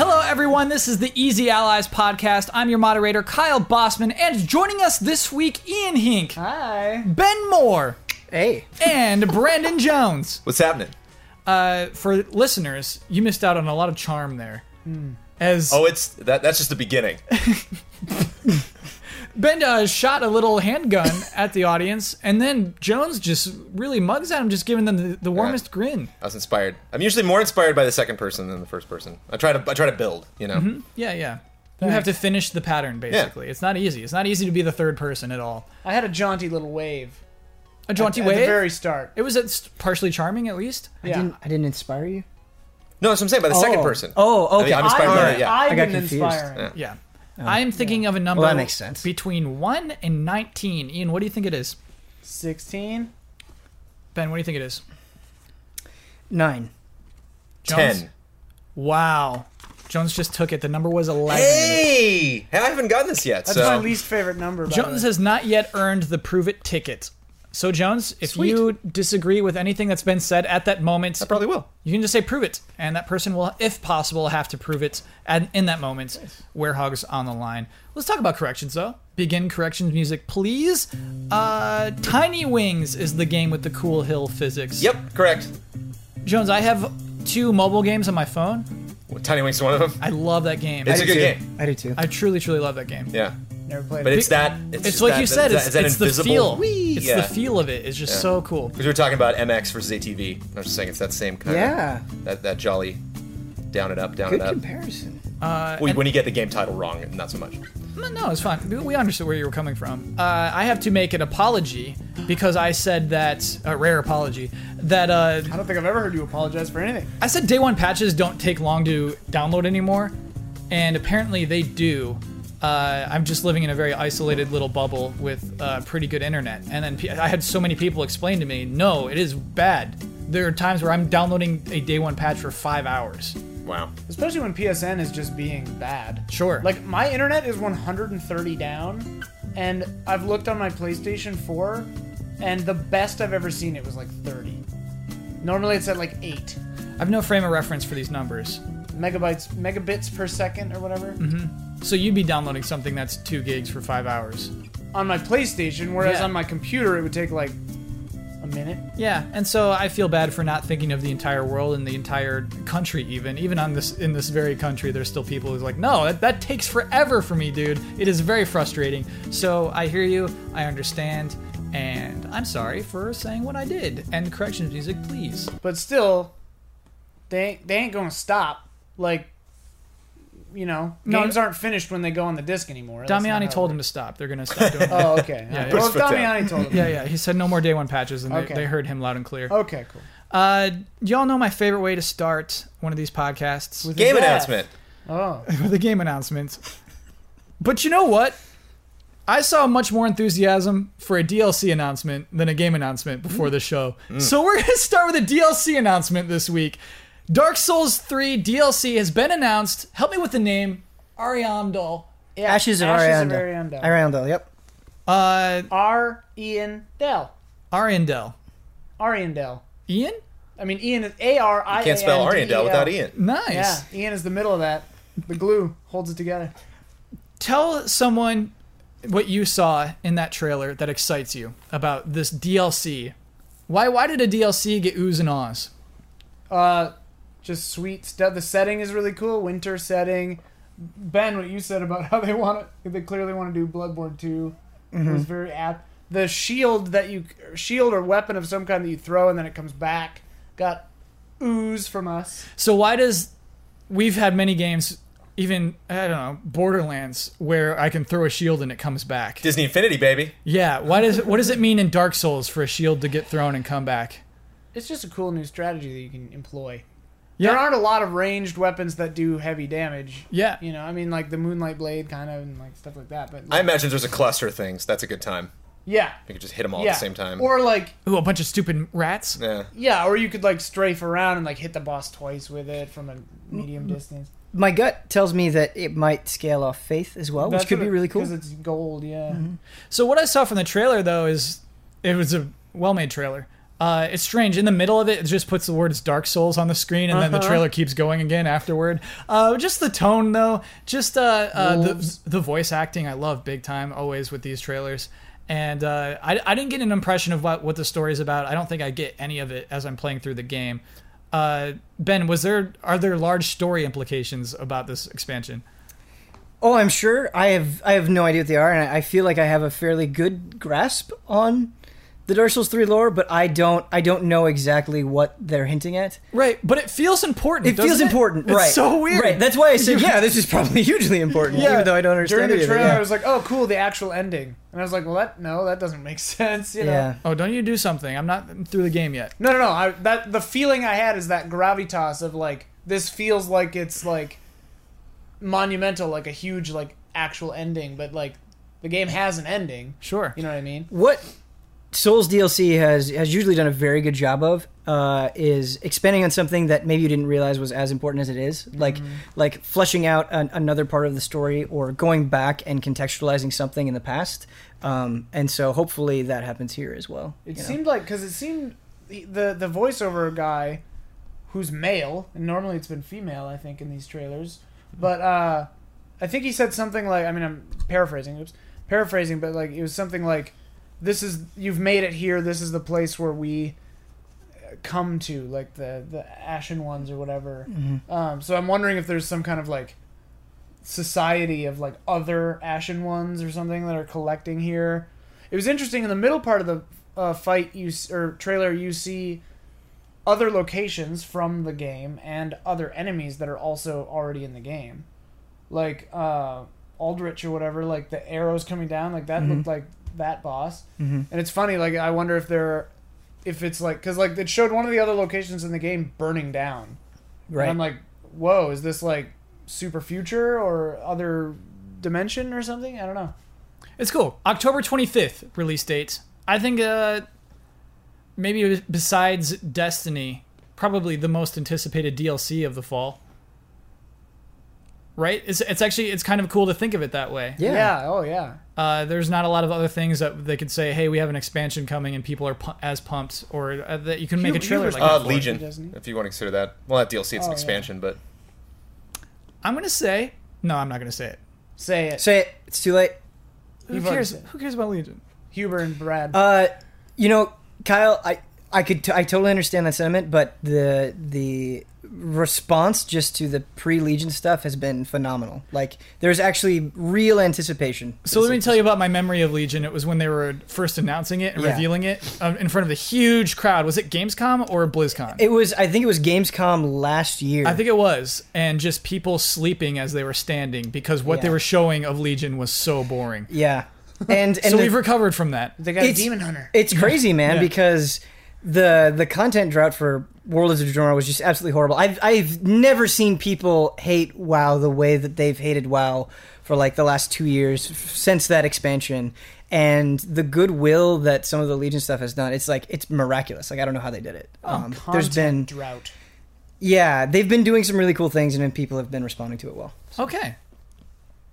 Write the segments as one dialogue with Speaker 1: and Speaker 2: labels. Speaker 1: everyone. This is the Easy Allies podcast. I'm your moderator, Kyle Bossman, and joining us this week, Ian Hink,
Speaker 2: Hi.
Speaker 1: Ben Moore,
Speaker 2: Hey.
Speaker 1: and Brandon Jones.
Speaker 3: What's happening?
Speaker 1: Uh, for listeners, you missed out on a lot of charm there. As
Speaker 3: Oh, it's that. That's just the beginning.
Speaker 1: Ben uh, shot a little handgun at the audience, and then Jones just really mugs at him, just giving them the, the warmest grin.
Speaker 3: I was inspired. I'm usually more inspired by the second person than the first person. I try to. I try to build. You know.
Speaker 1: Yeah, yeah. You have to finish the pattern, basically. It's not easy. It's not easy to be the third person at all.
Speaker 2: I had a jaunty little wave.
Speaker 1: A jaunty
Speaker 2: at
Speaker 1: wave.
Speaker 2: the very start.
Speaker 1: It was at s- partially charming, at least.
Speaker 2: Yeah.
Speaker 4: didn't, I didn't inspire you.
Speaker 3: No, that's what I'm saying. By the second
Speaker 4: Oh.
Speaker 3: person.
Speaker 1: Oh,
Speaker 3: I mean, I'm inspired
Speaker 2: I,
Speaker 3: by it. Yeah.
Speaker 2: I've
Speaker 4: I got
Speaker 2: been
Speaker 4: confused.
Speaker 2: inspiring.
Speaker 1: yeah. I'm thinking of a number
Speaker 4: Um, Well, that makes sense.
Speaker 1: between 1 and 19. Ian, what do you think it is?
Speaker 2: 16.
Speaker 1: Ben, what do you think it is?
Speaker 4: Nine.
Speaker 1: Jones?
Speaker 3: Ten.
Speaker 1: Wow. Jones just took it. The number was 11.
Speaker 3: Hey, I haven't gotten this yet.
Speaker 2: That's
Speaker 3: so
Speaker 2: my least favorite number. By
Speaker 1: Jones
Speaker 2: the way.
Speaker 1: has not yet earned the prove it ticket. So, Jones, if
Speaker 3: Sweet.
Speaker 1: you disagree with anything that's been said at that moment,
Speaker 3: I probably will.
Speaker 1: you can just say prove it. And that person will, if possible, have to prove it at, in that moment where Hog's on the line. Let's talk about corrections, though. Begin corrections music, please. Uh, Tiny Wings is the game with the cool hill physics.
Speaker 3: Yep, correct.
Speaker 1: Jones, I have two mobile games on my phone.
Speaker 3: Tiny Wink's one of them.
Speaker 1: I love that game.
Speaker 3: It's
Speaker 1: I,
Speaker 3: a good
Speaker 4: Two.
Speaker 3: game.
Speaker 4: I do too.
Speaker 1: I truly, truly love that game.
Speaker 3: Yeah,
Speaker 2: never played.
Speaker 3: but
Speaker 2: it.
Speaker 3: it's that. It's,
Speaker 1: It's
Speaker 3: just
Speaker 1: like
Speaker 3: that-
Speaker 1: you said,
Speaker 3: that-
Speaker 1: it's,
Speaker 3: is that
Speaker 1: it's the
Speaker 3: invisible-
Speaker 1: feel.
Speaker 3: Whee!
Speaker 1: It's
Speaker 3: yeah.
Speaker 1: the feel of it. It's just so cool.
Speaker 3: Because we were talking about MX versus ATV. I was just saying it's that same kind
Speaker 4: Yeah.
Speaker 3: of that that jolly, down it up, down
Speaker 4: Good
Speaker 3: it up.
Speaker 4: comparison.
Speaker 3: Well, when you get the game title wrong, not so much.
Speaker 1: No, No, it's fine. We- We understood where you were coming from. Uh, I have to make an apology because I said that a rare apology that uh,
Speaker 2: I don't think I've ever heard you apologize for anything.
Speaker 1: I said day one patches don't take long to download anymore, and apparently they do. Uh, I'm just living in a very isolated little bubble with uh, pretty good internet, and then pe- I had so many people explain to me, no, it is bad. There are times where I'm downloading a day one patch for five hours.
Speaker 3: Wow.
Speaker 2: Especially when PSN is just being bad.
Speaker 1: Sure.
Speaker 2: Like my internet is 130 down, and I've looked on my PlayStation 4, and the best I've ever seen it was like 30. Normally it's at like eight
Speaker 1: I've no frame of reference for these numbers.
Speaker 2: megabytes, megabits per second or whatever
Speaker 1: So you'd be downloading something that's two gigs for five hours.
Speaker 2: on my PlayStation, whereas
Speaker 1: Yeah.
Speaker 2: on my computer it would take like a minute.
Speaker 1: Yeah, and so I feel bad for not thinking of the entire world and the entire country, even even on this in this very country. There's still people who's like, no, that, that takes forever for me, dude. It is very frustrating. So I hear you, I understand, and I'm sorry for saying what I did. And corrections music, please.
Speaker 2: but still, they ain't, they ain't gonna stop. Like, you know,
Speaker 1: No.
Speaker 2: games aren't finished when they go on the disc anymore. That's not how
Speaker 1: Damiani
Speaker 2: it
Speaker 1: told him to stop. They're gonna stop doing
Speaker 2: works.
Speaker 1: that.
Speaker 2: Oh, okay. All right.
Speaker 1: yeah.
Speaker 2: Well, if
Speaker 3: Push foot down.
Speaker 2: Damiani told him.
Speaker 1: Yeah, yeah. He said no more day one patches, and
Speaker 2: Okay.
Speaker 1: they, they heard him loud and clear.
Speaker 2: Okay, cool.
Speaker 1: Uh, y'all know my favorite way to start one of these podcasts.
Speaker 3: Game
Speaker 2: Yeah.
Speaker 3: announcement.
Speaker 2: Oh,
Speaker 1: the game announcement. But you know what? I saw much more enthusiasm for a DLC announcement than a game announcement before the show. So we're going to start with a DLC announcement this week. Dark Souls 3 DLC has been announced. Help me with the name Ariandel.
Speaker 2: yeah.
Speaker 4: Ashes of
Speaker 2: Ashes of
Speaker 4: Ariandel.
Speaker 2: Ariandel.
Speaker 4: Ariandel. Yep.
Speaker 1: Uh,
Speaker 2: R. Ian Dell.
Speaker 1: Ariandel.
Speaker 2: Ariandel.
Speaker 1: Ian?
Speaker 2: I mean, Ian is A R I.
Speaker 3: Can't spell Ariandel without Ian.
Speaker 1: Nice.
Speaker 2: Yeah, Ian is the middle of that. The glue holds it together.
Speaker 1: Tell someone what you saw in that trailer that excites you about this DLC. Why, why did a DLC get oohs and ahs?
Speaker 2: Uh, just sweet stuff. The setting is really cool. Winter setting. Ben, what you said about how they want to, they clearly want to do Bloodborne 2
Speaker 3: Mm-hmm.
Speaker 2: was very apt. The shield that you shield or weapon of some kind that you throw and then it comes back got ooze from us.
Speaker 1: So why does we've had many games, even I don't know Borderlands, where I can throw a shield and it comes back.
Speaker 3: Disney Infinity, baby.
Speaker 1: Yeah. Why does what does it mean in Dark Souls for a shield to get thrown and come back?
Speaker 2: It's just a cool new strategy that you can employ.
Speaker 1: Yeah.
Speaker 2: There aren't a lot of ranged weapons that do heavy damage.
Speaker 1: Yeah.
Speaker 2: You know, I mean, like the Moonlight Blade kind of and like stuff like that. But
Speaker 3: I imagine there's a cluster of things. That's a good time.
Speaker 2: yeah,
Speaker 3: You could just hit them all
Speaker 2: yeah.
Speaker 3: at the same time.
Speaker 2: Or like
Speaker 1: Ooh, a bunch of stupid rats.
Speaker 3: yeah. Uh,
Speaker 2: Yeah, or you could like strafe around and like hit the boss twice with it from a medium
Speaker 4: Mm-hmm.
Speaker 2: distance.
Speaker 4: My gut tells me that it might scale off faith as well, which could be really cool. Mm-hmm.
Speaker 2: because it's gold. Yeah,
Speaker 1: So what I saw from the trailer though is it was a well-made trailer. Uh, it's strange. In the middle of it, it just puts the words Dark Souls on the screen, and
Speaker 4: Uh-huh.
Speaker 1: then the trailer keeps going again afterward. Uh, just the tone, though. Just uh, uh, the,
Speaker 2: Wolves.
Speaker 1: the voice acting, I love big time, always with these trailers. And uh, I, I didn't get an impression of what, what the story's about. I don't think I get any of it as I'm playing through the game. Uh, ben, was there are there large story implications about this expansion?
Speaker 4: Oh, I'm sure. I have I have no idea what they are, and I, I feel like I have a fairly good grasp on the Dark Souls three lore, but I don't I don't know exactly what they're hinting at.
Speaker 1: Right, but it feels important.
Speaker 4: It feels
Speaker 1: doesn't
Speaker 4: important,
Speaker 1: It's
Speaker 4: right?
Speaker 1: so weird.
Speaker 4: right? That's why I said, yeah, this is probably hugely important,
Speaker 1: Yeah.
Speaker 4: even though I don't
Speaker 2: During
Speaker 4: understand
Speaker 2: the
Speaker 4: it.
Speaker 2: trailer, I
Speaker 4: yeah.
Speaker 2: was like, "Oh, cool, the actual ending," and I was like, "Well, that no, that doesn't make sense." You know?
Speaker 4: yeah.
Speaker 1: Oh, don't you do something? I'm not through the game yet.
Speaker 2: No, no, no. I, that the feeling I had is that gravitas of like this feels like it's like monumental, like a huge like actual ending, but like the game has an ending.
Speaker 1: Sure.
Speaker 2: You know what I mean?
Speaker 4: what Souls DLC has has usually done a very good job of uh, is expanding on something that maybe you didn't realize was as important as it is, like like fleshing out an, another part of the story or going back and contextualizing something in the past. Um, and so hopefully that happens here as well.
Speaker 2: It
Speaker 4: you know?
Speaker 2: seemed like because it seemed the, the the voiceover guy, who's male, and normally it's been female, I think, in these trailers, but uh, I think he said something like, I mean, I'm paraphrasing, oops, paraphrasing, but like it was something like, "This is you've made it here. This is the place where we uh, come to, like the the Ashen Ones or whatever."
Speaker 4: Mm-hmm.
Speaker 2: Um, so I'm wondering if there's some kind of like society of like other ashen ones or something that are collecting here. It was interesting in the middle part of the uh, fight you s- or trailer you see other locations from the game and other enemies that are also already in the game, like uh, Aldrich or whatever. Like the arrows coming down, like that
Speaker 4: Mm-hmm.
Speaker 2: looked like that boss.
Speaker 4: Mhm.
Speaker 2: And it's funny, like I wonder if there, if it's like because like it showed one of the other locations in the game burning down.
Speaker 4: right.
Speaker 2: And I'm like, whoa, is this like super future or other dimension or something? I don't know.
Speaker 1: It's cool. October 25th release date. I think uh, maybe besides Destiny, probably the most anticipated DLC of the fall. Right? It's, it's actually it's kind of cool to think of it that way.
Speaker 4: yeah.
Speaker 2: Oh yeah.
Speaker 1: Uh, there's not a lot of other things that they could say. Hey, we have an expansion coming, and people are pu- as pumped, or uh, that you can make a
Speaker 2: Hu-
Speaker 1: trailer
Speaker 2: humor's
Speaker 1: like
Speaker 3: Uh,
Speaker 1: that. for.
Speaker 3: Legion,
Speaker 2: Doesn't he?
Speaker 3: if you want to consider that. Well, that DLC, it's
Speaker 2: Oh,
Speaker 3: an
Speaker 2: yeah.
Speaker 3: expansion, but
Speaker 1: I'm gonna say no. I'm not gonna say it.
Speaker 2: Say it.
Speaker 4: Say it. It's too late.
Speaker 1: Who
Speaker 2: You've already
Speaker 1: cares?
Speaker 2: said it.
Speaker 1: Who cares about Legion?
Speaker 2: Huber and Brad.
Speaker 4: Uh, you know, Kyle, I I could t- I totally understand that sentiment, but the the response just to the pre Legion stuff has been phenomenal. Like there's actually real anticipation.
Speaker 1: So let me tell you about my memory of Legion. It was when they were first announcing it and
Speaker 4: Yeah.
Speaker 1: revealing it um, in front of the huge crowd. Was it Gamescom or BlizzCon?
Speaker 4: It was I think it was Gamescom last year.
Speaker 1: I think it was, and just people sleeping as they were standing because what they
Speaker 4: Yeah.
Speaker 1: were showing of Legion was so boring.
Speaker 4: yeah. And and
Speaker 1: so
Speaker 4: the-
Speaker 1: we've recovered from that.
Speaker 2: they got a
Speaker 4: it's-
Speaker 2: demon hunter.
Speaker 4: it's crazy, man,
Speaker 1: Yeah.
Speaker 4: because the the content drought for World of Dejora was just absolutely horrible. I've I've never seen people hate WoW the way that they've hated WoW for like the last two years f- since that expansion, and the goodwill that some of the Legion stuff has done. It's like it's miraculous. Like I don't know how they did it. um, there's been
Speaker 2: Oh, Content drought.
Speaker 4: yeah, they've been doing some really cool things, and then people have been responding to it well.
Speaker 1: Okay,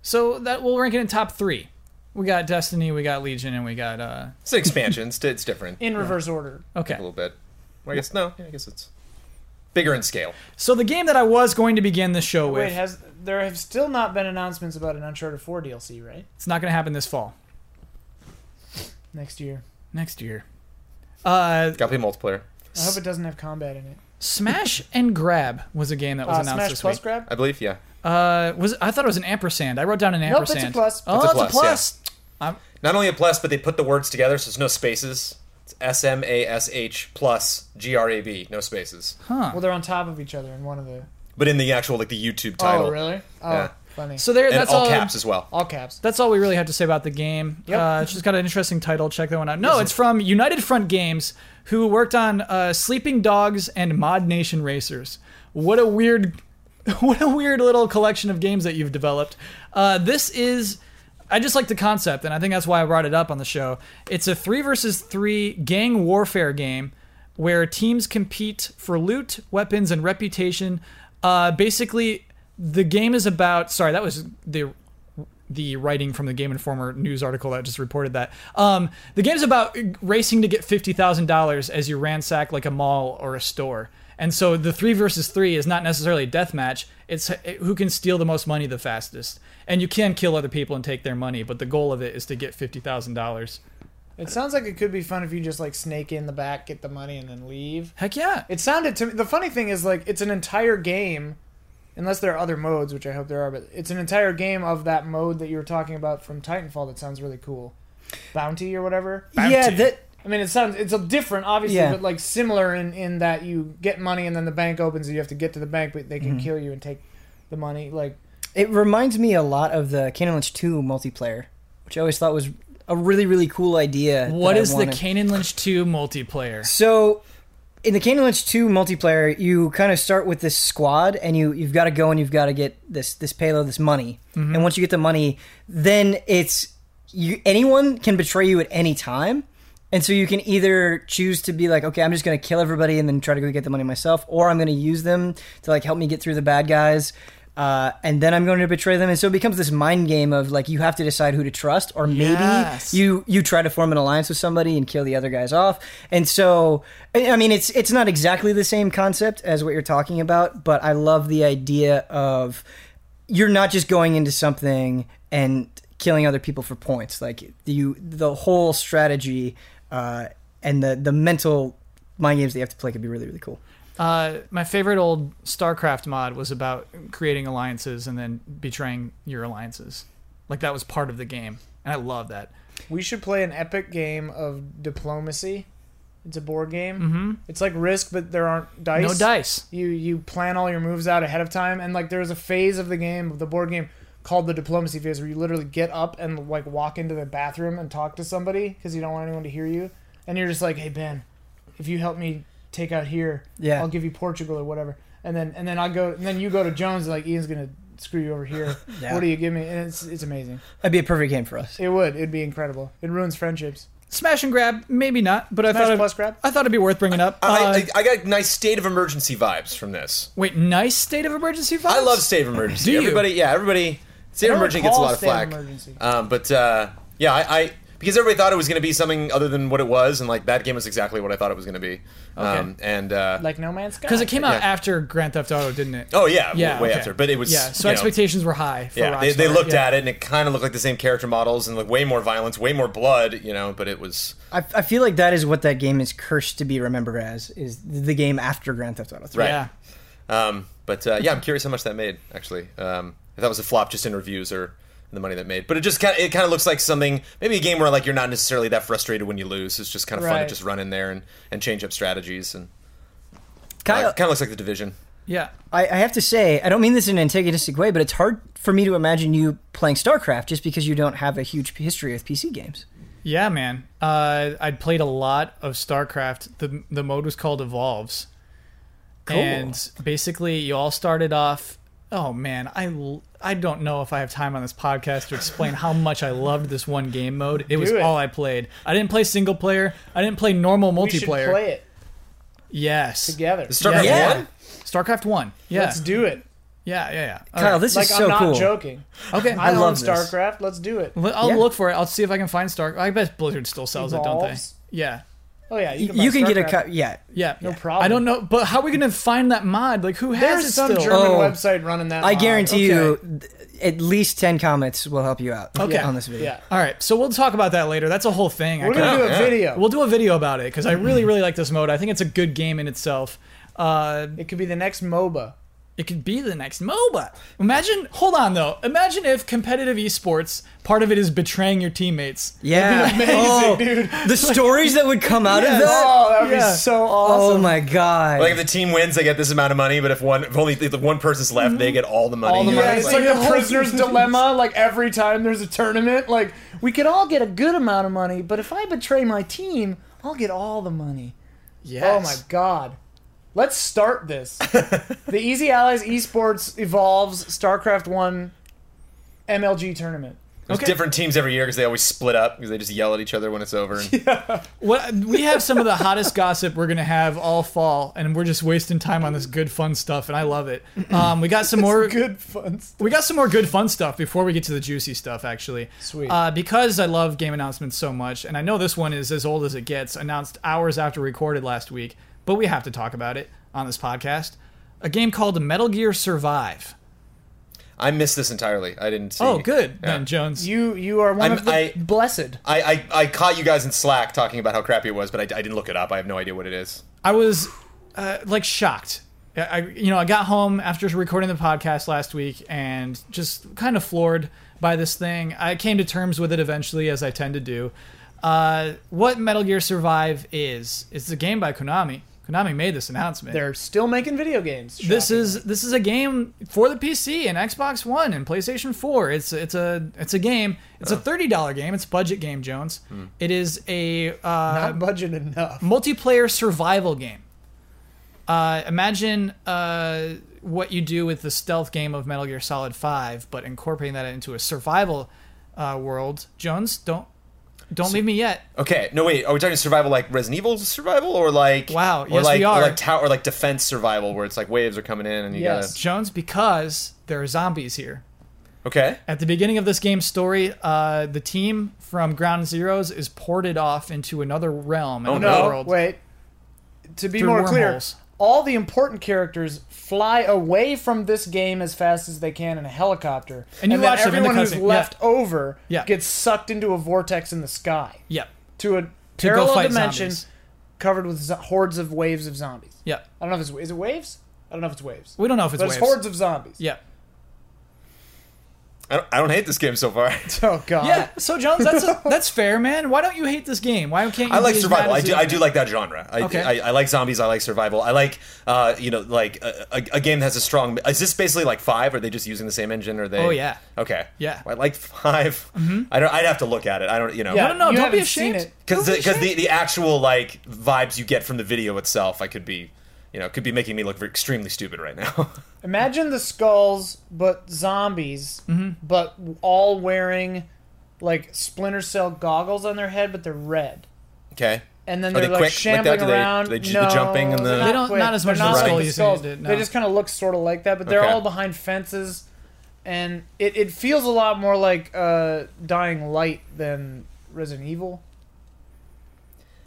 Speaker 1: so that we'll rank it in top three. We got Destiny, we got Legion, and we got uh
Speaker 3: it's an expansion. it's, it's different
Speaker 2: In reverse order.
Speaker 1: okay.
Speaker 3: a little bit. Well, I guess, no, yeah, I guess it's bigger in scale.
Speaker 1: So the game that I was going to begin the show
Speaker 2: Wait,
Speaker 1: with,
Speaker 2: has there have still not been announcements about an Uncharted 4 DLC, right?
Speaker 1: it's not going to happen this fall.
Speaker 2: Next year.
Speaker 1: Next year. Uh,
Speaker 3: Got to play multiplayer.
Speaker 2: I hope it doesn't have combat in it.
Speaker 1: Smash and Grab was a game that was
Speaker 2: Uh,
Speaker 1: announced
Speaker 2: Smash
Speaker 1: this
Speaker 2: Plus
Speaker 1: week.
Speaker 2: grab.
Speaker 3: I believe, yeah.
Speaker 1: Uh, was I thought it was an ampersand. I wrote down an
Speaker 2: Nope, it's a
Speaker 1: ampersand.
Speaker 2: plus.
Speaker 1: Oh,
Speaker 3: It's a
Speaker 1: it's a
Speaker 3: plus,
Speaker 1: plus.
Speaker 3: Not only a plus, but they put the words together, so there's no spaces. It's S M A S H plus G R A B, no spaces.
Speaker 1: Huh.
Speaker 2: Well, they're on top of each other in one of the.
Speaker 3: But in the actual, like the YouTube title.
Speaker 2: Oh, really? Oh,
Speaker 3: Yeah.
Speaker 2: funny.
Speaker 1: So there.
Speaker 3: And
Speaker 1: that's
Speaker 3: all caps as well.
Speaker 2: All caps.
Speaker 1: That's all we really have to say about the game.
Speaker 2: Yep.
Speaker 1: Uh, she's got an interesting title. Check that one out. No, it's from United Front Games, who worked on uh, Sleeping Dogs and Mod Nation Racers. What a weird, what a weird little collection of games that you've developed. Uh, this is. I just like the concept, and I think that's why I brought it up on the show. It's a three versus three gang warfare game where teams compete for loot, weapons, and reputation. Uh, basically, the game is about. Sorry, that was the the writing from the Game Informer news article that just reported that. Um, the game's about racing to get $50,000 as you ransack like a mall or a store. And so the three versus three is not necessarily a death match. It's h- who can steal the most money the fastest. And you can kill other people and take their money, but the goal of it is to get $50,000.
Speaker 2: It sounds like it could be fun if you just like snake in the back, get the money, and then leave.
Speaker 1: Heck yeah.
Speaker 2: It sounded to me. The funny thing is, like, it's an entire game, unless there are other modes, which I hope there are. But it's an entire game of that mode that you were talking about from Titanfall. That sounds really cool, bounty or whatever.
Speaker 4: Yeah, that
Speaker 2: I mean, it sounds it's a different, obviously,
Speaker 4: Yeah.
Speaker 2: but like similar in in that you get money and then the bank opens and you have to get to the bank, but they can kill you and take the money. Like,
Speaker 4: it reminds me a lot of the Cannon Lynch 2 multiplayer, which I always thought was a really really cool idea. that
Speaker 1: What
Speaker 4: I
Speaker 1: is the
Speaker 4: wanted.
Speaker 1: Kane and Lynch 2 multiplayer?
Speaker 4: So in the Candy Lynch 2 multiplayer, you kind of start with this squad and you you've got to go and you've got to get this this payload, this money. And once you get the money, then it's you anyone can betray you at any time. And so you can either choose to be like, okay, I'm just going to kill everybody and then try to go get the money myself, or I'm going to use them to like help me get through the bad guys, uh, and then I'm going to betray them. And so it becomes this mind game of like you have to decide who to trust, or maybe
Speaker 1: Yes.
Speaker 4: you you try to form an alliance with somebody and kill the other guys off. And so, I I mean, it's it's not exactly the same concept as what you're talking about, but I love the idea of you're not just going into something and killing other people for points. Like you, the whole strategy uh, and the the mental mind games that you have to play could be really really cool.
Speaker 1: Uh, my favorite old StarCraft mod was about creating alliances and then betraying your alliances. Like that was part of the game, and I love that.
Speaker 2: we should play an epic game of diplomacy. It's a board game. Mm-hmm. It's like Risk, but there aren't dice.
Speaker 1: No dice.
Speaker 2: You you plan all your moves out ahead of time, and like there was a phase of the game of the board game called the diplomacy phase where you literally get up and like walk into the bathroom and talk to somebody because you don't want anyone to hear you, and you're just like, hey Ben, if you help me take out here,
Speaker 4: Yeah.
Speaker 2: I'll give you Portugal or whatever, and then and then I go and then you go to Jones like Ian's gonna screw you over here.
Speaker 4: Yeah.
Speaker 2: What do you give me? And it's it's amazing.
Speaker 4: That'd be a perfect game for us.
Speaker 2: It would. It'd be incredible. It ruins friendships.
Speaker 1: Smash and grab, maybe not, but I
Speaker 2: Smash
Speaker 1: thought
Speaker 2: plus
Speaker 1: it,
Speaker 2: grab?
Speaker 1: I thought it'd be worth bringing up. Uh,
Speaker 3: I, I, I got nice state of emergency vibes from this.
Speaker 1: wait, nice state of emergency. Vibes?
Speaker 3: I love state of emergency.
Speaker 1: Do you?
Speaker 3: Everybody, yeah, everybody.
Speaker 2: I
Speaker 3: State of
Speaker 2: don't
Speaker 3: emergency gets a
Speaker 2: recall
Speaker 3: lot of
Speaker 2: state of
Speaker 3: flack.
Speaker 2: emergency.
Speaker 3: Um, but uh, yeah, I, I because everybody thought it was going to be something other than what it was, and like that game was exactly what I thought it was going to be. Um, and uh,
Speaker 2: Like No Man's Sky.
Speaker 1: because it came out
Speaker 3: Yeah.
Speaker 1: after Grand Theft Auto, didn't it?
Speaker 3: oh yeah, w- way
Speaker 1: okay.
Speaker 3: after, but it was
Speaker 1: yeah. So
Speaker 3: you know,
Speaker 1: expectations were high. For
Speaker 3: yeah, they, they
Speaker 1: Rockstar,
Speaker 3: looked
Speaker 1: yeah.
Speaker 3: at it and it kind of looked like the same character models and like way more violence, way more blood, you know. But it was
Speaker 4: I, I feel like that is what that game is cursed to be remembered as is the game after Grand Theft Auto 3.
Speaker 3: Right.
Speaker 1: Yeah,
Speaker 3: Um, but uh, yeah, I'm curious how much that made. Actually, um, if that was a flop just in reviews or the money that made. But it just kind of, it kind of looks like something maybe a game where like you're not necessarily that frustrated when you lose. It's just kind of fun to
Speaker 2: Right.
Speaker 3: just run in there and, and change up strategies and
Speaker 4: Kyle,
Speaker 3: kind of looks like the division.
Speaker 1: yeah.
Speaker 4: I, I have to say, I don't mean this in an antagonistic way, but it's hard for me to imagine you playing StarCraft just because you don't have a huge history with PC games.
Speaker 1: Yeah, man. Uh, I'd played a lot of StarCraft. The the mode was called Evolves.
Speaker 4: Cool.
Speaker 1: And basically, you all started off. Oh man, I l- I don't know if I have time on this podcast to explain how much I loved this one game mode. It was
Speaker 2: it.
Speaker 1: all I played. I didn't play single player. I didn't play normal
Speaker 2: we should
Speaker 1: multiplayer.
Speaker 2: play it
Speaker 1: yes,
Speaker 2: together.
Speaker 3: StarCraft
Speaker 4: Yeah.
Speaker 3: one.
Speaker 1: StarCraft One. Yeah,
Speaker 2: Let's do it.
Speaker 1: yeah, yeah, yeah. All
Speaker 4: Kyle,
Speaker 1: right.
Speaker 4: this
Speaker 2: Like
Speaker 4: is so
Speaker 2: I'm not
Speaker 4: cool.
Speaker 2: joking.
Speaker 1: okay.
Speaker 2: I,
Speaker 1: I
Speaker 2: love
Speaker 4: love this.
Speaker 2: StarCraft. Let's do it.
Speaker 1: I'll
Speaker 4: Yeah.
Speaker 1: look for it. I'll see if I can find Star. I bet Blizzard still sells it, don't they?
Speaker 2: Evolves.
Speaker 1: Yeah.
Speaker 2: Oh yeah, you can, buy
Speaker 4: You can get a
Speaker 2: StarCraft.
Speaker 4: cut. Yeah.
Speaker 1: Yeah,
Speaker 2: No
Speaker 1: Yeah.
Speaker 2: problem.
Speaker 1: I don't know, but how are we gonna find that mod? Like, who has it
Speaker 2: There's some
Speaker 1: still?
Speaker 2: German
Speaker 4: Oh.
Speaker 2: website running that.
Speaker 4: I
Speaker 2: mod.
Speaker 4: guarantee
Speaker 1: okay.
Speaker 4: you th- at least 10 comments will help you out
Speaker 1: Okay.
Speaker 4: on this video.
Speaker 2: Yeah,
Speaker 1: All right, so we'll talk about that later. That's a whole thing. I
Speaker 2: we're gonna
Speaker 1: kinda-
Speaker 2: do Mm-hmm. a
Speaker 3: Yeah.
Speaker 2: video.
Speaker 1: we'll do a video about it because I really, really like this mode. I think it's a good game in itself. Uh,
Speaker 2: it could be the next MOBA.
Speaker 1: it could be the next MOBA. Imagine, hold on though. Imagine if competitive esports, part of it is betraying your teammates.
Speaker 4: Yeah.
Speaker 2: amazing,
Speaker 4: Oh,
Speaker 2: dude.
Speaker 4: The stories that would come out
Speaker 1: Yes.
Speaker 4: of that.
Speaker 2: Oh, that would
Speaker 1: Yeah.
Speaker 2: be so
Speaker 4: Oh,
Speaker 2: awesome.
Speaker 4: my God.
Speaker 3: Like if the team wins, they get this amount of money. But if one if only if one person's left, they get all the money.
Speaker 2: All the
Speaker 3: You know,
Speaker 2: money.
Speaker 3: it's
Speaker 2: It's
Speaker 3: like-
Speaker 2: like
Speaker 1: Yeah.
Speaker 2: the prisoner's dilemma. Like every time there's a tournament, like we could all get a good amount of money, but if I betray my team, I'll get all the money.
Speaker 1: Yes.
Speaker 2: Oh my god. Let's start this. the Easy Allies Esports Evolves StarCraft 1 MLG tournament.
Speaker 3: There's
Speaker 1: Okay.
Speaker 3: different teams every year because they always split up because they just yell at each other when it's over. And
Speaker 1: What we have some of the hottest gossip we're gonna have all fall, and we're just wasting time on this good fun stuff, and I love it. Um, we got some more
Speaker 2: good fun stuff.
Speaker 1: we got some more good fun stuff before we get to the juicy stuff, actually.
Speaker 2: Sweet.
Speaker 1: Uh, because I love game announcements so much, and I know this one is as old as it gets, announced hours after recorded last week, but we have to talk about it on this podcast. A game called Metal Gear Survive.
Speaker 3: I missed this entirely. I didn't see.
Speaker 1: Oh, good,
Speaker 3: Yeah.
Speaker 1: then Jones.
Speaker 2: You you are one
Speaker 3: I'm-
Speaker 2: of the
Speaker 3: I-
Speaker 2: blessed.
Speaker 3: I, I, I caught you guys in Slack talking about how crappy it was, but I, I didn't look it up. I have no idea what it is.
Speaker 1: I was uh, like shocked. I- I, you know, I got home after recording the podcast last week and just kind of floored by this thing. I came to terms with it eventually, as I tend to do. Uh, what Metal Gear Survive is is a game by Konami. Konami made this announcement.
Speaker 2: They're still making video games.
Speaker 1: this
Speaker 2: Shocking.
Speaker 1: is this is a game for the PC and Xbox One and PlayStation 4. It's it's a it's a game. It's a thirty dollar game. It's a budget game, Jones.
Speaker 2: Hmm.
Speaker 1: It is a uh,
Speaker 2: not budget enough.
Speaker 1: multiplayer survival game. Uh, imagine uh, what you do with the stealth game of Metal Gear Solid Five, but incorporating that into a survival uh, world. Jones, don't don't leave me yet.
Speaker 3: Okay, no wait. Are we talking survival like Resident Evil survival, or like
Speaker 1: Wow,
Speaker 3: or
Speaker 1: yes,
Speaker 3: like,
Speaker 1: we
Speaker 3: or
Speaker 1: are.
Speaker 3: like tower, or like defense survival, where it's like waves are coming in and you
Speaker 2: Yes.
Speaker 1: Jones, because there are zombies here.
Speaker 3: gotta okay.
Speaker 1: At the beginning of this game's story, uh, the team from Ground Zeroes is ported off into another realm, another
Speaker 3: Oh, no.
Speaker 1: world.
Speaker 2: wait. To be
Speaker 1: Through
Speaker 2: more clear,
Speaker 1: wormholes.
Speaker 2: all the important characters fly away from this game as fast as they can in a helicopter,
Speaker 1: And you
Speaker 2: then
Speaker 1: watch them in the
Speaker 2: everyone who's
Speaker 1: cutscene, yeah.
Speaker 2: left over
Speaker 1: Yeah.
Speaker 2: gets sucked into a vortex in the sky
Speaker 1: Yep.
Speaker 2: to a
Speaker 1: To go
Speaker 2: parallel
Speaker 1: fight
Speaker 2: dimension
Speaker 1: zombies.
Speaker 2: covered with zo- hordes of waves of zombies.
Speaker 1: Yep.
Speaker 2: I don't know if it's is it waves. I don't know if it's waves.
Speaker 1: We don't know if it's
Speaker 2: but
Speaker 1: waves.
Speaker 2: it's hordes of zombies.
Speaker 1: Yep.
Speaker 3: I don't, I don't hate this game so far.
Speaker 2: Oh god.
Speaker 1: Yeah, so Jones, that's that's fair, man. Why don't you hate this game? Why can't you?
Speaker 3: I like
Speaker 1: be as
Speaker 3: survival.
Speaker 1: mad
Speaker 3: I
Speaker 1: as
Speaker 3: do.
Speaker 1: the
Speaker 3: I
Speaker 1: other
Speaker 3: do
Speaker 1: man?
Speaker 3: like that genre. I,
Speaker 1: Okay.
Speaker 3: I, I like zombies. I like survival. I like uh, you know like a, a, a game that has a strong. Is this basically like five? Are they just using the same engine? Or they?
Speaker 1: Oh, yeah.
Speaker 3: Okay.
Speaker 1: Yeah. Mm-hmm.
Speaker 3: I like 5 I don't. I'd have to look at it. I don't. You know.
Speaker 2: Yeah.
Speaker 1: I don't know.
Speaker 2: You
Speaker 1: don't be
Speaker 2: haven't seen
Speaker 1: ashamed.
Speaker 2: it.
Speaker 3: Because
Speaker 1: Don't
Speaker 3: the,
Speaker 1: be
Speaker 3: 'cause the,
Speaker 1: ashamed.
Speaker 3: the actual like vibes you get from the video itself, I could be, you know, could be making me look extremely stupid right now.
Speaker 2: Imagine the skulls, but zombies,
Speaker 3: Mm-hmm.
Speaker 2: but all wearing like Splinter Cell goggles on their head, but they're red.
Speaker 3: okay.
Speaker 2: And then
Speaker 3: Are
Speaker 2: they're
Speaker 3: they
Speaker 2: like
Speaker 3: quick like
Speaker 2: shambling
Speaker 3: that? Do they-
Speaker 2: around.
Speaker 3: do they ju- the
Speaker 2: no,
Speaker 3: jumping and the-
Speaker 2: they're not
Speaker 1: They don't-
Speaker 2: quick.
Speaker 1: not as
Speaker 2: They're
Speaker 1: much
Speaker 2: not
Speaker 1: as
Speaker 2: like
Speaker 1: Skull
Speaker 2: the
Speaker 1: used to
Speaker 2: skulls.
Speaker 1: do it, no.
Speaker 2: They just kind of look sort of like that, but they're
Speaker 3: Okay.
Speaker 2: all behind fences, and it, it feels a lot more like uh, Dying Light than Resident Evil.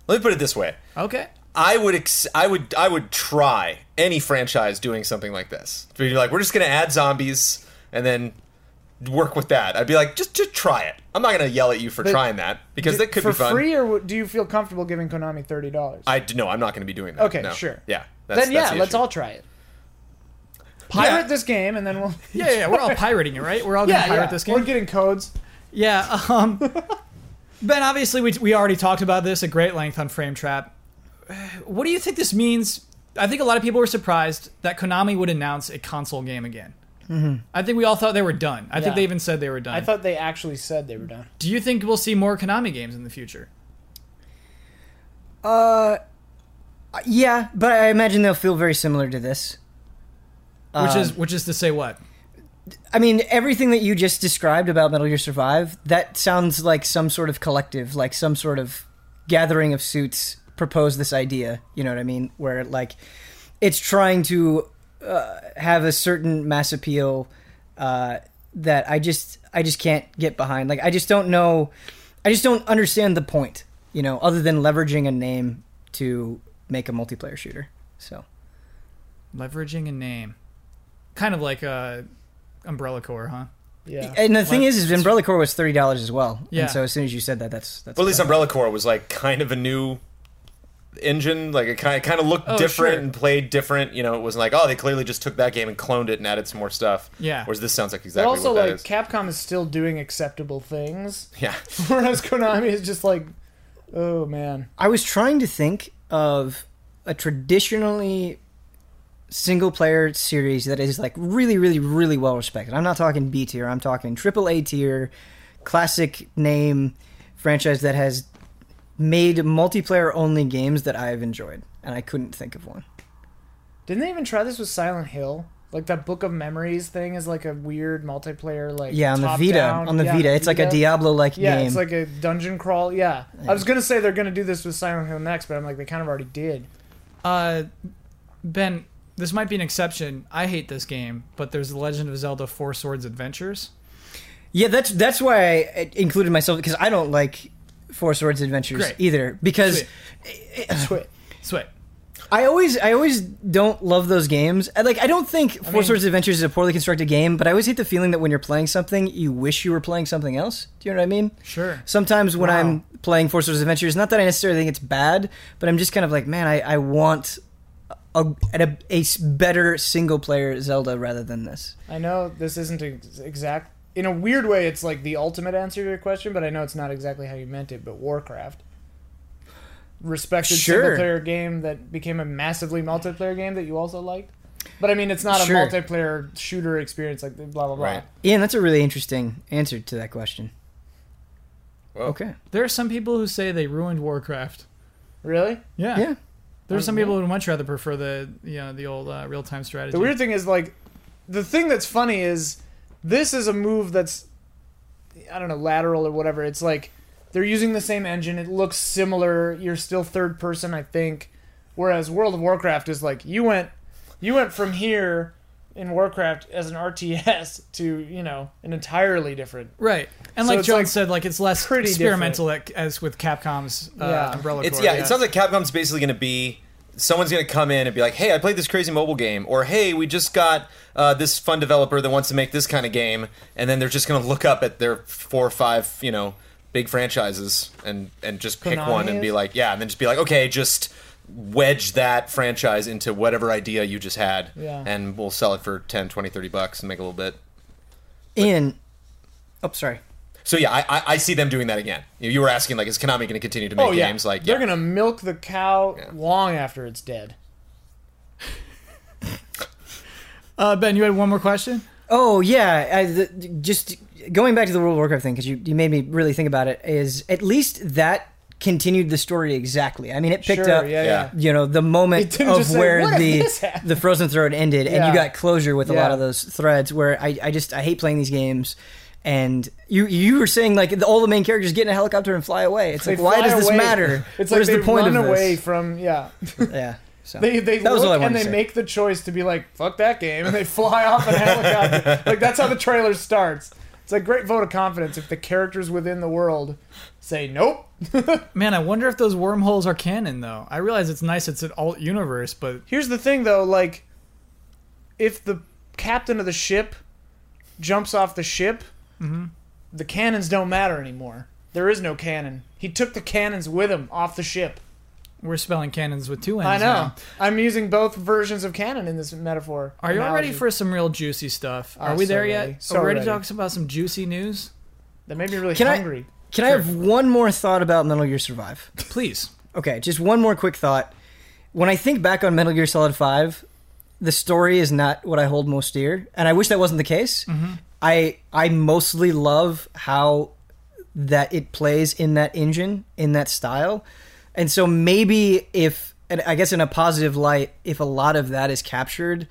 Speaker 3: Let me put it this way.
Speaker 1: Okay.
Speaker 3: I would ex- I would I would try any franchise doing something like this. Be like, we're just gonna add zombies and then work with that. I'd be like, just just try it. I'm not gonna yell at you for trying that because
Speaker 2: Do-
Speaker 3: that could
Speaker 2: for
Speaker 3: be fun.
Speaker 2: free, or w- do you feel comfortable giving Konami thirty dollars?
Speaker 3: I no, I'm not gonna be doing that.
Speaker 2: Okay,
Speaker 3: no.
Speaker 2: sure.
Speaker 3: Yeah.
Speaker 2: Then yeah,
Speaker 3: the
Speaker 2: let's
Speaker 3: issue.
Speaker 2: all try it. Pirate
Speaker 3: Yeah.
Speaker 2: this game, and then we'll
Speaker 1: Yeah, yeah, yeah, we're all pirating it, right? We're all gonna pirate this game.
Speaker 2: We're getting codes.
Speaker 1: yeah. Um, ben, obviously, we we already talked about this at great length on Frame Trap. What do you think this means? I think a lot of people were surprised that Konami would announce a console game again. I think we all thought they were done. I
Speaker 2: Mm-hmm. Yeah.
Speaker 1: think they even said they were done.
Speaker 2: I thought they actually said they were done.
Speaker 1: do you think we'll see more Konami games in the future?
Speaker 4: Uh, yeah, but I imagine they'll feel very similar to this.
Speaker 1: Which
Speaker 4: Um,
Speaker 1: is which is to say what?
Speaker 4: I mean, everything that you just described about Metal Gear Survive, that sounds like some sort of collective, like some sort of gathering of suits proposed this idea. You know what I mean? Where, like, it's trying to uh, have a certain mass appeal uh, that I just, I just can't get behind. Like, I just don't know, I just don't understand the point, you know, other than leveraging a name to make a multiplayer shooter. So,
Speaker 1: Leveraging a name, kind of like a Umbrella Corps, huh?
Speaker 2: Yeah.
Speaker 4: and the thing is, is Umbrella Corps was thirty dollars as well.
Speaker 1: Yeah.
Speaker 4: And so as soon as you said that, that's that's.
Speaker 3: Well, at least Umbrella Corps was like kind of a new engine. Like it kind of, kind of looked
Speaker 1: Oh,
Speaker 3: different
Speaker 1: sure.
Speaker 3: and played different. You know, it wasn't like oh they clearly just took that game and cloned it and added some more stuff.
Speaker 1: Yeah.
Speaker 3: Whereas this sounds like exactly
Speaker 2: But also,
Speaker 3: what that
Speaker 2: like
Speaker 3: is.
Speaker 2: Capcom is still doing acceptable things,
Speaker 3: yeah.
Speaker 2: whereas Konami is just like, oh man,
Speaker 4: I was trying to think of a traditionally single player series that is like really, really, really well respected. I'm not talking B tier, I'm talking triple A tier, classic name franchise that has made multiplayer only games that I've enjoyed. And I couldn't think of one.
Speaker 2: didn't they even try this with Silent Hill? Like that Book of Memories thing is like a weird multiplayer like
Speaker 4: Yeah, on the
Speaker 2: top
Speaker 4: Vita.
Speaker 2: down-
Speaker 4: on the
Speaker 2: yeah,
Speaker 4: Vita, it's like a
Speaker 2: Vita.
Speaker 4: Diablo-like
Speaker 2: Yeah,
Speaker 4: game.
Speaker 2: it's like a dungeon crawl. Yeah. I was gonna say they're gonna do this with Silent Hill next, but I'm like they kind of already did.
Speaker 1: Uh, ben, this might be an exception. I hate this game, but there's The Legend of Zelda Four Swords Adventures.
Speaker 4: yeah, that's that's why I included myself because I don't like Four Swords Adventures
Speaker 1: Great.
Speaker 4: either because
Speaker 1: Sweet. Sweet.
Speaker 4: I always I always don't love those games. I, like I don't think Four
Speaker 2: mean-
Speaker 4: Swords Adventures is a poorly constructed game, but I always hate the feeling that when you're playing something, you wish you were playing something else. Do you know what I mean?
Speaker 1: Sure.
Speaker 4: Sometimes when
Speaker 2: Wow.
Speaker 4: I'm playing Four Swords Adventures, not that I necessarily think it's bad, but I'm just kind of like, man, I, I want a, a, a s- better single player Zelda rather than this.
Speaker 2: I know this isn't ex- exact. In a weird way, it's like the ultimate answer to your question, but I know it's not exactly how you meant it. But Warcraft, respected
Speaker 4: Sure.
Speaker 2: single-player game that became a massively multiplayer game that you also liked. But I mean, it's not
Speaker 4: Sure.
Speaker 2: a multiplayer shooter experience like the blah blah blah.
Speaker 3: Right.
Speaker 4: Ian, that's a really interesting answer to that question.
Speaker 3: Well,
Speaker 4: Okay.
Speaker 1: There are some people who say they ruined Warcraft.
Speaker 2: Really?
Speaker 1: Yeah.
Speaker 4: Yeah.
Speaker 1: There are some people who would much rather prefer the you know the old uh, real time strategy.
Speaker 2: The weird thing is like the thing that's funny is this is a move that's I don't know, lateral or whatever. It's like they're using the same engine, it looks similar, you're still third person, I think. Whereas World of Warcraft is like you went you went from here in Warcraft as an RTS to, you know, an entirely different
Speaker 1: right? And
Speaker 2: So
Speaker 1: like
Speaker 2: it's
Speaker 1: John
Speaker 2: like
Speaker 1: said, like it's less
Speaker 2: pretty
Speaker 1: experimental at, as with Capcom's uh,
Speaker 2: Yeah.
Speaker 1: Umbrella
Speaker 3: It's
Speaker 1: Corps.
Speaker 3: yeah, It sounds like Capcom's basically going to be someone's going to come in and be like, "Hey, I played this crazy mobile game," or "Hey, we just got uh, this fun developer that wants to make this kind of game," and then they're just going to look up at their four or five, you know, big franchises and and just pick
Speaker 2: Konami
Speaker 3: one and be
Speaker 2: is?
Speaker 3: like, "Yeah," and then just be like, "Okay, just." wedge that franchise into whatever idea you just had
Speaker 2: Yeah.
Speaker 3: and we'll sell it for 10 20 30 bucks and make a little bit
Speaker 4: Ian. Oh, sorry.
Speaker 3: so yeah i i, I see them doing that again you, you were asking like is konami going to continue to make games like
Speaker 2: Oh, they're
Speaker 3: Oh, yeah.
Speaker 2: gonna milk the cow
Speaker 3: Yeah.
Speaker 2: long after it's dead.
Speaker 1: uh, Ben, you had one more question.
Speaker 4: Oh yeah, I, the, just going back to the World of Warcraft thing because you, you made me really think about it. Is at least that continued the story exactly. I mean, it picked
Speaker 2: sure,
Speaker 4: up.
Speaker 2: yeah,
Speaker 3: Yeah.
Speaker 2: yeah.
Speaker 4: You know the moment
Speaker 2: It didn't
Speaker 4: of
Speaker 2: just say,
Speaker 4: where
Speaker 2: "What if this
Speaker 4: the
Speaker 2: happened?"
Speaker 4: the frozen throne ended, and you
Speaker 2: Yeah.
Speaker 4: got closure with a lot
Speaker 2: Yeah.
Speaker 4: of those threads. Where I, I just I hate playing these games, and you you were saying like the, all the main characters get in a helicopter and fly away. It's
Speaker 2: They
Speaker 4: like why
Speaker 2: fly
Speaker 4: does this
Speaker 2: away.
Speaker 4: matter?
Speaker 2: It's
Speaker 4: What
Speaker 2: like
Speaker 4: is
Speaker 2: they
Speaker 4: the point
Speaker 2: run
Speaker 4: of
Speaker 2: away
Speaker 4: this?
Speaker 2: from yeah.
Speaker 4: yeah. So.
Speaker 2: They they
Speaker 4: That was
Speaker 2: look
Speaker 4: all I wanted
Speaker 2: and
Speaker 4: to
Speaker 2: they
Speaker 4: say.
Speaker 2: make the choice to be like, fuck that game, and they fly off in a helicopter. like that's how the trailer starts. It's a great vote of confidence if the characters within the world say nope.
Speaker 1: Man, I wonder if those wormholes are canon though. I realize it's nice it's an alt universe, but
Speaker 2: Here's the thing though, like if the captain of the ship jumps off the ship,
Speaker 1: Mm-hmm.
Speaker 2: the cannons don't matter anymore. There is no cannon. He took the cannons with him off the ship.
Speaker 1: we're spelling canons with two N's.
Speaker 2: I know.
Speaker 1: now.
Speaker 2: I'm using both versions of cannon in this metaphor.
Speaker 1: Are you all ready
Speaker 2: analogy.
Speaker 1: for some real juicy stuff? Are
Speaker 2: Oh,
Speaker 1: we
Speaker 2: so
Speaker 1: there
Speaker 2: ready.
Speaker 1: yet?
Speaker 2: So
Speaker 1: Are we ready, to
Speaker 2: ready.
Speaker 1: talk about some juicy news?
Speaker 2: That made me really
Speaker 4: Can I-
Speaker 2: hungry.
Speaker 4: Can I have one more thought about Metal Gear Survive?
Speaker 1: Please.
Speaker 4: Okay, just one more quick thought. When I think back on Metal Gear Solid 5, the story is not what I hold most dear, and I wish that wasn't the case. I I mostly love how that it plays in that engine, in that style. And so maybe if and I guess in a positive light, if a lot of that is captured,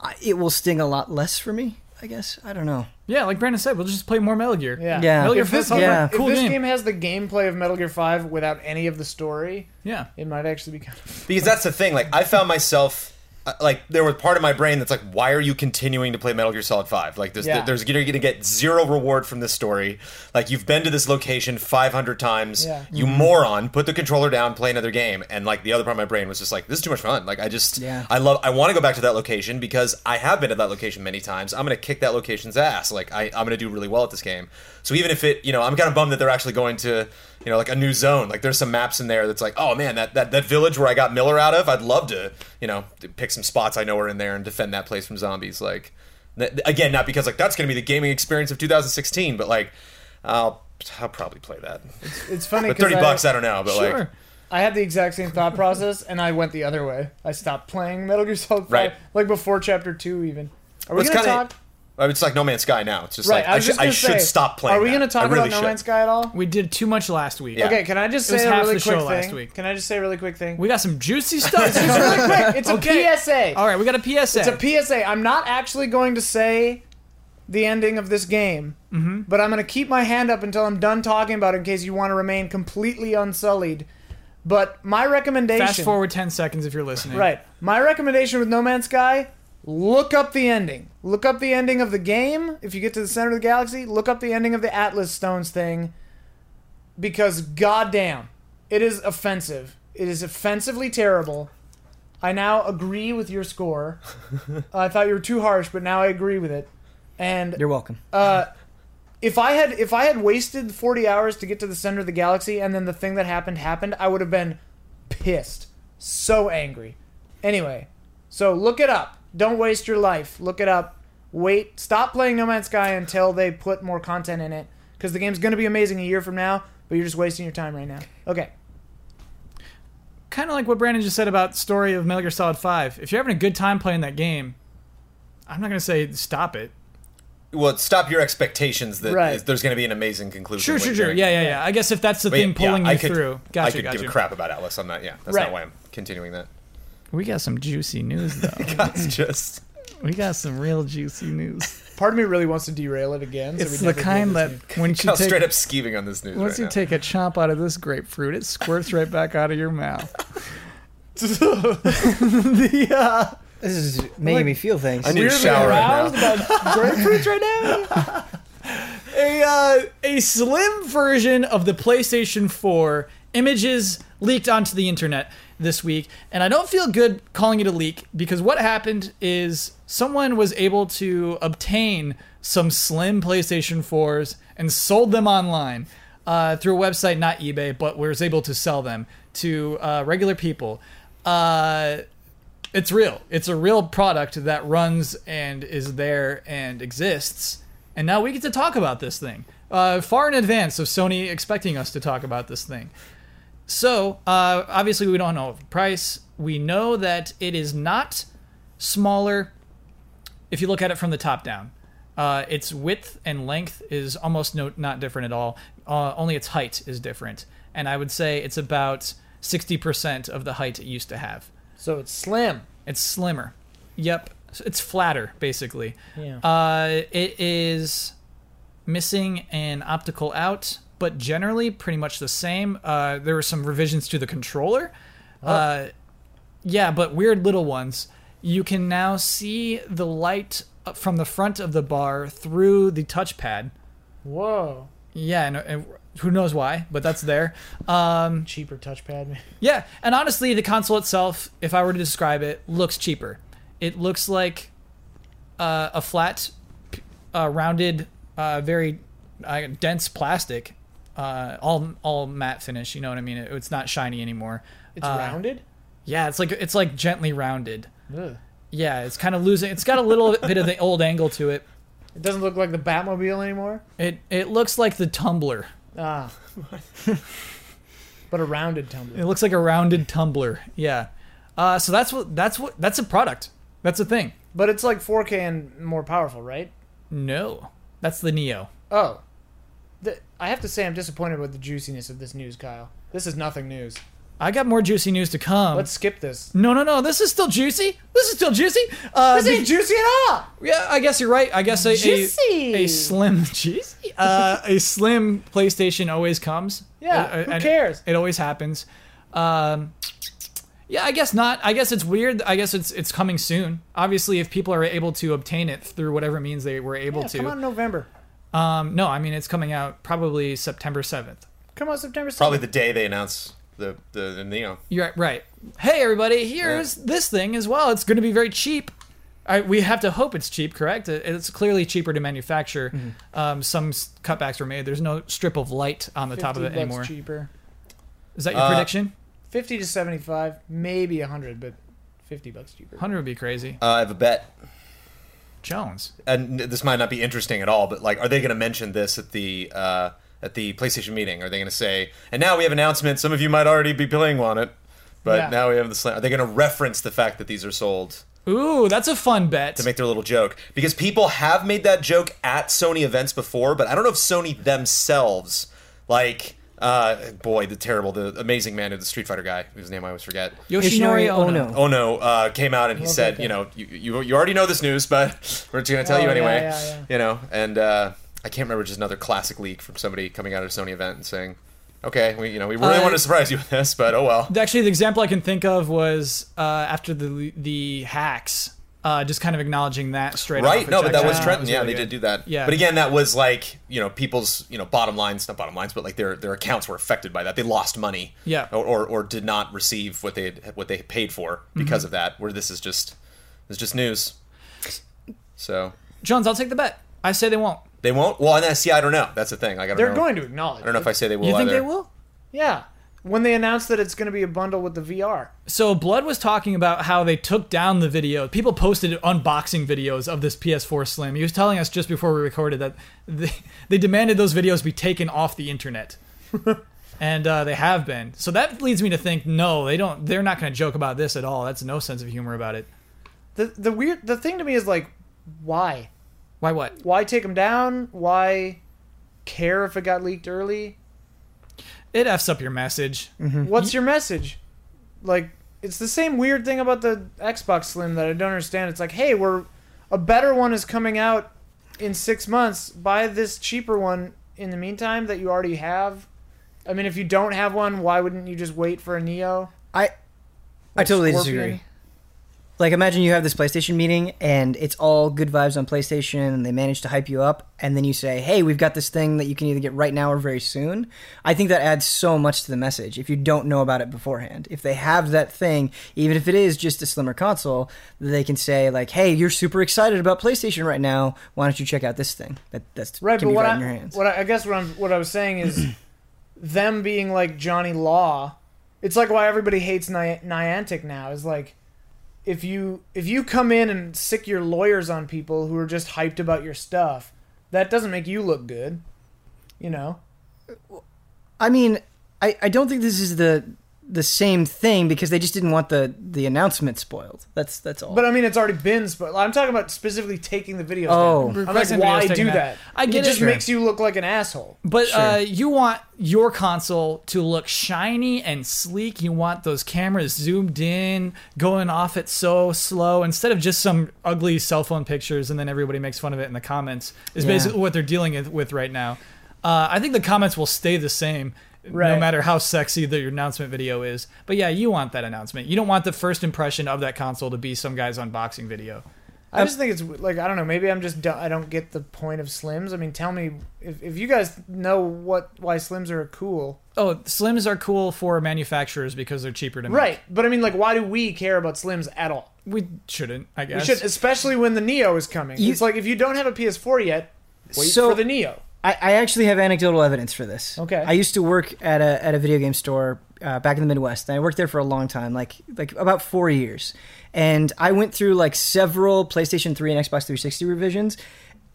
Speaker 4: I- it will sting a lot less for me, I guess. I don't know.
Speaker 1: Yeah, like Brandon said, we'll just play more Metal Gear.
Speaker 2: Yeah.
Speaker 4: Yeah.
Speaker 1: Metal Gear
Speaker 2: If this,
Speaker 1: Solid,
Speaker 4: Yeah.
Speaker 2: if
Speaker 1: cool
Speaker 2: this
Speaker 1: game.
Speaker 2: game. has the gameplay of Metal Gear 5 without any of the story,
Speaker 1: Yeah.
Speaker 2: it might actually be kind of.
Speaker 3: because that's the thing. Like I found myself. uh, Like there was part of my brain that's like, why are you continuing to play Metal Gear Solid Five? Like there's,
Speaker 2: Yeah.
Speaker 3: there's you're gonna get zero reward from this story. Like you've been to this location 500 times,
Speaker 2: Yeah.
Speaker 3: you moron. Put the controller down, play another game. And like the other part of my brain was just like, this is too much fun. Like I just,
Speaker 4: Yeah.
Speaker 3: I love, I want to go back to that location because I have been to that location many times. I'm gonna kick that location's ass. Like I, I'm gonna do really well at this game. So even if it, you know, I'm kind of bummed that they're actually going to, you know, like a new zone. Like there's some maps in there that's like, oh man, that that, that village where I got Miller out of, I'd love to, you know, to pick some spots I know are in there and defend that place from zombies. Like th- again, not because like that's gonna be the gaming experience of 2016, but like I'll I'll probably play that.
Speaker 2: It's funny
Speaker 3: But
Speaker 2: because
Speaker 3: 30
Speaker 2: I,
Speaker 3: bucks, I don't know, but
Speaker 1: Sure.
Speaker 3: like
Speaker 2: I had the exact same thought process and I went the other way. I stopped playing Metal Gear Solid 5
Speaker 3: Right.
Speaker 2: like before Chapter 2, even. Are we
Speaker 3: Well, it's
Speaker 2: going to
Speaker 3: kinda-
Speaker 2: talk?
Speaker 3: I mean, it's like No Man's Sky now. It's just
Speaker 2: Right.
Speaker 3: like
Speaker 2: I
Speaker 3: I,
Speaker 2: was
Speaker 3: should
Speaker 2: just
Speaker 3: I
Speaker 2: gonna
Speaker 3: should
Speaker 2: say,
Speaker 3: stop playing.
Speaker 2: Are we
Speaker 3: going
Speaker 2: gonna
Speaker 3: to
Speaker 2: talk about No Man's Sky at all?
Speaker 1: We did too much last week.
Speaker 3: Yeah.
Speaker 2: Okay, can I just
Speaker 1: It was
Speaker 2: say a
Speaker 1: half
Speaker 2: really
Speaker 1: the show
Speaker 2: quick
Speaker 1: last
Speaker 2: thing?
Speaker 1: week.
Speaker 2: Can I just say a really quick thing?
Speaker 1: We got some juicy stuff.
Speaker 2: It's really quick. It's a PSA.
Speaker 1: All right, we got a PSA.
Speaker 2: It's a PSA. I'm not actually going to say the ending of this game, mm-hmm. but I'm going to keep my hand up until I'm done talking about it in case you want to remain completely unsullied. But my recommendation.
Speaker 1: Fast forward 10 seconds if you're listening.
Speaker 2: Right. My recommendation with No Man's Sky look up the ending. Look up the ending of the game. If you get to the center of the galaxy, look up the ending of the Atlas Stones thing. Because, goddamn, it is offensive. It is offensively terrible. I now agree with your score. I thought you were too harsh, but now I agree with it. And
Speaker 4: You're welcome.
Speaker 2: if I had if I had wasted 40 hours to get to the center of the galaxy and then the thing that happened happened, I would have been pissed, so angry. Anyway, so look it up. Don't waste your life. Look it up. Wait, stop playing No Man's Sky until they put more content in it cuz the game's going to be amazing a year from now, but you're just wasting your time right now. Okay.
Speaker 1: Kind of like what Brandon just said about story of Metal Gear Solid 5. If you're having a good time playing that game, I'm not going to say stop it.
Speaker 3: Well, stop your expectations that
Speaker 2: Right.
Speaker 3: there's going to be an amazing conclusion.
Speaker 1: Sure, sure,
Speaker 3: later.
Speaker 1: sure. Yeah, yeah, yeah. I guess if that's the
Speaker 3: But yeah,
Speaker 1: thing pulling
Speaker 3: yeah, I
Speaker 1: you
Speaker 3: could,
Speaker 1: through.
Speaker 3: I
Speaker 1: Gotcha,
Speaker 3: could
Speaker 1: gotcha.
Speaker 3: give a crap about Atlas. I'm not. Yeah, that's
Speaker 2: Right.
Speaker 3: not why I'm continuing that.
Speaker 1: We got some juicy news, though.
Speaker 3: That's just.
Speaker 1: we got some real juicy news.
Speaker 2: Part of me really wants to derail it again. so
Speaker 1: It's
Speaker 2: we
Speaker 1: the
Speaker 2: never do
Speaker 1: kind
Speaker 2: this
Speaker 1: that when you
Speaker 3: Kyle
Speaker 1: take,
Speaker 3: straight up skeeving on this news
Speaker 1: once
Speaker 3: right
Speaker 1: you
Speaker 3: now.
Speaker 1: take a chomp out of this grapefruit, it squirts right back out of your mouth.
Speaker 2: again.
Speaker 1: uh,
Speaker 2: yeah.
Speaker 4: This is making me feel things.
Speaker 3: I need a
Speaker 2: Weirdly
Speaker 3: shower right
Speaker 2: aroused
Speaker 3: now.
Speaker 2: about grapefruits right now.
Speaker 1: a uh, a slim version of the PlayStation 4 images leaked onto the internet this week, and I don't feel good calling it a leak because what happened is someone was able to obtain some slim PlayStation 4s and sold them online uh, through a website, not eBay, but was able to sell them to uh, regular people. Uh, it's real. It's a real product that runs and is there and exists. And now we get to talk about this thing uh, far in advance of Sony expecting us to talk about this thing. So uh, obviously we don't know the price. We know that it is not smaller. If you look at it from the top down, uh, its width and length is almost no, not different at all. Uh, only its height is different, and I would say it's about sixty percent of the height it used to have.
Speaker 2: So it's slim.
Speaker 1: It's slimmer. Yep. So It's flatter, basically.
Speaker 2: Yeah.
Speaker 1: Uh, it is missing an optical out, but generally pretty much the same. Uh, there were some revisions to the controller. Uh, yeah, but weird little ones. You can now see the light up from the front of the bar through the touchpad.
Speaker 2: Whoa.
Speaker 1: Yeah, and, uh, and who knows why, but that's there. Um,
Speaker 2: Cheaper touchpad.
Speaker 1: yeah, and honestly, the console itself, if I were to describe it, looks cheaper. It looks like uh, a flat, p- uh, rounded, uh, very uh, dense plastic, uh, all all matte finish. You know what I mean? It- it's not shiny anymore.
Speaker 2: It's
Speaker 1: Uh,
Speaker 2: rounded.
Speaker 1: Yeah, it's like it's like gently rounded.
Speaker 2: Ugh.
Speaker 1: Yeah, it's kind of losing. It's got a little bit of the old angle to it.
Speaker 2: It doesn't look like the Batmobile anymore.
Speaker 1: It it looks like the tumbler.
Speaker 2: Ah. but a rounded tumbler.
Speaker 1: It looks like a rounded tumbler. Yeah. Uh, so that's what that's what that's a product. That's a thing.
Speaker 2: But it's like 4K and more powerful, right?
Speaker 1: No, that's the Neo.
Speaker 2: Oh. The, I have to say I'm disappointed with the juiciness of this news, Kyle. This is nothing news.
Speaker 1: I got more juicy news to come.
Speaker 2: Let's skip this.
Speaker 1: no, no, no. This is still juicy. This is still juicy. Uh,
Speaker 2: This ain't juicy at all.
Speaker 1: be- yeah, I guess you're right. I guess a, a,
Speaker 2: Juicy.
Speaker 1: a slim juicy. Uh, a slim PlayStation always comes.
Speaker 2: Yeah,
Speaker 1: Uh,
Speaker 2: who
Speaker 1: and
Speaker 2: cares?
Speaker 1: It, always happens. Um, yeah, I guess not. I guess it's weird. I guess it's it's coming soon. Obviously, if people are able to obtain it through whatever means they were able
Speaker 2: Yeah,
Speaker 1: to.
Speaker 2: come on November.
Speaker 1: Um, no, I mean it's coming out probably September seventh.
Speaker 2: Come on September 7th.
Speaker 3: Probably the day they announce the the, the Neo.
Speaker 1: You're right. Hey, everybody, here's this thing as well. It's going to be very cheap. I, we have to hope it's cheap, correct? It- It's clearly cheaper to manufacture.
Speaker 3: Mm-hmm.
Speaker 1: Um, some s- cutbacks were made. There's no strip of light on the top of
Speaker 2: 50
Speaker 1: it
Speaker 2: bucks
Speaker 1: anymore.
Speaker 2: cheaper.
Speaker 1: Is that your
Speaker 3: Uh,
Speaker 1: prediction?
Speaker 2: 50 to 75, maybe 100, but 50 bucks cheaper.
Speaker 1: 100 would be crazy.
Speaker 3: Uh, I have a bet,
Speaker 1: Jones.
Speaker 3: and this might not be interesting at all, but like, are they going to mention this at the uh, at the PlayStation meeting? Are they going to say, and now we have announcements. Some of you might already be playing on it, but
Speaker 2: Yeah.
Speaker 3: now we have the slam. Are they going to reference the fact that these are sold?
Speaker 1: Ooh, that's a fun bet.
Speaker 3: to make their little joke because people have made that joke at Sony events before, but I don't know if Sony themselves like uh boy the terrible the amazing man who the Street Fighter guy whose name I always forget.
Speaker 1: Yoshinori
Speaker 4: Yoshinori
Speaker 1: Ono.
Speaker 4: Ono.
Speaker 3: Oh no! Uh, came out and he said,
Speaker 2: that
Speaker 3: you know, you, you you already know this news, but we're just gonna tell
Speaker 2: Oh,
Speaker 3: you
Speaker 2: yeah,
Speaker 3: anyway.
Speaker 2: yeah, yeah.
Speaker 3: You know, and uh, I can't remember just another classic leak from somebody coming out of a Sony event and saying, okay, we you know we really
Speaker 1: Uh,
Speaker 3: want to surprise you with this, but oh well.
Speaker 1: Actually, the example I can think of was uh, after the the hacks, uh, just kind of acknowledging that straight.
Speaker 3: right
Speaker 1: off
Speaker 3: no but that was
Speaker 1: Jackson.
Speaker 3: trenton yeah
Speaker 1: really
Speaker 3: they
Speaker 1: good.
Speaker 3: did do that
Speaker 1: Yeah.
Speaker 3: but again that was like you know people's you know bottom lines not bottom lines but like their their accounts were affected by that they lost money
Speaker 1: Yeah.
Speaker 3: or or, or did not receive what they had what they had paid for
Speaker 1: Mm-hmm.
Speaker 3: because of that where this is just it's just news so
Speaker 1: Jones, I'll take the bet. I say they won't.
Speaker 3: they won't well and I see i don't know that's the thing like, i don't
Speaker 2: They're
Speaker 3: know
Speaker 2: going to acknowledge.
Speaker 3: i don't know if i say they will
Speaker 1: You think
Speaker 3: either.
Speaker 1: they will?
Speaker 2: Yeah, when they announce that it's going to be a bundle with the VR.
Speaker 1: So Blood was talking about how they took down the video. People posted unboxing videos of this PS4 Slim. He was telling us just before we recorded that they, they demanded those videos be taken off the internet. and uh, they have been. So that leads me to think no, they don't they're not going to joke about this at all. That's no sense of humor about it.
Speaker 2: The the weird the thing to me is like, why?
Speaker 1: Why what?
Speaker 2: Why take them down? Why care if it got leaked early?
Speaker 1: It f's up your message.
Speaker 4: Hmm.
Speaker 2: What's your message? Like, it's the same weird thing about the Xbox Slim that I don't understand. It's like, hey, we're a better one is coming out in six months. Buy this cheaper one in the meantime that you already have. I mean, if you don't have one, why wouldn't you just wait for a Neo?
Speaker 4: I I totally
Speaker 2: Scorpion?
Speaker 4: disagree. Like imagine you have this PlayStation meeting and it's all good vibes on PlayStation and they manage to hype you up and then you say, "Hey, we've got this thing that you can either get right now or very soon." I think that adds so much to the message if you don't know about it beforehand. If they have that thing, even if it is just a slimmer console, they can say like, "Hey, you're super excited about PlayStation right now. Why don't you check out this thing?" That that's
Speaker 2: Right,
Speaker 4: can
Speaker 2: but
Speaker 4: be
Speaker 2: what,
Speaker 4: right
Speaker 2: I,
Speaker 4: in your hands.
Speaker 2: what I, I guess what I'm what I was saying is them being like Johnny Law. It's like why everybody hates Ni- Niantic now is like if you if you come in and sick your lawyers on people who are just hyped about your stuff, that doesn't make you look good. You know,
Speaker 4: I mean, I, I don't think this is the the same thing because they just didn't want the the announcement spoiled. That's that's all.
Speaker 2: but I mean it's already been. But I'm talking about specifically taking the videos.
Speaker 4: Oh.
Speaker 2: down. I'm like,
Speaker 1: Requesting
Speaker 2: why
Speaker 1: videos taken
Speaker 2: do
Speaker 1: down.
Speaker 2: that?
Speaker 1: I get
Speaker 2: it.
Speaker 1: it.
Speaker 2: Just
Speaker 1: Sure.
Speaker 2: makes you look like an asshole.
Speaker 1: But uh, you want your console to look shiny and sleek. You want those cameras zoomed in, going off it so slow, instead of just some ugly cell phone pictures and then everybody makes fun of it in the comments, is
Speaker 4: Yeah.
Speaker 1: basically what they're dealing it- with right now. Uh, I think the comments will stay the same. No
Speaker 2: Right.
Speaker 1: matter how sexy the announcement video is. But yeah, you want that announcement. You don't want the first impression of that console to be some guy's unboxing video.
Speaker 2: I just think it's like I don't know. Maybe I'm just du- I don't get the point of slims. I mean, tell me if, if you guys know what why slims are cool,
Speaker 1: Oh, slims are cool for manufacturers because they're cheaper to make.
Speaker 2: right? But I mean, like, why do we care about slims at all?
Speaker 1: We shouldn't, I
Speaker 2: We
Speaker 1: guess.
Speaker 2: should, especially when the Neo is coming.
Speaker 4: You-
Speaker 2: it's like if you don't have a PS4 yet, wait
Speaker 4: So-
Speaker 2: for the Neo.
Speaker 4: I, I actually have anecdotal evidence for this.
Speaker 2: Okay.
Speaker 4: I used to work at a at a video game store uh, back in the Midwest, and I worked there for a long time, like like about four years. And I went through like several PlayStation 3 and Xbox 360 revisions.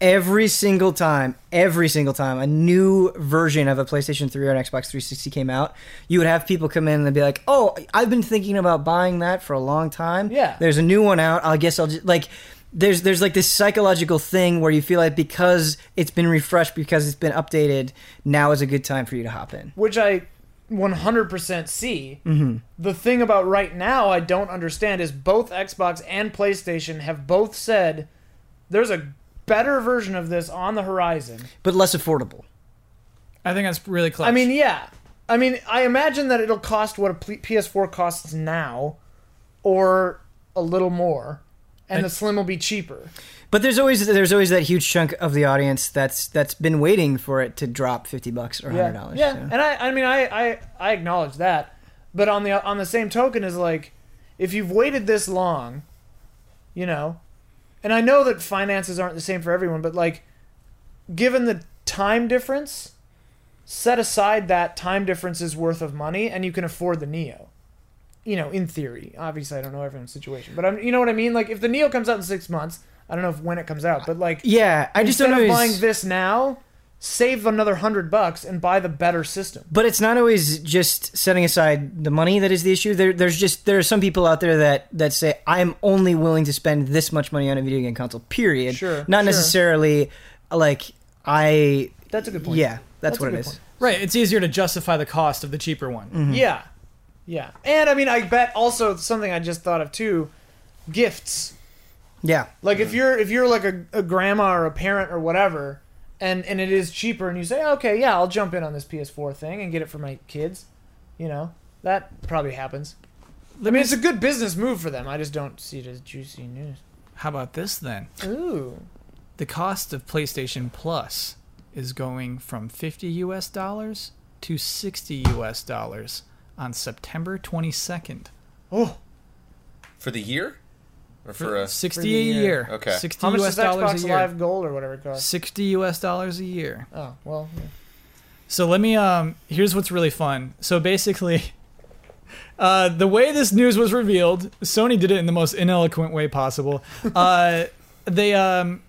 Speaker 4: Every single time, every single time, a new version of a PlayStation 3 or an Xbox 360 came out, you would have people come in and they'd be like, "Oh, I've been thinking about buying that for a long time.
Speaker 2: Yeah.
Speaker 4: there's a new one out. I guess I'll just like." there's there's like this psychological thing where you feel like because it's been refreshed because it's been updated now is a good time for you to hop in
Speaker 2: which I 100% see. The thing about right now I don't understand is both Xbox and PlayStation have both said there's a better version of this on the horizon.
Speaker 4: but less affordable
Speaker 1: I think that's really close.
Speaker 2: I mean, yeah. I mean, I imagine that it'll cost what a P- PS4 costs now, or a little more, and the Slim will be cheaper.
Speaker 4: but there's always there's always that huge chunk of the audience that's that's been waiting for it to drop 50 bucks or 100 dollars
Speaker 2: Yeah, and I, I mean, I, I, I acknowledge that, but on the on the same token is like, if you've waited this long, you know, and I know that finances aren't the same for everyone, but like, given the time difference, set aside that time difference's worth of money, and you can afford the Neo. You know, in theory, obviously, I don't know everyone's situation, but I'm, you know what I mean. Like, if the Neo comes out in six months, I don't know if when it comes out, but like,
Speaker 4: yeah i just
Speaker 2: instead
Speaker 4: don't know
Speaker 2: of
Speaker 4: is-
Speaker 2: buying this now, save another hundred bucks and buy the better system.
Speaker 4: But it's not always just setting aside the money that is the issue. There, there's just there are some people out there that that say I'm only willing to spend this much money on a video game console. Period.
Speaker 2: Sure,
Speaker 4: Not
Speaker 2: sure.
Speaker 4: necessarily like I.
Speaker 2: That's a good point.
Speaker 4: Yeah,
Speaker 2: That's
Speaker 4: that's,
Speaker 2: a
Speaker 4: what it
Speaker 2: good
Speaker 4: is.
Speaker 2: point.
Speaker 1: Right, it's easier to justify the cost of the cheaper one.
Speaker 2: Yeah. Yeah. And I mean, I bet also something I just thought of too gifts.
Speaker 4: Yeah,
Speaker 2: Like if you're if you're like a, a grandma or a parent or whatever and and it is cheaper and you say, "Okay, yeah, I'll jump in on this PS4 thing and get it for my kids." You know? That probably happens. I mean, it's a good business move for them. I just don't see it as juicy news.
Speaker 1: How about this then?
Speaker 2: Ooh.
Speaker 1: The cost of PlayStation Plus is going from 50 US dollars to 60 US dollars on September 22nd.
Speaker 2: Oh,
Speaker 3: for the year, or for a
Speaker 1: 60
Speaker 2: for the
Speaker 1: a
Speaker 2: year.
Speaker 1: year.
Speaker 3: Okay.
Speaker 1: 60
Speaker 2: how much
Speaker 1: US
Speaker 2: does
Speaker 1: dollars
Speaker 2: Xbox
Speaker 1: a year.
Speaker 2: Live Gold or whatever it costs?
Speaker 1: 60 US dollars a year.
Speaker 2: Oh, well. yeah.
Speaker 1: So let me um here's what's really fun. So basically uh the way this news was revealed, Sony did it in the most ineloquent way possible. Uh they um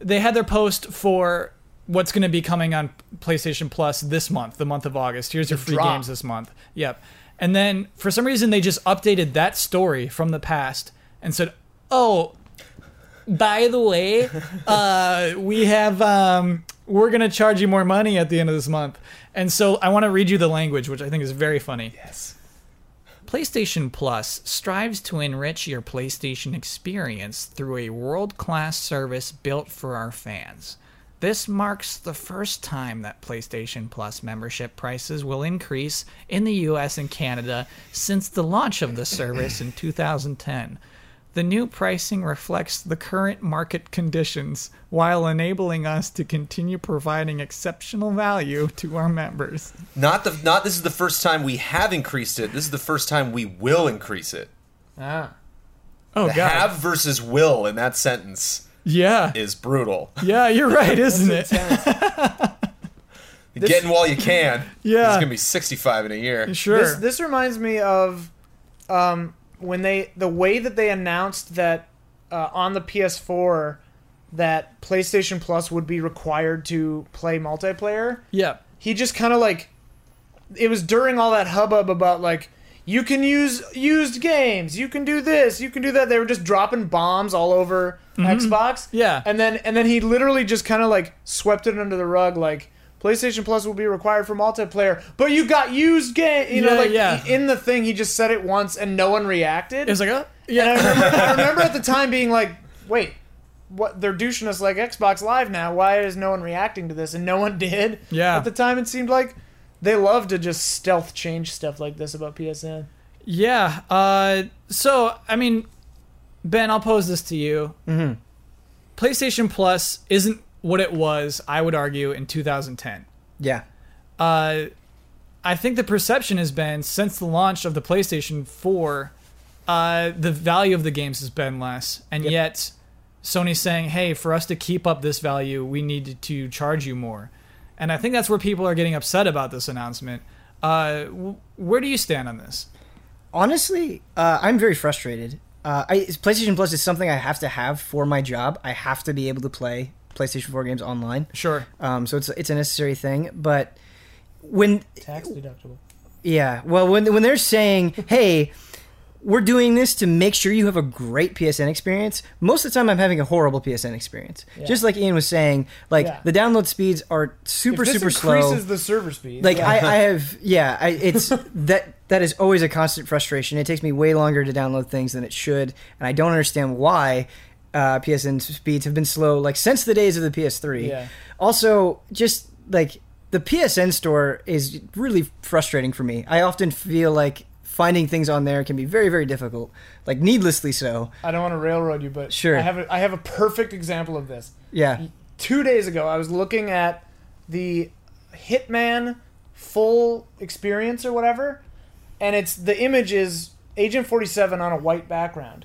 Speaker 1: they had their post for what's going to be coming on PlayStation Plus this month, the month of August. Here's your free
Speaker 2: drop.
Speaker 1: games this month. Yep. And then for some reason they just updated that story from the past and said, "Oh, by the way, uh, we have um, we're gonna charge you more money at the end of this month, and so I want to read you the language, which I think is very funny.
Speaker 3: Yes.
Speaker 1: PlayStation Plus strives to enrich your PlayStation experience through a world class service built for our fans. This marks the first time that PlayStation Plus membership prices will increase in the US and Canada since the launch of the service in 2010. The new pricing reflects the current market conditions while enabling us to continue providing exceptional value to our members.
Speaker 3: Not the not. This is the first time we have increased it. This is the first time we will increase it.
Speaker 2: Ah.
Speaker 1: Oh,
Speaker 3: The have versus will in that sentence
Speaker 1: Yeah.
Speaker 3: is brutal.
Speaker 1: Yeah, you're right, isn't it?
Speaker 3: Getting while you can.
Speaker 1: Yeah.
Speaker 3: It's gonna be sixty-five in a year.
Speaker 1: Sure.
Speaker 2: This this reminds me of um, when they the way that they announced that uh, on the PS4 that PlayStation Plus would be required to play multiplayer.
Speaker 1: yeah.
Speaker 2: He just kind of like it was during all that hubbub about like you can use used games, you can do this, you can do that. They were just dropping bombs all over Xbox.
Speaker 1: Mm-hmm. Yeah.
Speaker 2: And then and then he literally just kind of like swept it under the rug like PlayStation Plus will be required for multiplayer, but you got used game, you know,
Speaker 1: Yeah,
Speaker 2: like
Speaker 1: yeah.
Speaker 2: in the thing he just said it once and no one reacted.
Speaker 1: It was like, oh,
Speaker 2: And I
Speaker 1: yeah.
Speaker 2: remember, I remember at the time being like, wait, what? They're douching us like Xbox Live now. Why is no one reacting to this? And no one did.
Speaker 1: Yeah.
Speaker 2: At the time, it seemed like they love to just stealth change stuff like this about PSN.
Speaker 1: Yeah. Uh, so, I mean, Ben, I'll pose this to you. Mm-hmm. PlayStation Plus isn't what it was, I would argue, in 2010.
Speaker 4: yeah.
Speaker 1: Uh, I think the perception has been since the launch of the PlayStation 4, uh, the value of the games has been less. And yet, Sony's saying, hey, for us to keep up this value, we need to charge you more. And I think that's where people are getting upset about this announcement. Uh, w- where do you stand on this?
Speaker 4: honestly, uh, I'm very frustrated. Uh, I, PlayStation Plus is something I have to have for my job. I have to be able to play PlayStation 4 games online.
Speaker 1: Sure.
Speaker 4: Um, so it's it's a necessary thing. But when
Speaker 2: Tax deductible.
Speaker 4: yeah, well, when when they're saying, "Hey, we're doing this to make sure you have a great PSN experience," most of the time I'm having a horrible PSN experience. Just like Ian was saying, like
Speaker 2: Yeah.
Speaker 4: the download speeds are
Speaker 2: If
Speaker 4: super
Speaker 2: this
Speaker 4: super slow.
Speaker 2: increases the server speed.
Speaker 4: Like I, I have, yeah, I, it's that that is always a constant frustration. It takes me way longer to download things than it should, and I don't understand why uh, PSN speeds have been slow like since the days of the PS3.
Speaker 2: Yeah.
Speaker 4: Also, just like the PSN store is really frustrating for me. I often feel like finding things on there can be very very difficult, like needlessly so.
Speaker 2: I don't want to railroad you, but
Speaker 4: Sure.
Speaker 2: I have a, I have a perfect example of this.
Speaker 4: Yeah,
Speaker 2: two days ago, I was looking at the Hitman full experience or whatever, and it's the image is Agent Forty Seven on a white background,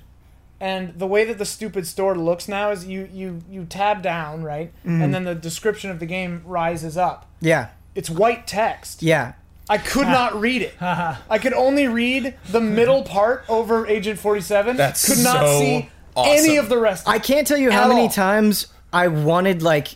Speaker 2: and the way that the stupid store looks now is you you you tab down right, and then the description of the game rises up.
Speaker 4: yeah,
Speaker 2: It's white text.
Speaker 4: yeah.
Speaker 2: I could not read it. I could only read the middle part over Agent Forty Seven.
Speaker 3: That's
Speaker 2: could not
Speaker 3: so
Speaker 2: see
Speaker 3: awesome.
Speaker 2: any of the rest. of it.
Speaker 4: I can't tell you how
Speaker 2: At
Speaker 4: many
Speaker 2: all.
Speaker 4: times I wanted like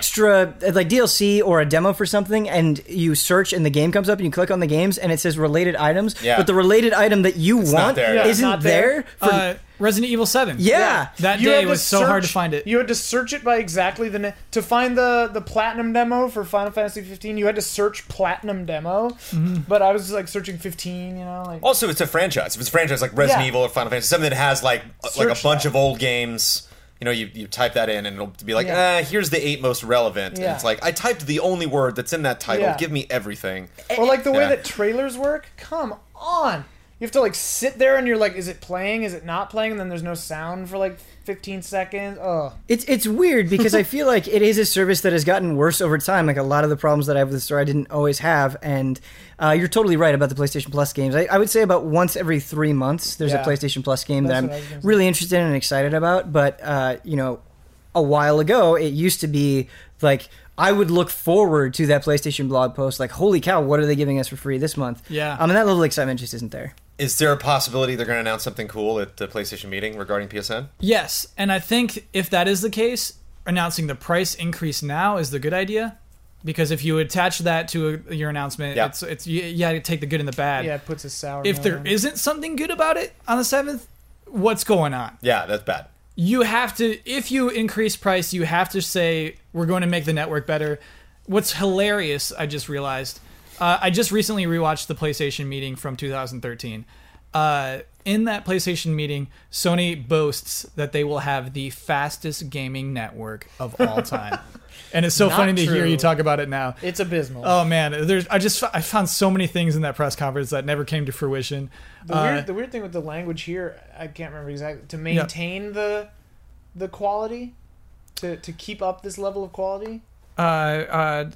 Speaker 4: extra like DLC or a demo for something, and you search and the game comes up, and you click on the games, and it says related items,
Speaker 3: Yeah.
Speaker 4: but the related item that you
Speaker 3: not
Speaker 4: want
Speaker 3: there. Yeah,
Speaker 2: it's
Speaker 4: isn't
Speaker 2: not
Speaker 4: there.
Speaker 2: there.
Speaker 4: for,
Speaker 1: uh, Resident Evil Seven.
Speaker 4: yeah.
Speaker 1: That
Speaker 2: You
Speaker 1: day
Speaker 2: had to
Speaker 1: was so hard to
Speaker 2: search-
Speaker 1: find it.
Speaker 2: You had to search it by exactly the na- to find the the platinum demo for Final Fantasy 15. You had to search platinum demo,
Speaker 1: Mm-hmm.
Speaker 2: but I was like searching 15. You know, like
Speaker 3: Also, it's a franchise. If it's a franchise like Resident
Speaker 2: Yeah.
Speaker 3: Evil or Final Fantasy, something that has like a, like a
Speaker 2: Search
Speaker 3: bunch
Speaker 2: that.
Speaker 3: of old games, you know, you, you type that in and it'll be like,
Speaker 2: Yeah.
Speaker 3: ah, here's the eight most relevant. And
Speaker 2: Yeah.
Speaker 3: it's like, I typed the only word that's in that title.
Speaker 2: Yeah.
Speaker 3: Give me everything.
Speaker 2: or like the way
Speaker 3: Yeah.
Speaker 2: that trailers work. Come on, you have to like sit there and you're like, is it playing? Is it not playing? And then there's no sound for like 15 seconds. Oh,
Speaker 4: It's it's weird because I feel like it is a service that has gotten worse over time. Like a lot of the problems that I have with the store, I didn't always have. And uh, you're totally right about the PlayStation Plus games. I, I would say about once every three months, there's
Speaker 2: Yeah.
Speaker 4: a PlayStation Plus game
Speaker 2: That's
Speaker 4: that
Speaker 2: what I was
Speaker 4: I'm
Speaker 2: gonna say.
Speaker 4: really interested in and excited about. But uh, you know, a while ago, it used to be like. I would look forward to that PlayStation blog post, like, holy cow, what are they giving us for free this month?
Speaker 1: Yeah.
Speaker 4: I mean, that level of excitement just isn't there.
Speaker 3: Is there a possibility they're going to announce something cool at the PlayStation meeting regarding PSN?
Speaker 1: Yes, and I think if that is the case, announcing the price increase now is the good idea. Because if you attach that to a, your announcement,
Speaker 3: Yeah.
Speaker 1: it's it's you, you had to take the good and the bad.
Speaker 2: yeah, it puts a sour.
Speaker 1: If
Speaker 2: note
Speaker 1: there
Speaker 2: on it.
Speaker 1: isn't something good about it on the seventh, what's going on?
Speaker 3: Yeah, that's bad.
Speaker 1: You have to if you increase price, you have to say we're going to make the network better. What's hilarious, I just realized. Uh, I just recently rewatched the PlayStation meeting from 2013. Uh, in that PlayStation meeting, Sony boasts that they will have the fastest gaming network of all time, and it's so
Speaker 2: Not
Speaker 1: funny to hear
Speaker 2: true.
Speaker 1: you talk about it now.
Speaker 2: it's abysmal.
Speaker 1: Oh man, there's I just I found so many things in that press conference that never came to fruition.
Speaker 2: The
Speaker 1: Uh,
Speaker 2: weird, the weird thing with the language here, I can't remember exactly. To maintain the the quality, to to keep up this level of quality.
Speaker 1: uh, uh,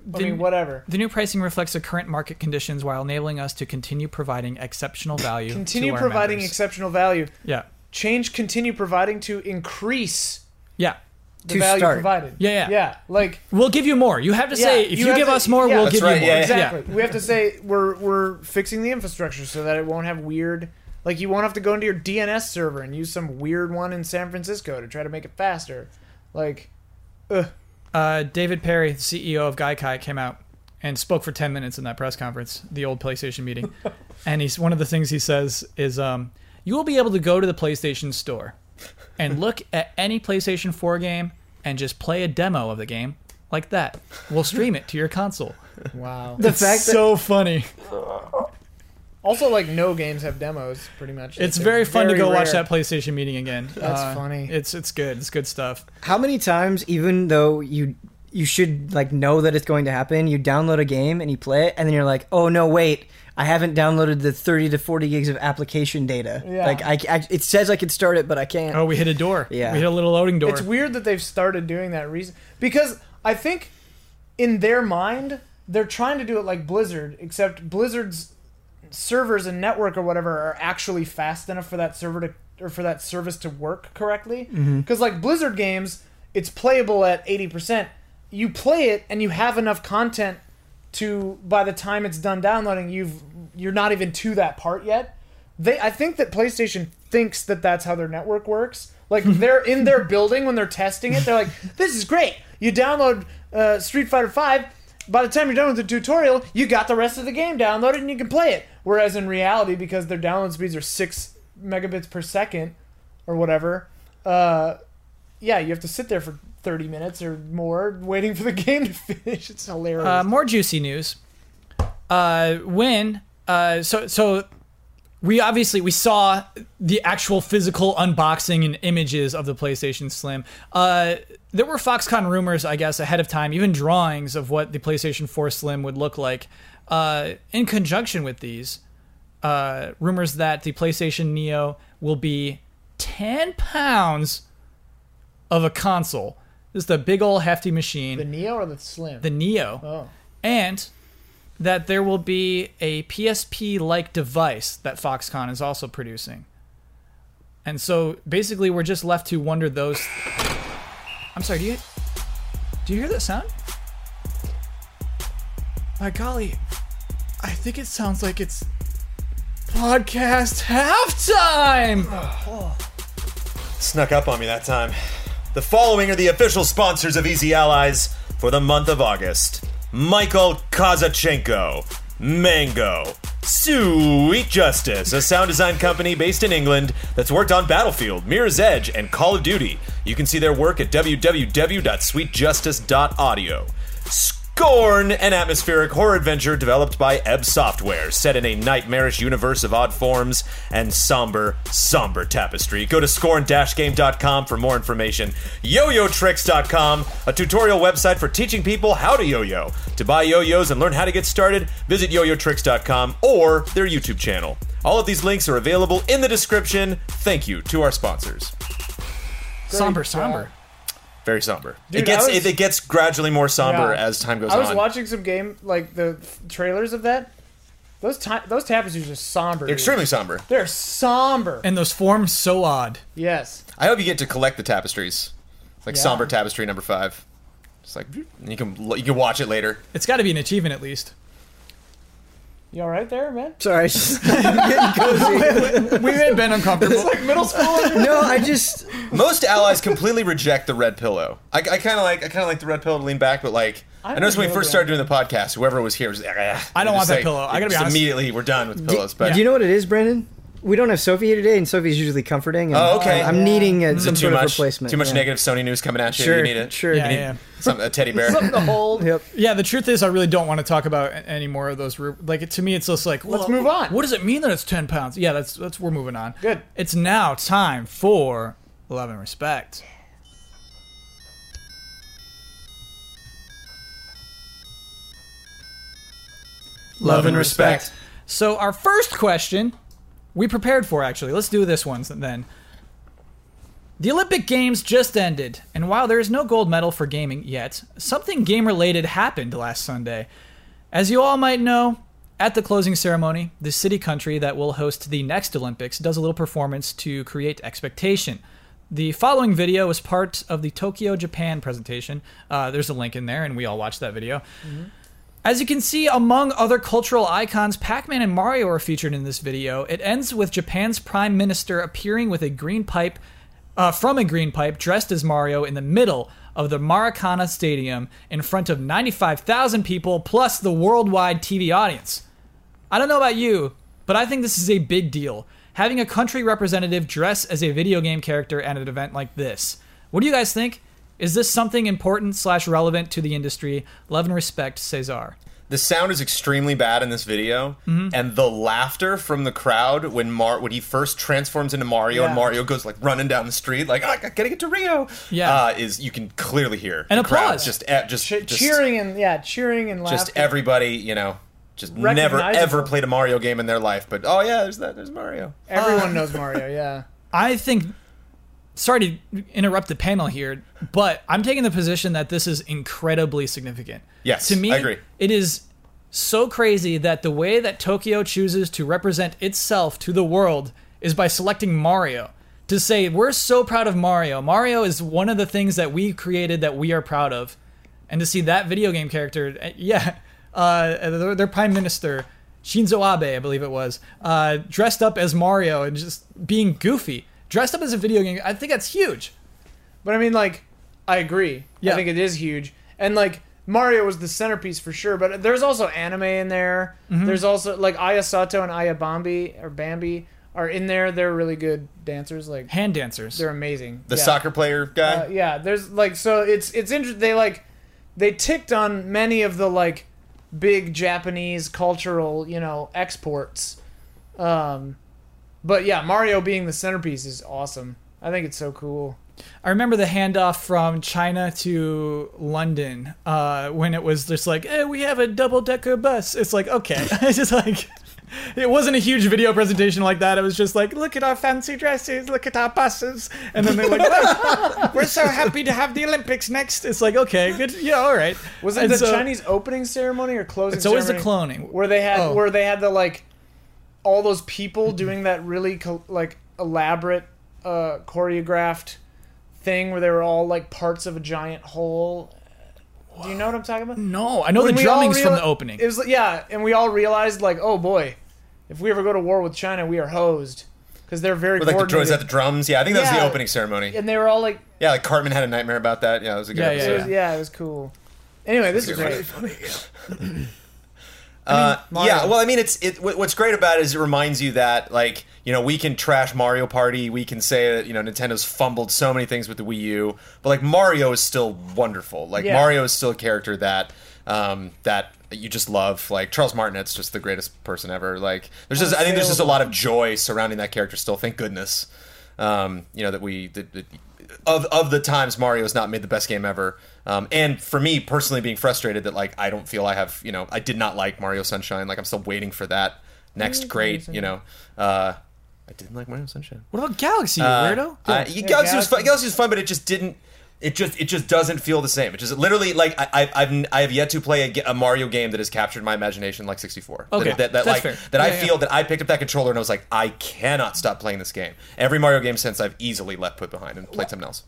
Speaker 2: I
Speaker 1: Didn't-
Speaker 2: mean, whatever.
Speaker 1: the new pricing reflects the current market conditions while enabling us to continue providing exceptional value.
Speaker 2: Continue
Speaker 1: to our
Speaker 2: providing
Speaker 1: members.
Speaker 2: exceptional value.
Speaker 1: yeah,
Speaker 2: Change continue providing to increase
Speaker 1: yeah.
Speaker 2: the
Speaker 4: To
Speaker 2: value
Speaker 4: start.
Speaker 2: provided.
Speaker 1: Yeah, yeah.
Speaker 2: Yeah. Like
Speaker 1: We'll give you more. You have to say
Speaker 2: Yeah,
Speaker 1: if
Speaker 2: you
Speaker 1: you,
Speaker 2: have
Speaker 1: give
Speaker 2: to-
Speaker 1: us more,
Speaker 2: yeah.
Speaker 1: we'll
Speaker 2: That's
Speaker 1: give
Speaker 3: right,
Speaker 1: you
Speaker 3: yeah,
Speaker 1: more.
Speaker 3: yeah.
Speaker 2: exactly. We have to say we're we're fixing the infrastructure so that it won't have weird like you won't have to go into your DNS server and use some weird one in San Francisco to try to make it faster. Like
Speaker 1: Uh, David Perry, the CEO of Gaikai, came out and spoke for 10 minutes in that press conference, the old PlayStation meeting. and he's one of the things he says is um, you will be able to go to the PlayStation store and look at any PlayStation 4 game and just play a demo of the game like that. We'll stream it to your console.
Speaker 2: wow.
Speaker 4: The fact that
Speaker 1: so funny.
Speaker 2: Also, like no games have demos, pretty much.
Speaker 1: It's very fun to go watch
Speaker 2: rare.
Speaker 1: that PlayStation meeting again. Uh,
Speaker 2: That's funny.
Speaker 1: It's it's good. It's good stuff.
Speaker 4: how many times even though you you should like know that it's going to happen you download a game and you play it and then you're like oh no wait i haven't downloaded the 30 to 40 gigs of application data
Speaker 2: Yeah.
Speaker 4: like I, I- it says i can start it but i can't
Speaker 1: Oh, we hit a door.
Speaker 4: Yeah.
Speaker 1: We hit a little loading door.
Speaker 2: It's weird that they've started doing that reason because I think in their mind they're trying to do it like Blizzard, except Blizzard's servers and network or whatever are actually fast enough for that server to or for that service to work correctly. Because like Blizzard games, it's playable at eighty percent. You play it and you have enough content to by the time it's done downloading, you've you're not even to that part yet. They I think that PlayStation thinks that that's how their network works. Like they're in their building when they're testing it, they're like, "This is great. You download uh, Street Fighter Five, by the time you're done with the tutorial, you got the rest of the game downloaded and you can play it. Whereas in reality, because their download speeds are six megabits per second or whatever, uh, yeah, you have to sit there for 30 minutes or more waiting for the game to finish. It's hilarious.
Speaker 1: Uh, more juicy news. Uh, when uh, so so we obviously we saw the actual physical unboxing and images of the PlayStation Slim. Uh, there were Foxconn rumors, I guess, ahead of time, even drawings of what the PlayStation 4 Slim would look like. Uh, in conjunction with these, uh, rumors that the PlayStation Neo will be 10 pounds of a console. This is the big old hefty machine,
Speaker 2: the Neo or the Slim?
Speaker 1: the Neo
Speaker 2: oh.
Speaker 1: and that there will be a PSP like device that Foxconn is also producing. And so basically, we're just left to wonder those. I'm sorry, do you, do you hear that sound? By golly, I think it sounds like it's podcast halftime!
Speaker 3: Snuck up on me that time. The following are the official sponsors of Easy Allies for the month of August Michael Kazachenko, Mango, Sweet Justice, a sound design company based in England that's worked on Battlefield, Mirror's Edge, and Call of Duty. You can see their work at www.sweetjustice.audio. Scorn, an atmospheric horror adventure developed by Ebb Software, set in a nightmarish universe of odd forms and somber, somber tapestry. Go to scorn-game.com for more information. YoYoTricks.com, a tutorial website for teaching people how to yo-yo. To buy yo-yos and learn how to get started, visit YoYoTricks.com or their YouTube channel. All of these links are available in the description. Thank you to our sponsors.
Speaker 1: somber,
Speaker 2: job.
Speaker 1: somber.
Speaker 3: Very somber.
Speaker 2: Dude,
Speaker 3: it gets
Speaker 2: I was-
Speaker 3: it, it gets gradually more somber
Speaker 2: Yeah.
Speaker 3: as time goes
Speaker 2: I was
Speaker 3: on.
Speaker 2: watching some game like the f- trailers of that. Those ti those tapestries are somber. dude.
Speaker 3: Extremely somber.
Speaker 2: They're somber.
Speaker 1: And those forms so odd.
Speaker 2: yes.
Speaker 3: I hope you get to collect the tapestries, like
Speaker 2: Yeah.
Speaker 3: somber tapestry number five. It's like and you can you can watch it later.
Speaker 1: It's got to be an achievement at least.
Speaker 2: You all right there, man?
Speaker 4: Sorry, I was just getting cozy.
Speaker 1: We made Ben uncomfortable.
Speaker 2: Middle school.
Speaker 4: No, I just
Speaker 3: Most allies completely reject the red pillow. I, I kind of like I kind of like the red pillow to lean back, but like I,
Speaker 2: I
Speaker 3: noticed when we
Speaker 2: don't
Speaker 3: first
Speaker 2: know
Speaker 3: started doing the podcast, whoever was here was like, "Ah,"
Speaker 1: I don't want
Speaker 3: just
Speaker 1: that
Speaker 3: like-
Speaker 1: pillow. I gotta be
Speaker 3: just
Speaker 1: honest.
Speaker 3: Immediately, we're done with pillows. But
Speaker 4: Do you know what it is, Brandon? We don't have Sophie here today, and Sophie's usually comforting. and
Speaker 3: Oh, okay.
Speaker 4: I'm needing a, some
Speaker 3: too
Speaker 4: sort
Speaker 3: much
Speaker 4: of replacement.
Speaker 3: Too much
Speaker 4: yeah.
Speaker 3: negative Sony news coming at you.
Speaker 4: Sure,
Speaker 3: you need a,
Speaker 4: sure.
Speaker 3: you
Speaker 1: Yeah,
Speaker 3: need
Speaker 1: yeah.
Speaker 3: Some, a teddy bear.
Speaker 2: Something to hold.
Speaker 4: Yep.
Speaker 1: Yeah, the truth is, I really don't want to talk about a- any more of those. ru- Like to me, it's just like let's
Speaker 2: move on.
Speaker 1: What does it mean that it's ten pounds? Yeah, that's that's we're moving on.
Speaker 2: Good.
Speaker 1: It's now time for love and respect. Love and
Speaker 3: respect.
Speaker 1: So our first question we prepared for actually. Let's do this one then. The Olympic Games just ended, and while there is no gold medal for gaming yet, something game related happened last Sunday. As you all might know, at the closing ceremony, the city country that will host the next Olympics does a little performance to create expectation. The following video is part of the Tokyo, Japan presentation. Uh, there's a link in there, and we all watched that video. As you can see, among other cultural icons, Pac Man and Mario are featured in this video. It ends with Japan's prime minister appearing with a green pipe uh, from a green pipe dressed as Mario in the middle of the Maracana Stadium in front of 95,000 people plus the worldwide TV audience. I don't know about you, but I think this is a big deal. Having a country representative dress as a video game character at an event like this. What do you guys think? Is this something important slash relevant to the industry? Love and respect, Cesar.
Speaker 3: the sound is extremely bad in this video,
Speaker 2: Mm-hmm.
Speaker 3: and the laughter from the crowd when Mar when he first transforms into Mario and
Speaker 2: Yeah.
Speaker 3: Mario goes like running down the street like "Ah, I gotta get to Rio.
Speaker 1: Yeah.
Speaker 3: uh, is you can clearly hear
Speaker 1: And
Speaker 3: the crowd
Speaker 1: applause.
Speaker 3: just eh, just,
Speaker 2: Ch-
Speaker 3: just
Speaker 2: cheering and yeah, cheering and laughing.
Speaker 3: just everybody you know just never ever
Speaker 2: Recognizable.
Speaker 3: played a Mario game in their life, but oh yeah, there's that there's Mario.
Speaker 2: Everyone knows Mario. Yeah.
Speaker 1: I think. Sorry to interrupt the panel here, but I'm taking the position that this is incredibly significant.
Speaker 3: Yes,
Speaker 1: to me,
Speaker 3: I agree.
Speaker 1: it is so crazy that the way that Tokyo chooses to represent itself to the world is by selecting Mario. To say we're so proud of Mario. Mario is one of the things that we created that we are proud of, and to see that video game character, eh, yeah, uh, their, their prime minister Shinzo Abe, I believe it was, uh, dressed up as Mario and just being goofy, dressed up as a video game. I think that's huge.
Speaker 2: But I mean, like, I agree.
Speaker 1: Yeah.
Speaker 2: I think it is huge. And like, Mario was the centerpiece for sure. But there's also anime in there.
Speaker 3: Mm-hmm.
Speaker 2: There's also like Ayasato and Ayabambi or Bambi are in there. They're really good dancers. Like,
Speaker 1: Hand dancers.
Speaker 2: they're amazing.
Speaker 3: The
Speaker 2: yeah.
Speaker 3: soccer player guy.
Speaker 2: Uh, yeah. There's like, so it's it's interesting. They like, they ticked on many of the like big Japanese cultural you know exports. Um, but yeah, Mario being the centerpiece is awesome. I think it's so cool.
Speaker 1: I remember the handoff from China to London uh, when it was just like, eh, we have a double decker bus. It's like, okay. it's just like, it wasn't a huge video presentation like that. It was just like, look at our fancy dresses, look at our buses. And then they're like, "Well, we're so happy to have the Olympics next. It's like, okay, good. Yeah, all right.
Speaker 2: Was it
Speaker 1: And
Speaker 2: the
Speaker 1: so-
Speaker 2: Chinese opening ceremony or closing?
Speaker 1: It's always the
Speaker 2: ceremony?
Speaker 1: cloning.
Speaker 2: where they had
Speaker 1: Oh.
Speaker 2: where they had the like all those people doing that really co- like elaborate uh, choreographed thing where they were all like parts of a giant whole. Do you know what I'm talking about?
Speaker 1: No, I know
Speaker 2: When
Speaker 1: the
Speaker 2: we all
Speaker 1: drumming's from
Speaker 2: reali-
Speaker 1: the opening.
Speaker 2: It was yeah, and we all realized like, oh boy, if we ever go to war with China, we are hosed. because they're very
Speaker 3: With like the droids at
Speaker 2: coordinated.
Speaker 3: the drums. Yeah, I think that was
Speaker 2: Yeah.
Speaker 3: the opening ceremony.
Speaker 2: and they were all like,
Speaker 3: Yeah, like Cartman had a nightmare about that. Yeah, it was a good
Speaker 1: Yeah, yeah,
Speaker 2: it
Speaker 3: episode.
Speaker 2: was- yeah, it was cool. Anyway, this is great.
Speaker 3: Uh,
Speaker 2: Mario.
Speaker 3: yeah, well, I mean, it's it. what- What's great about it is it reminds you that like you know we can trash Mario Party, we can say that you know Nintendo's fumbled so many things with the Wii U, but like Mario is still wonderful. Like
Speaker 2: Yeah.
Speaker 3: Mario is still a character that um, that you just love. Like Charles Martinet's just the greatest person ever. Like there's just I think there's just a lot of joy surrounding that character still. Thank goodness, um, you know that we that, that- of of the times Mario's not made the best game ever. Um, and for me personally, being frustrated that like I don't feel I have you know I did not like Mario Sunshine. Like I'm still waiting for that next great you know. Uh, I didn't like Mario Sunshine.
Speaker 1: What about Galaxy, you
Speaker 3: Uh,
Speaker 1: weirdo?
Speaker 3: uh, yeah, Galaxy was
Speaker 2: Galaxy.
Speaker 3: fun. Galaxy was fun, but it just didn't. It just it just doesn't feel the same. It just literally like I I- I've I have yet to play a, ge- a Mario game that has captured my imagination like 64.
Speaker 1: Okay,
Speaker 3: that, that, that,
Speaker 1: that's
Speaker 3: like
Speaker 1: fair.
Speaker 3: that I
Speaker 1: Yeah, yeah.
Speaker 3: feel that I picked up that controller and I was like I cannot stop playing this game. Every Mario game since I've easily left put behind and played something else.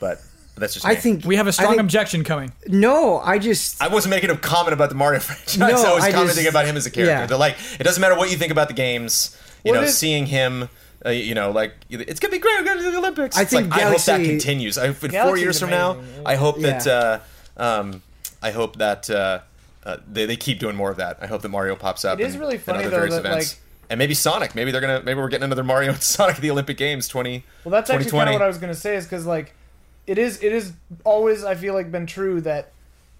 Speaker 3: But that's just
Speaker 4: I
Speaker 3: me.
Speaker 4: think
Speaker 1: we have a strong
Speaker 4: I think-
Speaker 1: objection coming.
Speaker 4: No, I just
Speaker 3: I wasn't making a comment about the Mario franchise.
Speaker 4: No,
Speaker 3: I was
Speaker 4: I
Speaker 3: commenting
Speaker 4: just-
Speaker 3: about him as a character.
Speaker 4: yeah.
Speaker 3: That like it doesn't matter what you think about the games. You
Speaker 2: What
Speaker 3: know,
Speaker 2: is-
Speaker 3: seeing him. Uh, you know, like it's gonna be great. We're going to the Olympics.
Speaker 4: I
Speaker 3: It's
Speaker 4: think
Speaker 3: like, I hope that
Speaker 4: Galaxy-
Speaker 3: continues. I hope in four
Speaker 2: Galaxy's
Speaker 3: years from
Speaker 2: amazing.
Speaker 3: now, I hope that.
Speaker 4: Yeah.
Speaker 3: Uh, um, I hope that uh, uh, they, they keep doing more of that. I hope that Mario pops up.
Speaker 2: It is
Speaker 3: and-
Speaker 2: really
Speaker 3: and
Speaker 2: funny,
Speaker 3: other
Speaker 2: though,
Speaker 3: various
Speaker 2: that,
Speaker 3: events.
Speaker 2: like-
Speaker 3: and maybe Sonic. Maybe they're gonna. Maybe we're getting another Mario and Sonic at the Olympic Games twenty.
Speaker 2: Well, that's actually kind
Speaker 3: 2020.
Speaker 2: of what I was going to say is because like, it is it is always I feel like been true that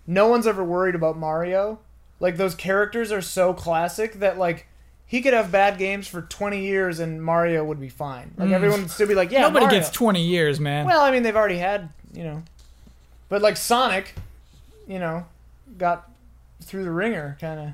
Speaker 2: no one's ever worried about Mario. Like those characters are so classic that like he could have bad games for twenty years and Mario would be fine. Like everyone would still be like, yeah,
Speaker 1: Mm. Nobody
Speaker 2: Mario.
Speaker 1: gets 20 years, man.
Speaker 2: Well, I mean, they've already had, you know. But like Sonic, you know, got through the ringer kind of.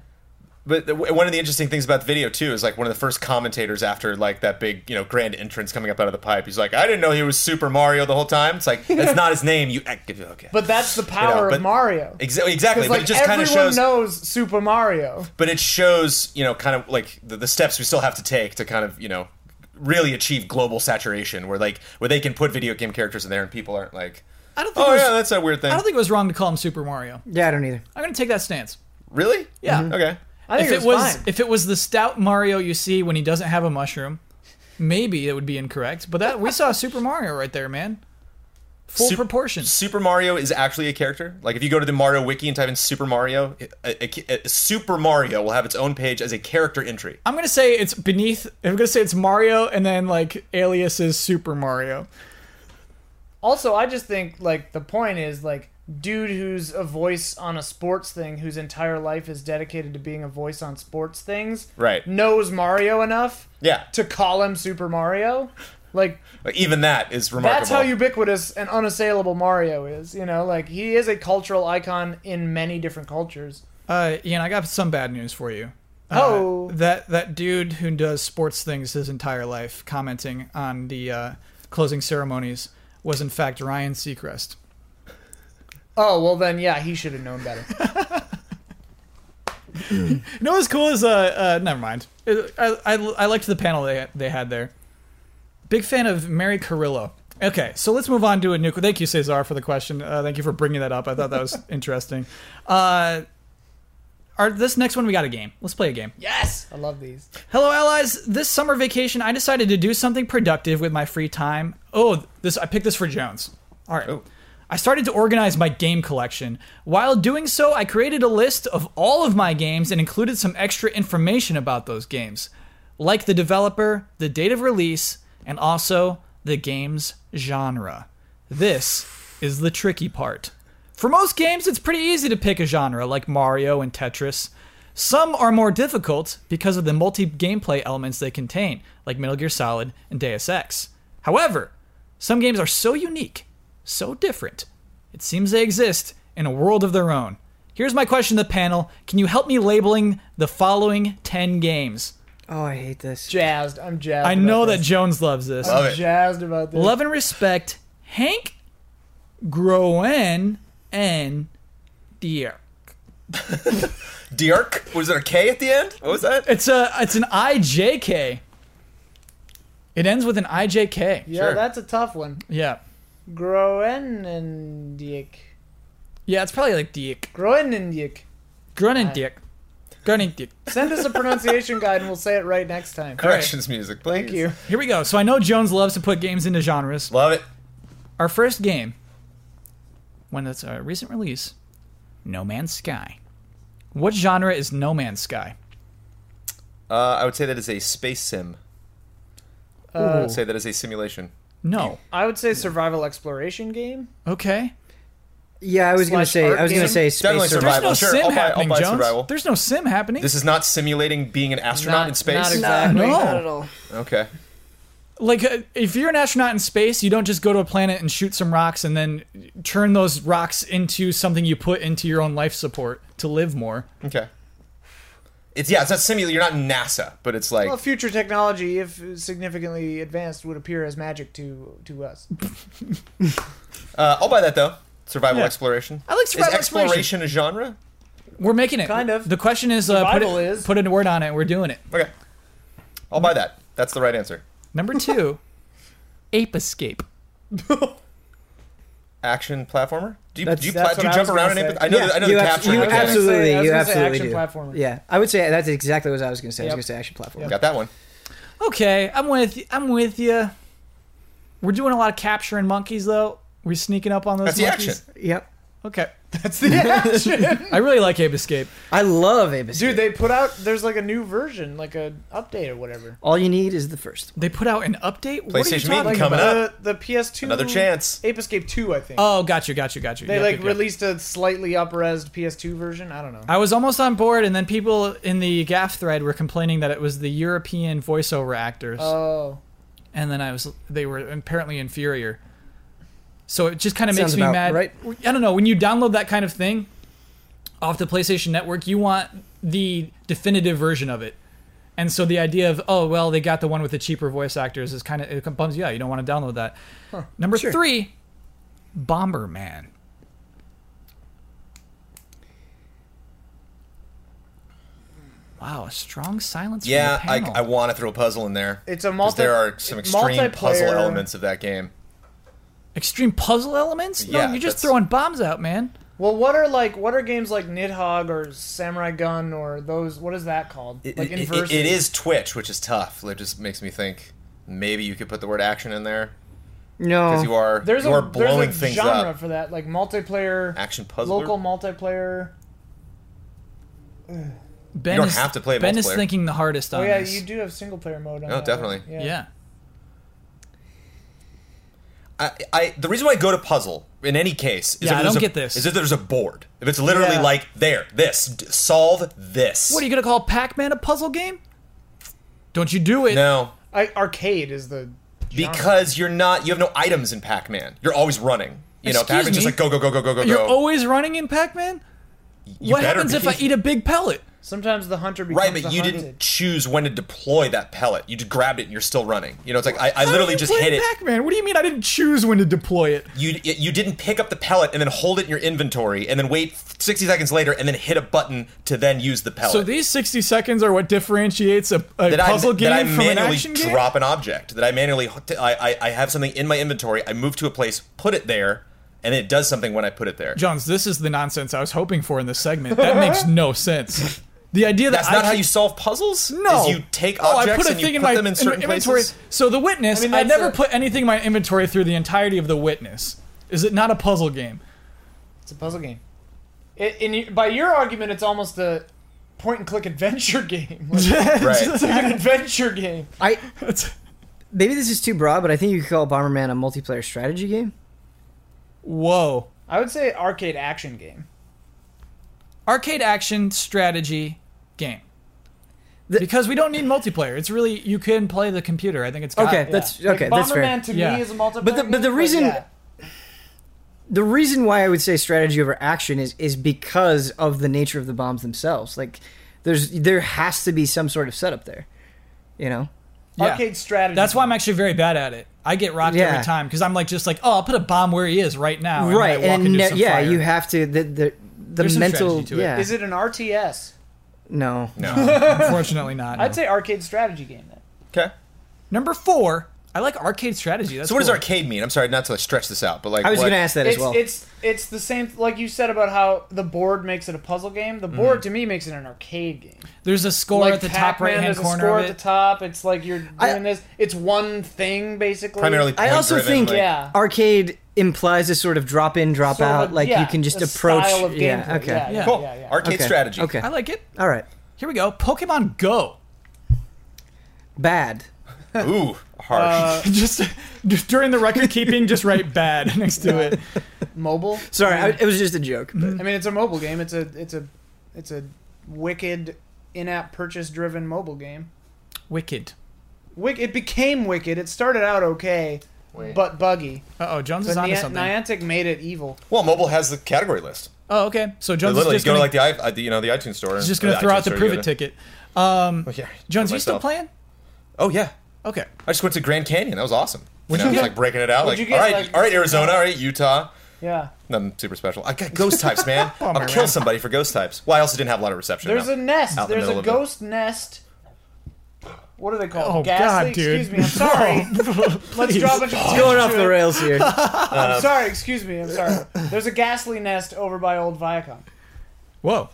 Speaker 3: But the, one of the interesting things about the video too is like one of the first commentators after like that big you know grand entrance coming up out of the pipe. He's like, I didn't know he was Super Mario the whole time. It's like that's not his name. You okay?
Speaker 2: But that's the power
Speaker 3: but-
Speaker 2: of Mario.
Speaker 3: Exa- exactly.
Speaker 2: Because
Speaker 3: But
Speaker 2: like
Speaker 3: it just kind
Speaker 2: everyone
Speaker 3: of shows.
Speaker 2: knows Super Mario.
Speaker 3: But it shows you know kind of like the, the steps we still have to take to kind of you know really achieve global saturation where like where they can put video game characters in there and people aren't like,
Speaker 1: I don't think
Speaker 3: oh
Speaker 1: it was,
Speaker 3: yeah, that's a weird
Speaker 1: I
Speaker 3: thing.
Speaker 1: don't think it was wrong to call him Super Mario.
Speaker 4: yeah, I don't either.
Speaker 1: I'm going to take that stance.
Speaker 3: really?
Speaker 1: Yeah.
Speaker 3: Okay.
Speaker 2: I think
Speaker 1: if
Speaker 2: it was, fine.
Speaker 1: if it was the stout Mario you see when he doesn't have a mushroom, maybe it would be incorrect. But that we saw Super Mario right there, man. Full
Speaker 3: Sup-
Speaker 1: proportions.
Speaker 3: Super Mario is actually a character. Like if you go to the Mario wiki and type in Super Mario, a, a- a- Super Mario will have its own page as a character entry.
Speaker 1: I'm gonna say it's beneath. I'm gonna say it's Mario, and then like alias is Super Mario.
Speaker 2: Also, I just think like the point is like dude who's a voice on a sports thing whose entire life is dedicated to being a voice on sports things
Speaker 3: Right.
Speaker 2: knows Mario enough
Speaker 3: Yeah.
Speaker 2: to call him Super Mario. Like
Speaker 3: Like, even that is remarkable.
Speaker 2: that's how ubiquitous and unassailable Mario is, you know? Like he is a cultural icon in many different cultures.
Speaker 1: Uh, Ian, I got some bad news for you. Uh,
Speaker 2: Oh.
Speaker 1: that that dude who does sports things his entire life, commenting on the uh, closing ceremonies, was in fact Ryan Seacrest.
Speaker 2: Oh, well then yeah, he should have known better.
Speaker 1: You know what's cool is uh, uh never mind. It- I, I, I liked the panel they they had there. Big fan of Mary Carillo. Okay, so let's move on to a new. Thank you, Cesar, for the question. Uh, thank you for bringing that up. I thought that was interesting. Uh, our, this next one, we got a game. Let's play a game.
Speaker 2: yes, I love these.
Speaker 1: Hello, allies. This summer vacation, I decided to do something productive with my free time. Oh, this I picked this for Jones. All right.
Speaker 3: Oh.
Speaker 1: I started to organize my game collection. While doing so, I created a list of all of my games and included some extra information about those games, like the developer, the date of release, and also the game's genre. This is the tricky part. For most games, it's pretty easy to pick a genre, like Mario and Tetris. Some are more difficult because of the multi gameplay elements they contain, like Metal Gear Solid and Deus Ex. However, some games are so unique, so different, it seems they exist in a world of their own. Here's my question to the panel Can you help me labeling the following 10 games?
Speaker 4: Oh, I hate this.
Speaker 2: Jazzed. I'm jazzed.
Speaker 1: I
Speaker 2: about
Speaker 1: know
Speaker 2: this.
Speaker 1: that Jones loves this.
Speaker 3: Love
Speaker 2: I'm
Speaker 3: it.
Speaker 2: jazzed about this.
Speaker 1: Love and respect, Hank Groen and Deer.
Speaker 3: Dirk was there a K at the end? What was that?
Speaker 1: It's a it's an IJK. It ends with an IJK.
Speaker 2: yeah,
Speaker 3: Sure.
Speaker 2: that's a tough one.
Speaker 1: Yeah.
Speaker 2: Groenendiek.
Speaker 1: Yeah, it's probably like Diek.
Speaker 2: Groenendiek.
Speaker 1: Grunendiek. Gardening Duke.
Speaker 2: Send us a pronunciation guide and we'll say it right next time.
Speaker 3: Corrections music, please.
Speaker 2: Thank you.
Speaker 1: Here we go. So I know Jones loves to put games into genres.
Speaker 3: Love it.
Speaker 1: Our first game, one that's a recent release, No Man's Sky. What genre is No Man's Sky?
Speaker 3: Uh, I would say that is a space sim.
Speaker 2: Oh.
Speaker 3: I would say that is a simulation.
Speaker 1: No.
Speaker 2: I would say survival exploration game.
Speaker 1: Okay.
Speaker 4: Yeah, I was gonna
Speaker 2: Slash
Speaker 4: say.
Speaker 2: art
Speaker 4: I was gonna
Speaker 2: game?
Speaker 4: say space
Speaker 3: Definitely
Speaker 4: survival.
Speaker 1: There's no
Speaker 3: Survival. Sure,
Speaker 1: sim
Speaker 3: I'll buy- I'll
Speaker 1: happening,
Speaker 3: buy
Speaker 1: Jones.
Speaker 3: survival.
Speaker 1: There's no sim happening.
Speaker 3: This is not simulating being an astronaut
Speaker 2: Not-
Speaker 3: in space.
Speaker 2: not exactly.
Speaker 1: No.
Speaker 4: No.
Speaker 1: Not at
Speaker 4: all.
Speaker 3: Okay.
Speaker 1: like uh, if you're an astronaut in space you don't just go to a planet and shoot some rocks and then turn those rocks into something you put into your own life support to live more
Speaker 3: Okay. It's yeah, it's not simulating. You're not NASA, but it's like
Speaker 2: Well, future technology, if significantly advanced, would appear as magic to to us.
Speaker 3: uh, I'll buy that though. Survival
Speaker 1: Yeah.
Speaker 3: exploration.
Speaker 1: I like survival
Speaker 3: Is exploration a genre?
Speaker 1: we're making it
Speaker 2: Kind of.
Speaker 1: the question is uh, put,
Speaker 2: Survival
Speaker 1: it,
Speaker 2: is.
Speaker 1: put a word on it we're doing it
Speaker 3: Okay. I'll buy that. That's the right answer.
Speaker 1: number two ape escape
Speaker 3: Action platformer. Do you
Speaker 4: That's-
Speaker 3: do you,
Speaker 2: that's
Speaker 3: pla- do you
Speaker 2: what I
Speaker 3: jump
Speaker 2: was
Speaker 3: around
Speaker 2: gonna say.
Speaker 3: and I know the, I know
Speaker 4: you
Speaker 3: the
Speaker 4: abs-
Speaker 3: capture
Speaker 4: you
Speaker 2: mechanics.
Speaker 3: mechanics.
Speaker 4: absolutely,
Speaker 2: I was
Speaker 4: you
Speaker 2: gonna say
Speaker 4: absolutely
Speaker 2: action
Speaker 4: do.
Speaker 2: platformer.
Speaker 4: Yeah, I would say that's exactly what I was gonna say.
Speaker 2: Yep.
Speaker 4: I was gonna say action platform.
Speaker 3: Got that one.
Speaker 1: okay i'm with you i'm with you we're doing a lot of capturing monkeys though we're sneaking up on those
Speaker 3: That's the
Speaker 1: monkeys
Speaker 3: action.
Speaker 4: Yep.
Speaker 1: okay
Speaker 2: That's the action,
Speaker 1: i really like ape escape
Speaker 4: I love Abyss.
Speaker 2: dude. They put out there's like a new version, like a update or whatever.
Speaker 4: All you need is the first.
Speaker 1: they put out an update what are you
Speaker 3: PlayStation
Speaker 1: talking about?
Speaker 3: Meet coming up.
Speaker 2: The, the PS2
Speaker 3: Another chance.
Speaker 2: Ape Escape 2, I think.
Speaker 1: oh got you got you got you
Speaker 2: they
Speaker 1: Yep,
Speaker 2: like
Speaker 1: yep, yep.
Speaker 2: released a slightly up-res PS2 version. I don't know.
Speaker 1: I was almost on board, and then people in the gaff thread were complaining that it was the European voiceover actors,
Speaker 2: Oh,
Speaker 1: and then I was they were apparently inferior. So it just kind of
Speaker 4: Sounds
Speaker 1: makes me
Speaker 4: about
Speaker 1: mad.
Speaker 4: right.
Speaker 1: I don't know. When you download that kind of thing off the PlayStation Network, you want the definitive version of it. And so the idea of oh well, they got the one with the cheaper voice actors is kind of it bums you out. You don't want to download that. Number three, Bomberman. Wow, a strong silence.
Speaker 3: Yeah,
Speaker 1: from the
Speaker 3: I,
Speaker 1: panel.
Speaker 3: I want to throw a puzzle in there.
Speaker 2: it's a
Speaker 3: 'Cause
Speaker 2: multi.
Speaker 3: there are some
Speaker 2: it's
Speaker 3: extreme puzzle
Speaker 2: multiplayer-
Speaker 3: elements of that game.
Speaker 1: extreme puzzle elements. No,
Speaker 3: Yeah,
Speaker 1: you're just
Speaker 3: that's-
Speaker 1: throwing bombs out, man.
Speaker 2: Well, what are like what are games like Nidhogg or Samurai Gun or those? What is that called?
Speaker 3: It-
Speaker 2: like
Speaker 3: it- it-
Speaker 2: Inversus.
Speaker 3: it is Twitch, which is tough. It just makes me think maybe you could put the word action in there because you
Speaker 4: No.
Speaker 3: are
Speaker 2: There's
Speaker 3: you
Speaker 2: a
Speaker 3: are blowing
Speaker 2: there's a
Speaker 3: things
Speaker 2: genre
Speaker 3: up.
Speaker 2: for that, like multiplayer,
Speaker 3: Action puzzle.
Speaker 2: local multiplayer.
Speaker 1: Ben
Speaker 3: don't
Speaker 1: is,
Speaker 3: have to play
Speaker 1: Ben is
Speaker 3: multiplayer.
Speaker 1: thinking the hardest on
Speaker 2: Oh yeah,
Speaker 1: this.
Speaker 2: you do have single player mode. on
Speaker 3: Oh,
Speaker 2: that one.
Speaker 3: definitely.
Speaker 1: Yeah.
Speaker 3: I, I the reason why I go to puzzle in any case is
Speaker 1: Yeah,
Speaker 3: if
Speaker 1: I
Speaker 3: there's
Speaker 1: don't
Speaker 3: a-
Speaker 1: get this.
Speaker 3: Is if there's a board. If it's literally
Speaker 2: Yeah.
Speaker 3: like there, this d- solve this.
Speaker 1: What are you gonna call Pac-Man a puzzle game? Don't you do it?
Speaker 3: No,
Speaker 2: I, arcade is the genre.
Speaker 3: because you're not. You have no items in Pac-Man. You're always running. You know,
Speaker 1: Excuse
Speaker 3: Pac-Man's
Speaker 1: me?
Speaker 3: just like go go go go go go
Speaker 1: You're
Speaker 3: go.
Speaker 1: always running in Pac-Man.
Speaker 3: You
Speaker 1: what
Speaker 3: better
Speaker 1: happens if
Speaker 3: be.
Speaker 1: I eat a big pellet?
Speaker 2: sometimes the hunter becomes
Speaker 3: Right, but
Speaker 2: the
Speaker 3: you
Speaker 2: hunted.
Speaker 3: didn't choose when to deploy that pellet. You just grabbed it and you're still running. You know, it's like I,
Speaker 1: How
Speaker 3: I
Speaker 1: do
Speaker 3: literally
Speaker 1: you
Speaker 3: just
Speaker 1: play
Speaker 3: hit it.
Speaker 1: Pac-Man. What do you mean I didn't choose when to deploy it?
Speaker 3: You you didn't pick up the pellet and then hold it in your inventory and then wait 60 seconds later and then hit a button to then use the pellet.
Speaker 1: So these 60 seconds are what differentiates a, a
Speaker 3: Uh, that
Speaker 1: puzzle
Speaker 3: I,
Speaker 1: game
Speaker 3: that I
Speaker 1: from an
Speaker 3: manually
Speaker 1: action game.
Speaker 3: drop an object. That I manually I, I I have something in my inventory. I move to a place, put it there, and it does something when I put it there.
Speaker 1: Johns, this is the nonsense I was hoping for in this segment. That makes no sense. The idea that
Speaker 3: That's not
Speaker 1: I
Speaker 3: how
Speaker 1: can-
Speaker 3: you solve puzzles.
Speaker 1: No,
Speaker 3: is you take
Speaker 1: Oh,
Speaker 3: objects
Speaker 1: I put a
Speaker 3: and
Speaker 1: thing
Speaker 3: you
Speaker 1: in
Speaker 3: put
Speaker 1: my
Speaker 3: them in
Speaker 1: in-
Speaker 3: certain
Speaker 1: inventory.
Speaker 3: places.
Speaker 1: So the witness, I,
Speaker 2: mean, that's
Speaker 1: never
Speaker 2: a-
Speaker 1: put anything in my inventory through the entirety of the witness. Is it not a puzzle game?
Speaker 2: It's a puzzle game. It, in, y- by your argument, it's almost a point and click adventure game. Like,
Speaker 3: Right.
Speaker 2: an adventure game.
Speaker 4: I
Speaker 1: It's-
Speaker 4: maybe this is too broad, but I think you could call Bomberman a multiplayer strategy game.
Speaker 1: Whoa,
Speaker 2: I would say arcade action game.
Speaker 1: arcade action strategy game.
Speaker 4: The-
Speaker 1: because we don't need multiplayer. It's really you can play the computer. I think it's got
Speaker 4: Okay,
Speaker 1: it.
Speaker 4: that's
Speaker 2: Like,
Speaker 4: okay.
Speaker 2: Bomberman
Speaker 4: that's fair.
Speaker 2: to
Speaker 1: Yeah.
Speaker 2: me is a multiplayer.
Speaker 4: But the- but the
Speaker 2: game,
Speaker 4: reason-
Speaker 2: yeah.
Speaker 4: the reason why I would say strategy over action is is because of the nature of the bombs themselves. Like there's there has to be some sort of setup there. You know?
Speaker 1: Yeah.
Speaker 2: arcade strategy.
Speaker 1: That's why I'm actually very bad at it. I get rocked
Speaker 4: Yeah.
Speaker 1: every time because I'm like just like, oh, I'll put a bomb where he is right now. Oh, And
Speaker 4: right.
Speaker 1: then I walk
Speaker 4: And
Speaker 1: into
Speaker 4: ne-
Speaker 1: some
Speaker 4: yeah,
Speaker 1: fire.
Speaker 4: you have to the the, the
Speaker 1: There's some
Speaker 4: mental
Speaker 1: strategy to it.
Speaker 4: yeah.
Speaker 2: Is it an RTS?
Speaker 4: no.
Speaker 3: no.
Speaker 1: Unfortunately, not.
Speaker 2: I'd say arcade strategy game. Then.
Speaker 3: Okay.
Speaker 1: Number four, I like arcade strategy. That's
Speaker 3: So what does
Speaker 1: cool.
Speaker 3: arcade mean? I'm sorry not to stretch this out, but like
Speaker 4: I was
Speaker 3: what-
Speaker 4: going to ask that
Speaker 2: it's,
Speaker 4: as well.
Speaker 2: it's it's the same like you said about how the board makes it a puzzle game. The
Speaker 3: Mm-hmm.
Speaker 2: board to me makes it an arcade game.
Speaker 1: There's a score
Speaker 2: like
Speaker 1: at the top
Speaker 2: Pac-Man,
Speaker 1: right hand
Speaker 2: there's a
Speaker 1: corner
Speaker 2: score
Speaker 1: of
Speaker 2: at
Speaker 1: it.
Speaker 2: the top. It's like you're doing
Speaker 4: I-
Speaker 2: this. It's one thing basically.
Speaker 3: primarily.
Speaker 4: I also
Speaker 3: point-driven,
Speaker 4: think
Speaker 3: like-
Speaker 2: Yeah.
Speaker 4: arcade implies a sort of drop in, drop
Speaker 2: Sort of
Speaker 4: out.
Speaker 2: a-
Speaker 4: like
Speaker 2: yeah,
Speaker 4: you can just
Speaker 2: a
Speaker 4: approach.
Speaker 2: style of
Speaker 4: yeah.
Speaker 2: gameplay.
Speaker 4: Okay.
Speaker 2: Yeah, yeah,
Speaker 3: Cool.
Speaker 2: yeah, yeah.
Speaker 3: Arcade
Speaker 4: Okay.
Speaker 3: strategy.
Speaker 4: Okay.
Speaker 1: I like it.
Speaker 4: All right.
Speaker 1: Here we go. Pokemon Go.
Speaker 4: Bad.
Speaker 3: Ooh, harsh.
Speaker 1: just, just during the record keeping, just write bad next to it.
Speaker 2: mobile.
Speaker 4: Sorry, I, it was just a joke. but-
Speaker 2: I mean, it's a mobile game. It's a it's a it's a wicked in-app purchase driven mobile game.
Speaker 1: Wicked.
Speaker 2: Wick it became wicked. It started out okay,
Speaker 3: Wait.
Speaker 2: but buggy.
Speaker 1: Uh oh, Jones
Speaker 2: But
Speaker 1: is onto
Speaker 2: Nian-
Speaker 1: something.
Speaker 2: Niantic made it evil.
Speaker 3: well, mobile has the category list.
Speaker 1: Oh, okay. So
Speaker 3: They
Speaker 1: Jones is
Speaker 3: literally
Speaker 1: just
Speaker 3: go
Speaker 1: gonna,
Speaker 3: to like the i- uh, the you know the iTunes store.
Speaker 1: he's just gonna throw out the prove it ticket. Um,
Speaker 3: Yeah,
Speaker 1: Jones, you still
Speaker 3: myself.
Speaker 1: playing?
Speaker 3: Oh yeah,
Speaker 1: Okay.
Speaker 3: I just went to Grand Canyon. That was awesome. You
Speaker 1: Would
Speaker 3: know,
Speaker 1: you
Speaker 3: I was
Speaker 1: get-
Speaker 3: like breaking it out.
Speaker 2: would
Speaker 3: Like,
Speaker 2: you get,
Speaker 3: all right,
Speaker 2: like-
Speaker 3: all right, Arizona, all right, Utah.
Speaker 2: Yeah.
Speaker 3: I'm super special. I got ghost types, man. I'll
Speaker 1: Bummer,
Speaker 3: kill
Speaker 1: man.
Speaker 3: somebody for ghost types. Well, I also didn't have a lot of reception.
Speaker 2: There's
Speaker 3: no.
Speaker 2: a nest.
Speaker 3: Out in the
Speaker 2: There's
Speaker 3: middle
Speaker 2: a
Speaker 3: of it.
Speaker 2: ghost nest. What are they called?
Speaker 1: Oh
Speaker 2: Ghastly?
Speaker 1: God, dude.
Speaker 2: Excuse me. I'm sorry. Let's draw a bunch of
Speaker 4: Going off the rails here. Um,
Speaker 2: I'm sorry. Excuse me. I'm sorry. There's a ghastly nest over by old Viacom.
Speaker 1: Whoa.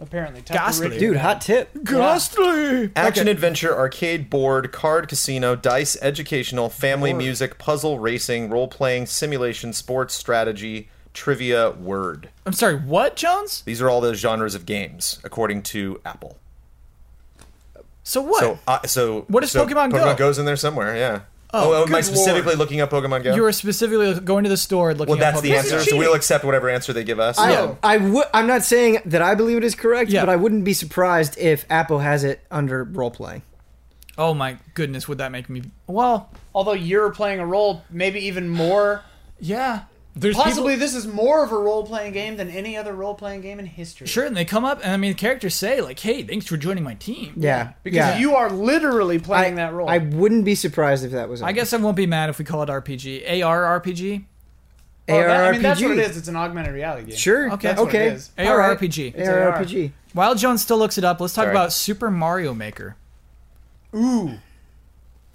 Speaker 2: Apparently, Tuck the
Speaker 1: Ghastly.
Speaker 2: Rich-
Speaker 4: Dude, hot tip.
Speaker 1: Ghastly.
Speaker 3: Action adventure, arcade, board, card, casino, dice, educational, family, music, puzzle, racing, role playing, simulation, sports, strategy, trivia, word.
Speaker 1: I'm sorry. What, Jones?
Speaker 3: These are all the genres of games according to Apple.
Speaker 1: So what?
Speaker 3: So, uh, so
Speaker 1: What is
Speaker 3: so
Speaker 1: Pokemon Go?
Speaker 3: Pokemon Go's in there somewhere. Yeah. Oh, am I
Speaker 1: good
Speaker 3: specifically
Speaker 1: lord.
Speaker 3: looking up Pokemon Go?
Speaker 1: you were specifically going to the store and looking.
Speaker 3: well,
Speaker 1: at
Speaker 3: that's the
Speaker 1: Pokemon.
Speaker 3: answer. So
Speaker 2: cheating.
Speaker 3: we'll accept whatever answer they give us.
Speaker 4: I,
Speaker 3: Yeah.
Speaker 4: I would. I'm not saying that I believe it is correct,
Speaker 1: Yeah.
Speaker 4: but I wouldn't be surprised if Apple has it under role playing.
Speaker 1: Oh my goodness, would that make me? Well,
Speaker 2: Although you're playing a role, maybe even more.
Speaker 1: yeah. There's
Speaker 2: Possibly,
Speaker 1: people,
Speaker 2: this is more of a role-playing game than any other role-playing game in history.
Speaker 1: sure, and they come up, and I mean, the characters say like, "Hey, thanks for joining my team."
Speaker 4: Yeah,
Speaker 2: Because
Speaker 4: yeah.
Speaker 2: you are literally
Speaker 4: I,
Speaker 2: playing that role.
Speaker 4: I wouldn't be surprised if that was.
Speaker 1: I guess I won't be mad if we call it RPG, AR RPG,
Speaker 2: Oh, that- I mean, that's
Speaker 4: ARRPG.
Speaker 2: what it is. It's an augmented reality game.
Speaker 4: Sure.
Speaker 1: Okay.
Speaker 4: Okay.
Speaker 1: That's what
Speaker 4: okay.
Speaker 2: it is.
Speaker 4: All right.
Speaker 1: ARRPG.
Speaker 2: It's
Speaker 4: ARRPG.
Speaker 1: While Jones still looks it up, let's talk
Speaker 3: Sorry.
Speaker 1: about Super Mario Maker.
Speaker 2: Ooh.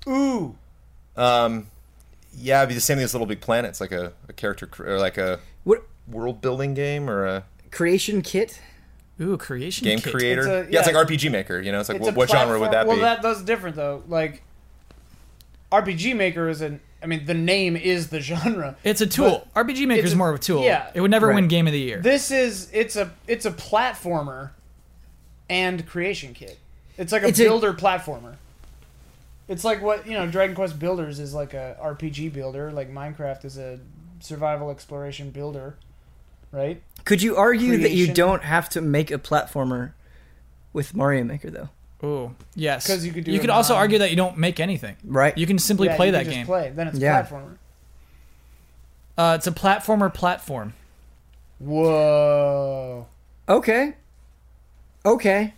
Speaker 2: Ooh.
Speaker 3: Um, yeah, it'd be the same thing as Little Big Planet. It's like a, a character cr- or like a
Speaker 4: What
Speaker 3: world building game or a
Speaker 4: creation kit?
Speaker 1: Ooh, creation
Speaker 3: game
Speaker 1: kit.
Speaker 3: creator.
Speaker 2: It's a-
Speaker 3: yeah, it's
Speaker 2: yeah.
Speaker 3: like RPG Maker. You know, it's like
Speaker 2: It's
Speaker 3: what,
Speaker 2: a
Speaker 3: what genre would
Speaker 2: platform-
Speaker 3: that be?
Speaker 2: Well, that, that's different though. Like RPG Maker is an. I mean, the name is the genre.
Speaker 1: It's a tool. RPG Maker's
Speaker 2: it's a-
Speaker 1: more of a tool.
Speaker 2: yeah.
Speaker 1: It would never
Speaker 4: Right.
Speaker 1: win Game of the Year.
Speaker 2: This is it's a it's a platformer and creation kit. It's like a
Speaker 4: It's a-
Speaker 2: builder platformer. It's like what you know. Dragon Quest Builders is like a RPG builder. Like Minecraft is a survival exploration builder, right?
Speaker 4: Could you argue that you
Speaker 2: Creation.
Speaker 4: don't have to make a platformer with Mario Maker though?
Speaker 1: Ooh, yes.
Speaker 2: 'Cause you could do
Speaker 1: You
Speaker 2: it
Speaker 1: could also
Speaker 2: on-
Speaker 1: argue that you don't make anything.
Speaker 4: Right.
Speaker 1: You can simply
Speaker 2: Yeah,
Speaker 1: play
Speaker 2: you can
Speaker 1: that
Speaker 2: just
Speaker 1: game.
Speaker 2: Play then it's
Speaker 4: Yeah.
Speaker 2: platformer.
Speaker 1: Uh, it's a platformer platform.
Speaker 2: Whoa!
Speaker 4: Okay. Okay.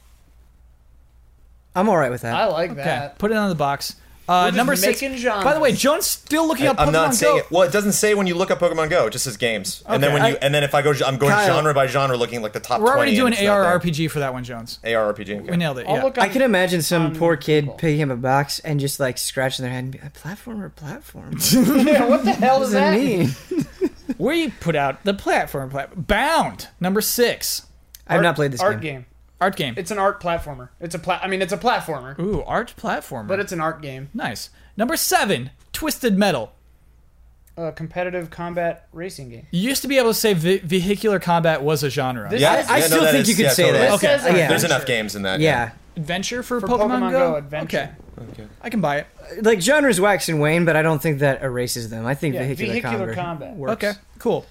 Speaker 4: I'm all right with that.
Speaker 2: I like
Speaker 1: Okay,
Speaker 2: that.
Speaker 1: put it on the box. Uh,
Speaker 2: just
Speaker 1: number six.
Speaker 2: making genres.
Speaker 1: By the way, Jones still looking up Pokemon
Speaker 3: I, am not saying
Speaker 1: Go.
Speaker 3: it. Well, it doesn't say when you look up Pokemon Go. It just says games, and then
Speaker 1: Okay,
Speaker 3: when you
Speaker 1: I-
Speaker 3: and then if I go, I'm going
Speaker 4: Kyle.
Speaker 3: genre by genre, looking at, like the top.
Speaker 1: We're already
Speaker 3: 20
Speaker 1: doing
Speaker 3: and it's not there.
Speaker 1: ARRPG for that one, Jones.
Speaker 3: ARRPG. okay.
Speaker 1: We nailed it.
Speaker 2: I'll
Speaker 1: yeah.
Speaker 2: look
Speaker 4: I
Speaker 2: on-
Speaker 4: can imagine some
Speaker 2: on
Speaker 4: poor kid
Speaker 2: Google.
Speaker 4: picking up a box and just like scratching their head and be like, platformer, platformer. What
Speaker 2: Yeah, what the hell
Speaker 4: does
Speaker 2: is
Speaker 4: that
Speaker 2: that?
Speaker 4: mean?
Speaker 1: we put out the platform plat- Bound number six
Speaker 4: I've not played this
Speaker 2: art
Speaker 4: game.
Speaker 2: game.
Speaker 1: art game.
Speaker 2: It's an art platformer. It's a pla- I mean, it's a platformer,
Speaker 1: Ooh, art platformer.
Speaker 2: but it's an art game.
Speaker 1: nice. Number seven, Twisted Metal.
Speaker 2: A competitive combat racing game.
Speaker 1: You used to be able to say ve- vehicular combat was a genre.
Speaker 2: This-
Speaker 3: Yeah,
Speaker 2: I-
Speaker 3: yeah,
Speaker 4: I
Speaker 3: no,
Speaker 4: still
Speaker 3: that
Speaker 4: think
Speaker 3: is-
Speaker 4: you could
Speaker 3: yeah,
Speaker 4: say
Speaker 3: totally.
Speaker 4: that.
Speaker 1: Okay.
Speaker 2: Says
Speaker 4: Yeah.
Speaker 3: There's
Speaker 2: adventure.
Speaker 3: enough games in that.
Speaker 4: Yeah.
Speaker 1: adventure for,
Speaker 2: For
Speaker 1: Pokemon,
Speaker 2: Pokemon
Speaker 1: Go.
Speaker 2: Go, adventure.
Speaker 1: Okay. I can buy it.
Speaker 4: Like genres wax and wane, but I don't think that erases them. I think
Speaker 2: Yeah,
Speaker 4: vehicular,
Speaker 2: vehicular
Speaker 4: combat,
Speaker 2: combat.
Speaker 4: works.
Speaker 1: Okay, cool.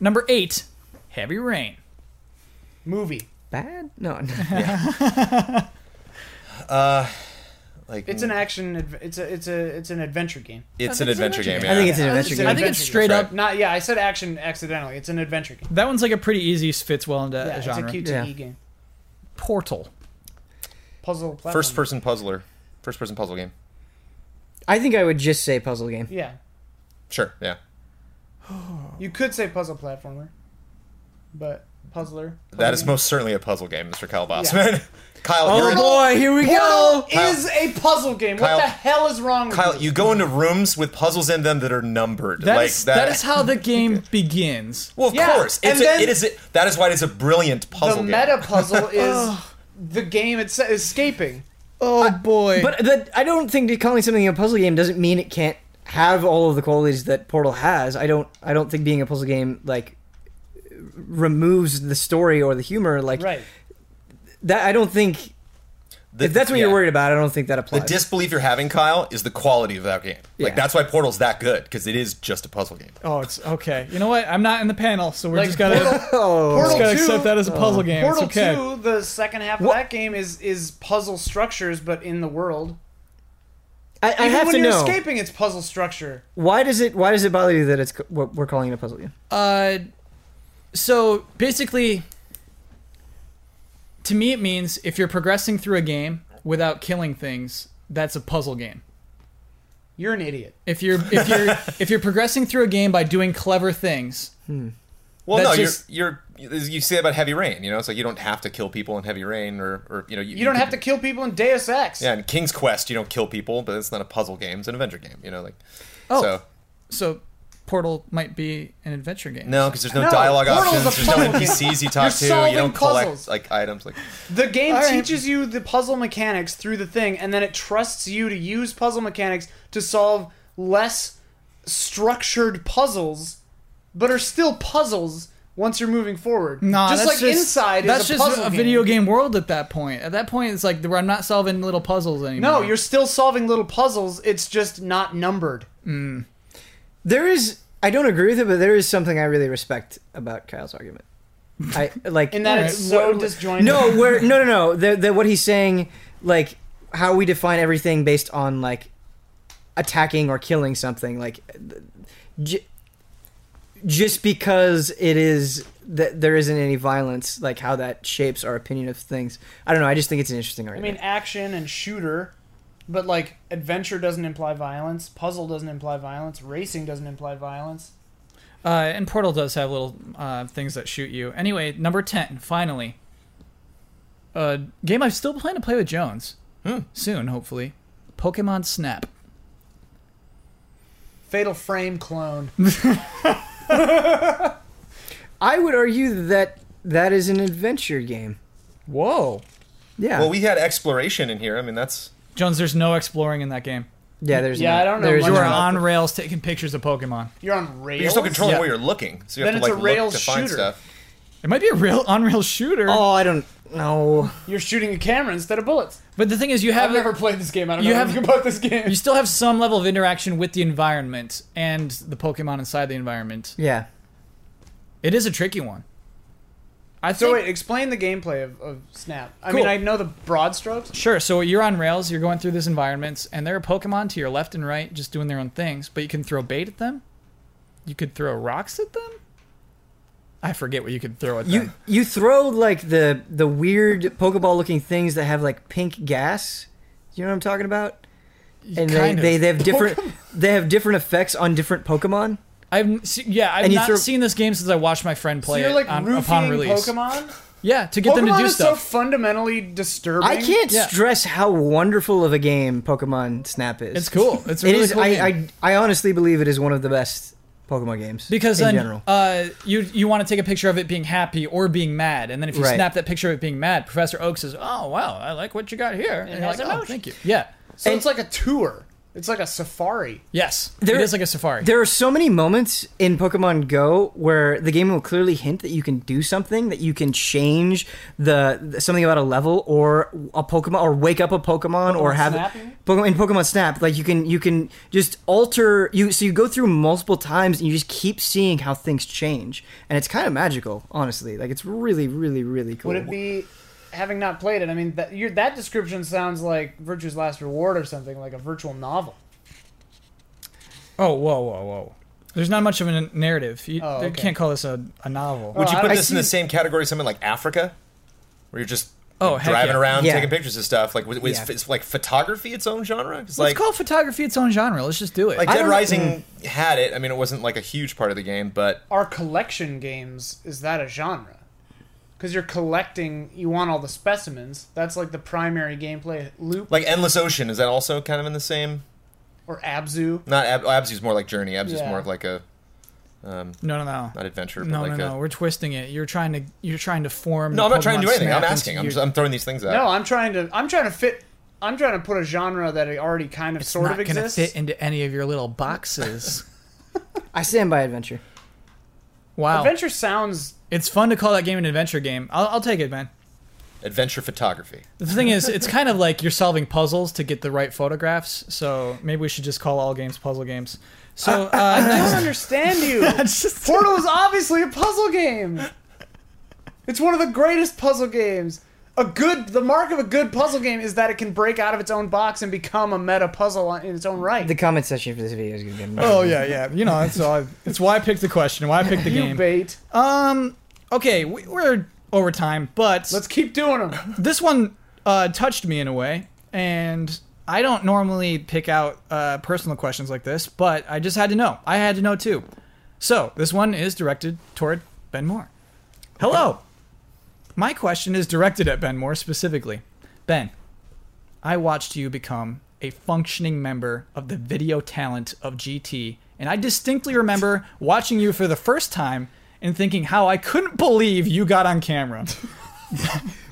Speaker 1: Number eight, Heavy Rain.
Speaker 2: Movie.
Speaker 4: Bad? No.
Speaker 3: Uh, like
Speaker 2: It's an action. adv- It's a. It's a. It's an adventure game.
Speaker 3: It's
Speaker 1: I think
Speaker 3: an
Speaker 1: it's an
Speaker 3: adventure
Speaker 1: adventure
Speaker 3: game.
Speaker 1: game.
Speaker 3: Yeah.
Speaker 4: I think it's an adventure
Speaker 2: It's
Speaker 4: game.
Speaker 2: an
Speaker 1: I think it's
Speaker 2: adventure
Speaker 1: straight
Speaker 3: That's
Speaker 1: up.
Speaker 2: Not. Yeah, I said action accidentally. It's an adventure game.
Speaker 1: That one's like a pretty easy fits well into
Speaker 2: Yeah,
Speaker 1: a
Speaker 2: it's a
Speaker 1: genre.
Speaker 2: QTE
Speaker 4: Yeah.
Speaker 2: game.
Speaker 1: Portal.
Speaker 2: Puzzle. Platformer.
Speaker 3: first person puzzler, first person puzzle game.
Speaker 4: I think I would just say puzzle game.
Speaker 2: Yeah.
Speaker 3: Sure. Yeah.
Speaker 2: You could say puzzle platformer, but puzzler.
Speaker 3: That is most certainly a puzzle game, Mr. Kyle Bossman.
Speaker 2: Yeah.
Speaker 3: Kyle, you're
Speaker 4: Oh
Speaker 3: in-
Speaker 4: boy, here we
Speaker 2: Portal
Speaker 4: go.
Speaker 2: is a puzzle game.
Speaker 3: Kyle-
Speaker 2: what the hell is wrong with
Speaker 3: Kyle,
Speaker 2: you?
Speaker 3: you go into rooms with puzzles in them that are numbered.
Speaker 1: That
Speaker 3: like
Speaker 1: is- that is how the game begins.
Speaker 3: Well, of
Speaker 2: Yeah,
Speaker 3: course, it's
Speaker 2: and
Speaker 3: a,
Speaker 2: then-
Speaker 3: it is. A, that is why it is a brilliant puzzle
Speaker 2: The
Speaker 3: game.
Speaker 2: meta puzzle is the game it's escaping.
Speaker 1: Oh boy!
Speaker 4: But the, I don't think that calling something a puzzle game doesn't mean it can't have all of the qualities that Portal has. I don't. I don't think being a puzzle game like removes the story or the humor. Like
Speaker 2: Right.
Speaker 4: that. I don't think
Speaker 3: The-
Speaker 4: if that's what
Speaker 3: yeah.
Speaker 4: you're worried about. I don't think that
Speaker 3: The
Speaker 4: applies.
Speaker 3: disbelief you're having, Kyle, is the quality of that game. Like
Speaker 4: Yeah.
Speaker 3: that's why Portal's that good because it is just a puzzle game.
Speaker 1: oh, it's okay. You know what? I'm not in the panel, so we're
Speaker 2: Like
Speaker 1: just gonna
Speaker 2: Portal,
Speaker 4: oh,
Speaker 1: just
Speaker 2: Portal
Speaker 1: gotta
Speaker 2: 2
Speaker 1: accept that as a puzzle game.
Speaker 2: Portal
Speaker 1: it's okay.
Speaker 2: Two, the second half of that game is is puzzle structures, but in the world.
Speaker 4: I, I
Speaker 2: Even
Speaker 4: have
Speaker 2: when
Speaker 4: to
Speaker 2: you're
Speaker 4: know
Speaker 2: escaping, it's puzzle structure.
Speaker 4: why does it why does it bother you that it's c- what we're calling it a puzzle game?
Speaker 1: Uh, so basically, to me, it means if you're progressing through a game without killing things, that's a puzzle game.
Speaker 2: You're an idiot.
Speaker 1: If you're if you're if you're progressing through a game by doing clever things,
Speaker 3: Well,
Speaker 1: That's
Speaker 3: no,
Speaker 1: just-
Speaker 3: you're, you're you say about Heavy Rain. You know, it's like you don't have to kill people in Heavy Rain, or, or you know,
Speaker 2: You don't
Speaker 3: could-
Speaker 2: have to kill people in Deus Ex.
Speaker 3: Yeah, in King's Quest, you don't kill people, but it's not a puzzle game; it's an adventure game. You know, like
Speaker 1: Oh.
Speaker 3: so
Speaker 1: so Portal might be an adventure game.
Speaker 3: no, because there's no,
Speaker 2: No,
Speaker 3: dialogue
Speaker 2: Portal
Speaker 3: options.
Speaker 2: is a
Speaker 3: There's no
Speaker 2: puzzle game.
Speaker 3: NPCs you
Speaker 2: You're
Speaker 3: talk to.
Speaker 2: solving
Speaker 3: You don't
Speaker 2: puzzles.
Speaker 3: collect like items. Like
Speaker 2: The game
Speaker 1: right.
Speaker 2: teaches you the puzzle mechanics through the thing, and then it trusts you to use puzzle mechanics to solve less structured puzzles, but are still puzzles once you're moving forward.
Speaker 1: Nah,
Speaker 2: just
Speaker 1: that's
Speaker 2: like inside
Speaker 1: That's
Speaker 2: is a
Speaker 1: just
Speaker 2: puzzle
Speaker 1: a video game world at that point. At that point, it's like where I'm not solving little puzzles anymore.
Speaker 2: No, you're still solving little puzzles. It's just not numbered.
Speaker 4: There is I don't agree with it, but there is something I really respect about Kyle's argument. I like
Speaker 2: In that
Speaker 1: Alright,
Speaker 2: it's so
Speaker 1: wh- wh-
Speaker 2: disjointed.
Speaker 4: no, where no, no, no. The, the, what he's saying, like how we define everything based on like attacking or killing something, like j- just because it is that there isn't any violence, like how that shapes our opinion of things. I don't know. I just think it's an
Speaker 2: I
Speaker 4: interesting argument.
Speaker 2: mean, action and shooter, but like adventure doesn't imply violence. Puzzle doesn't imply violence. Racing doesn't imply violence.
Speaker 1: uh, and Portal does have little uh, things that shoot you. Anyway, number ten, finally, uh, game I'm still planning to play with Jones soon, hopefully. Pokemon Snap.
Speaker 2: Fatal Frame clone.
Speaker 4: I would argue that that is an adventure game.
Speaker 1: Whoa,
Speaker 4: Yeah.
Speaker 3: well, we had exploration in here. I mean, that's
Speaker 1: Jones, there's no exploring in that game.
Speaker 4: yeah. There's
Speaker 2: Yeah,
Speaker 4: no-
Speaker 2: I don't know
Speaker 4: there is
Speaker 2: much
Speaker 1: You
Speaker 4: no-
Speaker 1: are
Speaker 2: about
Speaker 1: on rails taking pictures of Pokemon.
Speaker 2: You're on rails.
Speaker 3: you're still controlling
Speaker 1: Yeah.
Speaker 3: where you're looking, so you
Speaker 2: Then
Speaker 3: have
Speaker 2: it's a
Speaker 3: to like
Speaker 2: rails
Speaker 3: look to find
Speaker 2: shooter.
Speaker 3: stuff.
Speaker 1: It might be a real on-rail shooter.
Speaker 4: Oh, I don't know.
Speaker 2: You're shooting a camera instead of bullets.
Speaker 1: But the thing is, you have
Speaker 2: I've never played this game. I don't
Speaker 1: You
Speaker 2: know
Speaker 1: have-
Speaker 2: anything about this game.
Speaker 1: you still have some level of interaction with the environment and the Pokemon inside the environment.
Speaker 4: Yeah.
Speaker 1: It is a tricky one. I
Speaker 2: so
Speaker 1: think-
Speaker 2: wait, explain the gameplay of, of Snap. I
Speaker 1: Cool.
Speaker 2: mean, I know the broad strokes.
Speaker 1: Sure. So you're on rails, you're going through these environments, and there are Pokemon to your left and right just doing their own things, but you can throw bait at them. You could throw rocks at them. I forget what you could throw at
Speaker 4: You
Speaker 1: them.
Speaker 4: you throw like the the weird Pokeball looking things that have like pink gas. You know what I'm talking about? And they,
Speaker 1: kind of.
Speaker 4: they they have different they have different effects on different Pokemon.
Speaker 1: I've se- yeah, I've
Speaker 4: And you
Speaker 1: not
Speaker 4: throw-
Speaker 1: seen this game since I watched my friend
Speaker 2: So
Speaker 1: play
Speaker 2: you're
Speaker 1: it
Speaker 2: like
Speaker 1: on, upon
Speaker 2: roofing
Speaker 1: release.
Speaker 2: Pokemon.
Speaker 1: Yeah, to get them to
Speaker 2: Pokemon
Speaker 1: do
Speaker 2: is so
Speaker 1: stuff.
Speaker 2: fundamentally disturbing.
Speaker 4: I can't
Speaker 1: Yeah.
Speaker 4: stress how wonderful of a game Pokemon Snap is.
Speaker 1: it's cool. It's a
Speaker 4: It
Speaker 1: really
Speaker 4: is-
Speaker 1: cool game.
Speaker 4: I, I I honestly believe it is one of the best Pokemon games
Speaker 1: because
Speaker 4: in
Speaker 1: then
Speaker 4: general.
Speaker 1: uh, you you want to take a picture of it being happy or being mad, and then if you
Speaker 4: Right.
Speaker 1: snap that picture of it being mad, Professor Oak says, "Oh wow, I like what you got here," and, you're
Speaker 2: has
Speaker 1: like, "Oh,
Speaker 2: emotion."
Speaker 1: thank you." Yeah.
Speaker 2: So it's like a tour. It's like a safari.
Speaker 1: Yes,
Speaker 4: There-
Speaker 1: it is like a safari.
Speaker 4: There are so many moments in Pokemon Go where the game will clearly hint that you can do something, that you can change the something about a level or a Pokemon, or wake up a Pokemon, or
Speaker 2: Pokemon
Speaker 4: have
Speaker 2: Snap, you mean?
Speaker 4: Pokemon in Pokemon Snap. Like you can you can just alter you. So you go through multiple times and you just keep seeing how things change, and it's kind of magical, honestly. Like it's really really really cool.
Speaker 2: Would it be having not played it? I mean, that you that description sounds like Virtue's Last Reward or something like a virtual novel.
Speaker 1: oh, whoa, whoa, whoa! There's not much of a narrative. You,
Speaker 2: Oh,
Speaker 1: you
Speaker 2: okay.
Speaker 1: can't call this a, a novel.
Speaker 3: Would you
Speaker 2: I
Speaker 3: put
Speaker 2: don't-
Speaker 3: this in the same category as something like Africa, where you're just
Speaker 1: Oh, heck
Speaker 3: driving
Speaker 1: yeah.
Speaker 3: around
Speaker 4: Yeah.
Speaker 3: taking pictures of stuff? Like, was,
Speaker 4: Yeah.
Speaker 3: is like photography its own genre?
Speaker 1: Let's
Speaker 3: It's like
Speaker 1: call photography its own genre. Let's just do it.
Speaker 3: like
Speaker 4: I
Speaker 3: Dead
Speaker 4: don't-
Speaker 3: Rising had it. I mean, it wasn't like a huge part of the game, but
Speaker 2: Are collection games is that a genre? because you're collecting. You want all the specimens. That's like the primary gameplay loop.
Speaker 3: Like Endless Ocean is that also kind of in the same?
Speaker 2: or Abzu.
Speaker 3: Not Ab- oh, Abzu's more like Journey. Abzu's
Speaker 2: Yeah.
Speaker 3: more of like a um,
Speaker 1: No, no, no.
Speaker 3: not adventure, but
Speaker 1: No,
Speaker 3: like
Speaker 1: no,
Speaker 3: a.
Speaker 1: no. We're twisting it. You're trying to you're trying to form.
Speaker 3: No,
Speaker 1: the
Speaker 3: I'm not trying to do
Speaker 1: Pokemon
Speaker 3: anything. I'm
Speaker 1: Snap
Speaker 3: asking. I'm,
Speaker 1: into
Speaker 3: just, I'm throwing these things out.
Speaker 2: No, I'm trying to. I'm trying to fit. I'm trying to put a genre that it already kind of sort
Speaker 1: not
Speaker 2: of
Speaker 1: gonna
Speaker 2: exists.
Speaker 1: fit into any of your little boxes.
Speaker 4: I stand by adventure.
Speaker 1: wow,
Speaker 2: Adventure sounds
Speaker 1: it's fun to call that game an adventure game. I'll, I'll take it, man.
Speaker 3: Adventure photography.
Speaker 1: The thing is, it's kind of like you're solving puzzles to get the right photographs. So maybe we should just call all games puzzle games. So uh,
Speaker 2: I don't understand you.
Speaker 1: it's just
Speaker 2: Portal is obviously a puzzle game. It's one of the greatest puzzle games. A good the mark of a good puzzle game is that it can break out of its own box and become a meta puzzle in its own right.
Speaker 4: The comment section for this video is going to be.
Speaker 1: oh yeah, yeah. You know, it's all, it's why I picked the question, why I picked the
Speaker 2: you
Speaker 1: game.
Speaker 2: bait.
Speaker 1: Um, okay, we, we're over time, but
Speaker 2: Let's keep doing them.
Speaker 1: this one uh, touched me in a way, and I don't normally pick out uh, personal questions like this, but I just had to know. I had to know too. So this one is directed toward Ben Moore. Hello. My question is directed at Ben Moore specifically. Ben, I watched you become a functioning member of the video talent of GT, and I distinctly remember watching you for the first time and thinking how I couldn't believe you got on camera.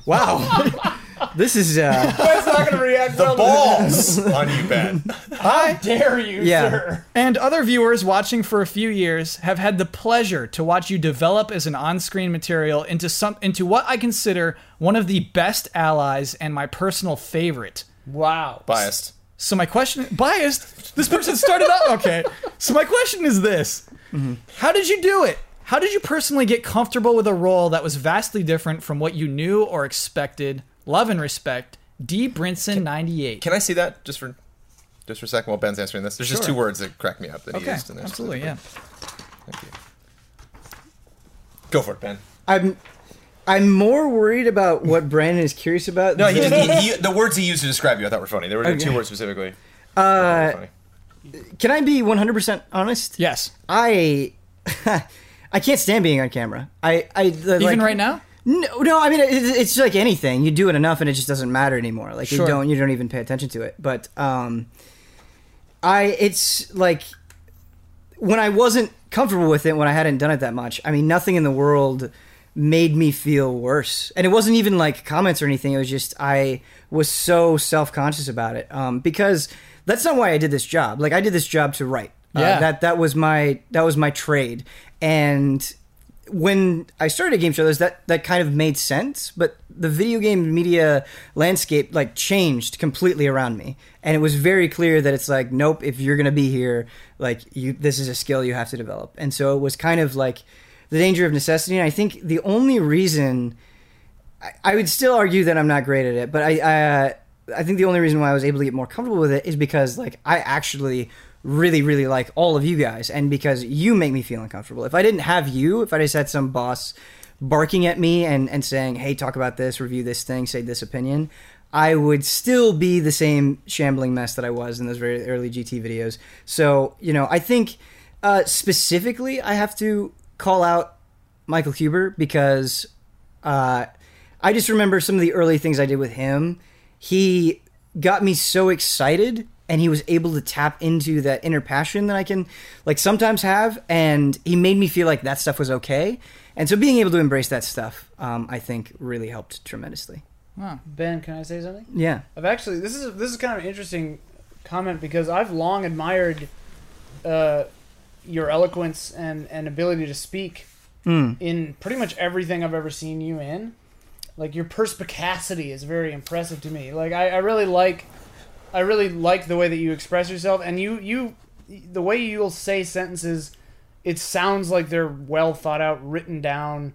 Speaker 4: Wow. this is. Uh,
Speaker 2: That's not gonna react
Speaker 3: The
Speaker 2: well.
Speaker 3: balls on you, Ben.
Speaker 2: How dare you,
Speaker 4: Yeah.
Speaker 2: sir?
Speaker 1: And other viewers watching for a few years have had the pleasure to watch you develop as an on-screen material into some into what I consider one of the best allies and my personal favorite.
Speaker 2: Wow.
Speaker 3: Biased.
Speaker 1: So my question biased. This person started out okay. So my question is this:
Speaker 3: Mm-hmm.
Speaker 1: How did you do it? How did you personally get comfortable with a role that was vastly different from what you knew or expected? Love and respect, D. Brinson, ninety-eight.
Speaker 3: Can I see that just for just for a second while Ben's answering this? There's just
Speaker 1: Sure.
Speaker 3: two words that crack me up that he
Speaker 1: okay,
Speaker 3: used in there.
Speaker 1: absolutely, yeah.
Speaker 3: Thank you. Go for it, Ben.
Speaker 4: I'm. I'm more worried about what Brandon is curious about.
Speaker 3: No, he
Speaker 4: than-
Speaker 3: just, he, he, the words he used to describe you I thought were funny. There were two words specifically.
Speaker 1: Uh,
Speaker 3: that were funny.
Speaker 4: Can I be 100% honest?
Speaker 1: Yes,
Speaker 4: I I can't stand being on camera. I I the,
Speaker 1: even
Speaker 4: like-
Speaker 1: right now.
Speaker 4: No, no. I mean, it, it's like anything. You do it enough, and it just doesn't matter anymore. Like
Speaker 1: Sure.
Speaker 4: you don't you don't even pay attention to it. But um, I it's like when I wasn't comfortable with it, when I hadn't done it that much. I mean, nothing in the world made me feel worse, and it wasn't even like comments or anything. It was just I was so self conscious about it um, because that's not why I did this job. Like I did this job to write. Uh,
Speaker 1: Yeah.
Speaker 4: that that was my that was my trade, and when I started game shows, that that kind of made sense. But the video game media landscape like changed completely around me, and it was very clear that it's like, nope, if you're gonna be here, like you, this is a skill you have to develop. And so it was kind of like the danger of necessity. And I think the only reason I would still argue that I'm not great at it, but I I, uh, I think the only reason why I was able to get more comfortable with it is because like I actually really really like all of you guys, and because you make me feel uncomfortable. If I didn't have you, if I just had some boss barking at me and and saying, "Hey, talk about this, review this thing, say this opinion," I would still be the same shambling mess that I was in those very early GT videos. So you know, I think uh, specifically I have to call out Michael Huber because uh, I just remember some of the early things I did with him. He got me so excited, and he was able to tap into that inner passion that I can, like, sometimes have. And he made me feel like that stuff was okay. And so being able to embrace that stuff, um, I think, really helped tremendously.
Speaker 2: Ben, can I say something?
Speaker 4: Yeah.
Speaker 2: I've actually this is this is kind of an interesting comment because I've long admired uh, your eloquence and and ability to speak
Speaker 4: Hmm.
Speaker 2: in pretty much everything I've ever seen you in. Like your perspicacity is very impressive to me. Like I, I really like I really like the way that you express yourself and you you the way you'll say sentences it sounds like they're well thought out, written down,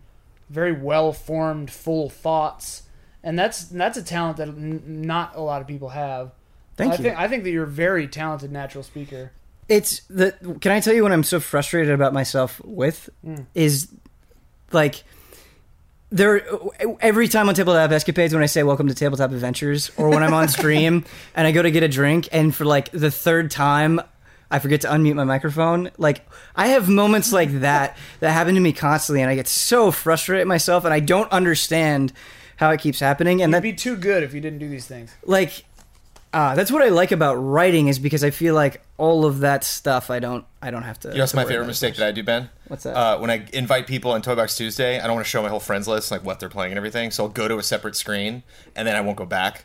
Speaker 2: very well formed, full thoughts, and that's that's a talent that n- not a lot of people have.
Speaker 4: Thank
Speaker 2: I
Speaker 4: you.
Speaker 2: Think, I think that you're a very talented natural speaker.
Speaker 4: it's the can i tell you what i'm so frustrated about myself with is like there every time on tabletop escapades when i say welcome to tabletop adventures or when i'm on stream and i go to get a drink and for like the third time I forget to unmute my microphone. Like I have moments like that that happen to me constantly, and I get so frustrated at myself, and I don't understand how it keeps happening. And
Speaker 2: It'd
Speaker 4: that
Speaker 2: be too good if you didn't do these things.
Speaker 4: like uh, that's what I like about writing is because I feel like all of that stuff I don't I don't have to.
Speaker 3: You know, that's
Speaker 4: to
Speaker 3: my
Speaker 4: worry
Speaker 3: favorite
Speaker 4: about.
Speaker 3: mistake that I do, Ben.
Speaker 4: What's that?
Speaker 3: Uh, when I invite people on Toy Box Tuesday, I don't want to show my whole friends list, like what they're playing and everything. So I'll go to a separate screen, and then I won't go back.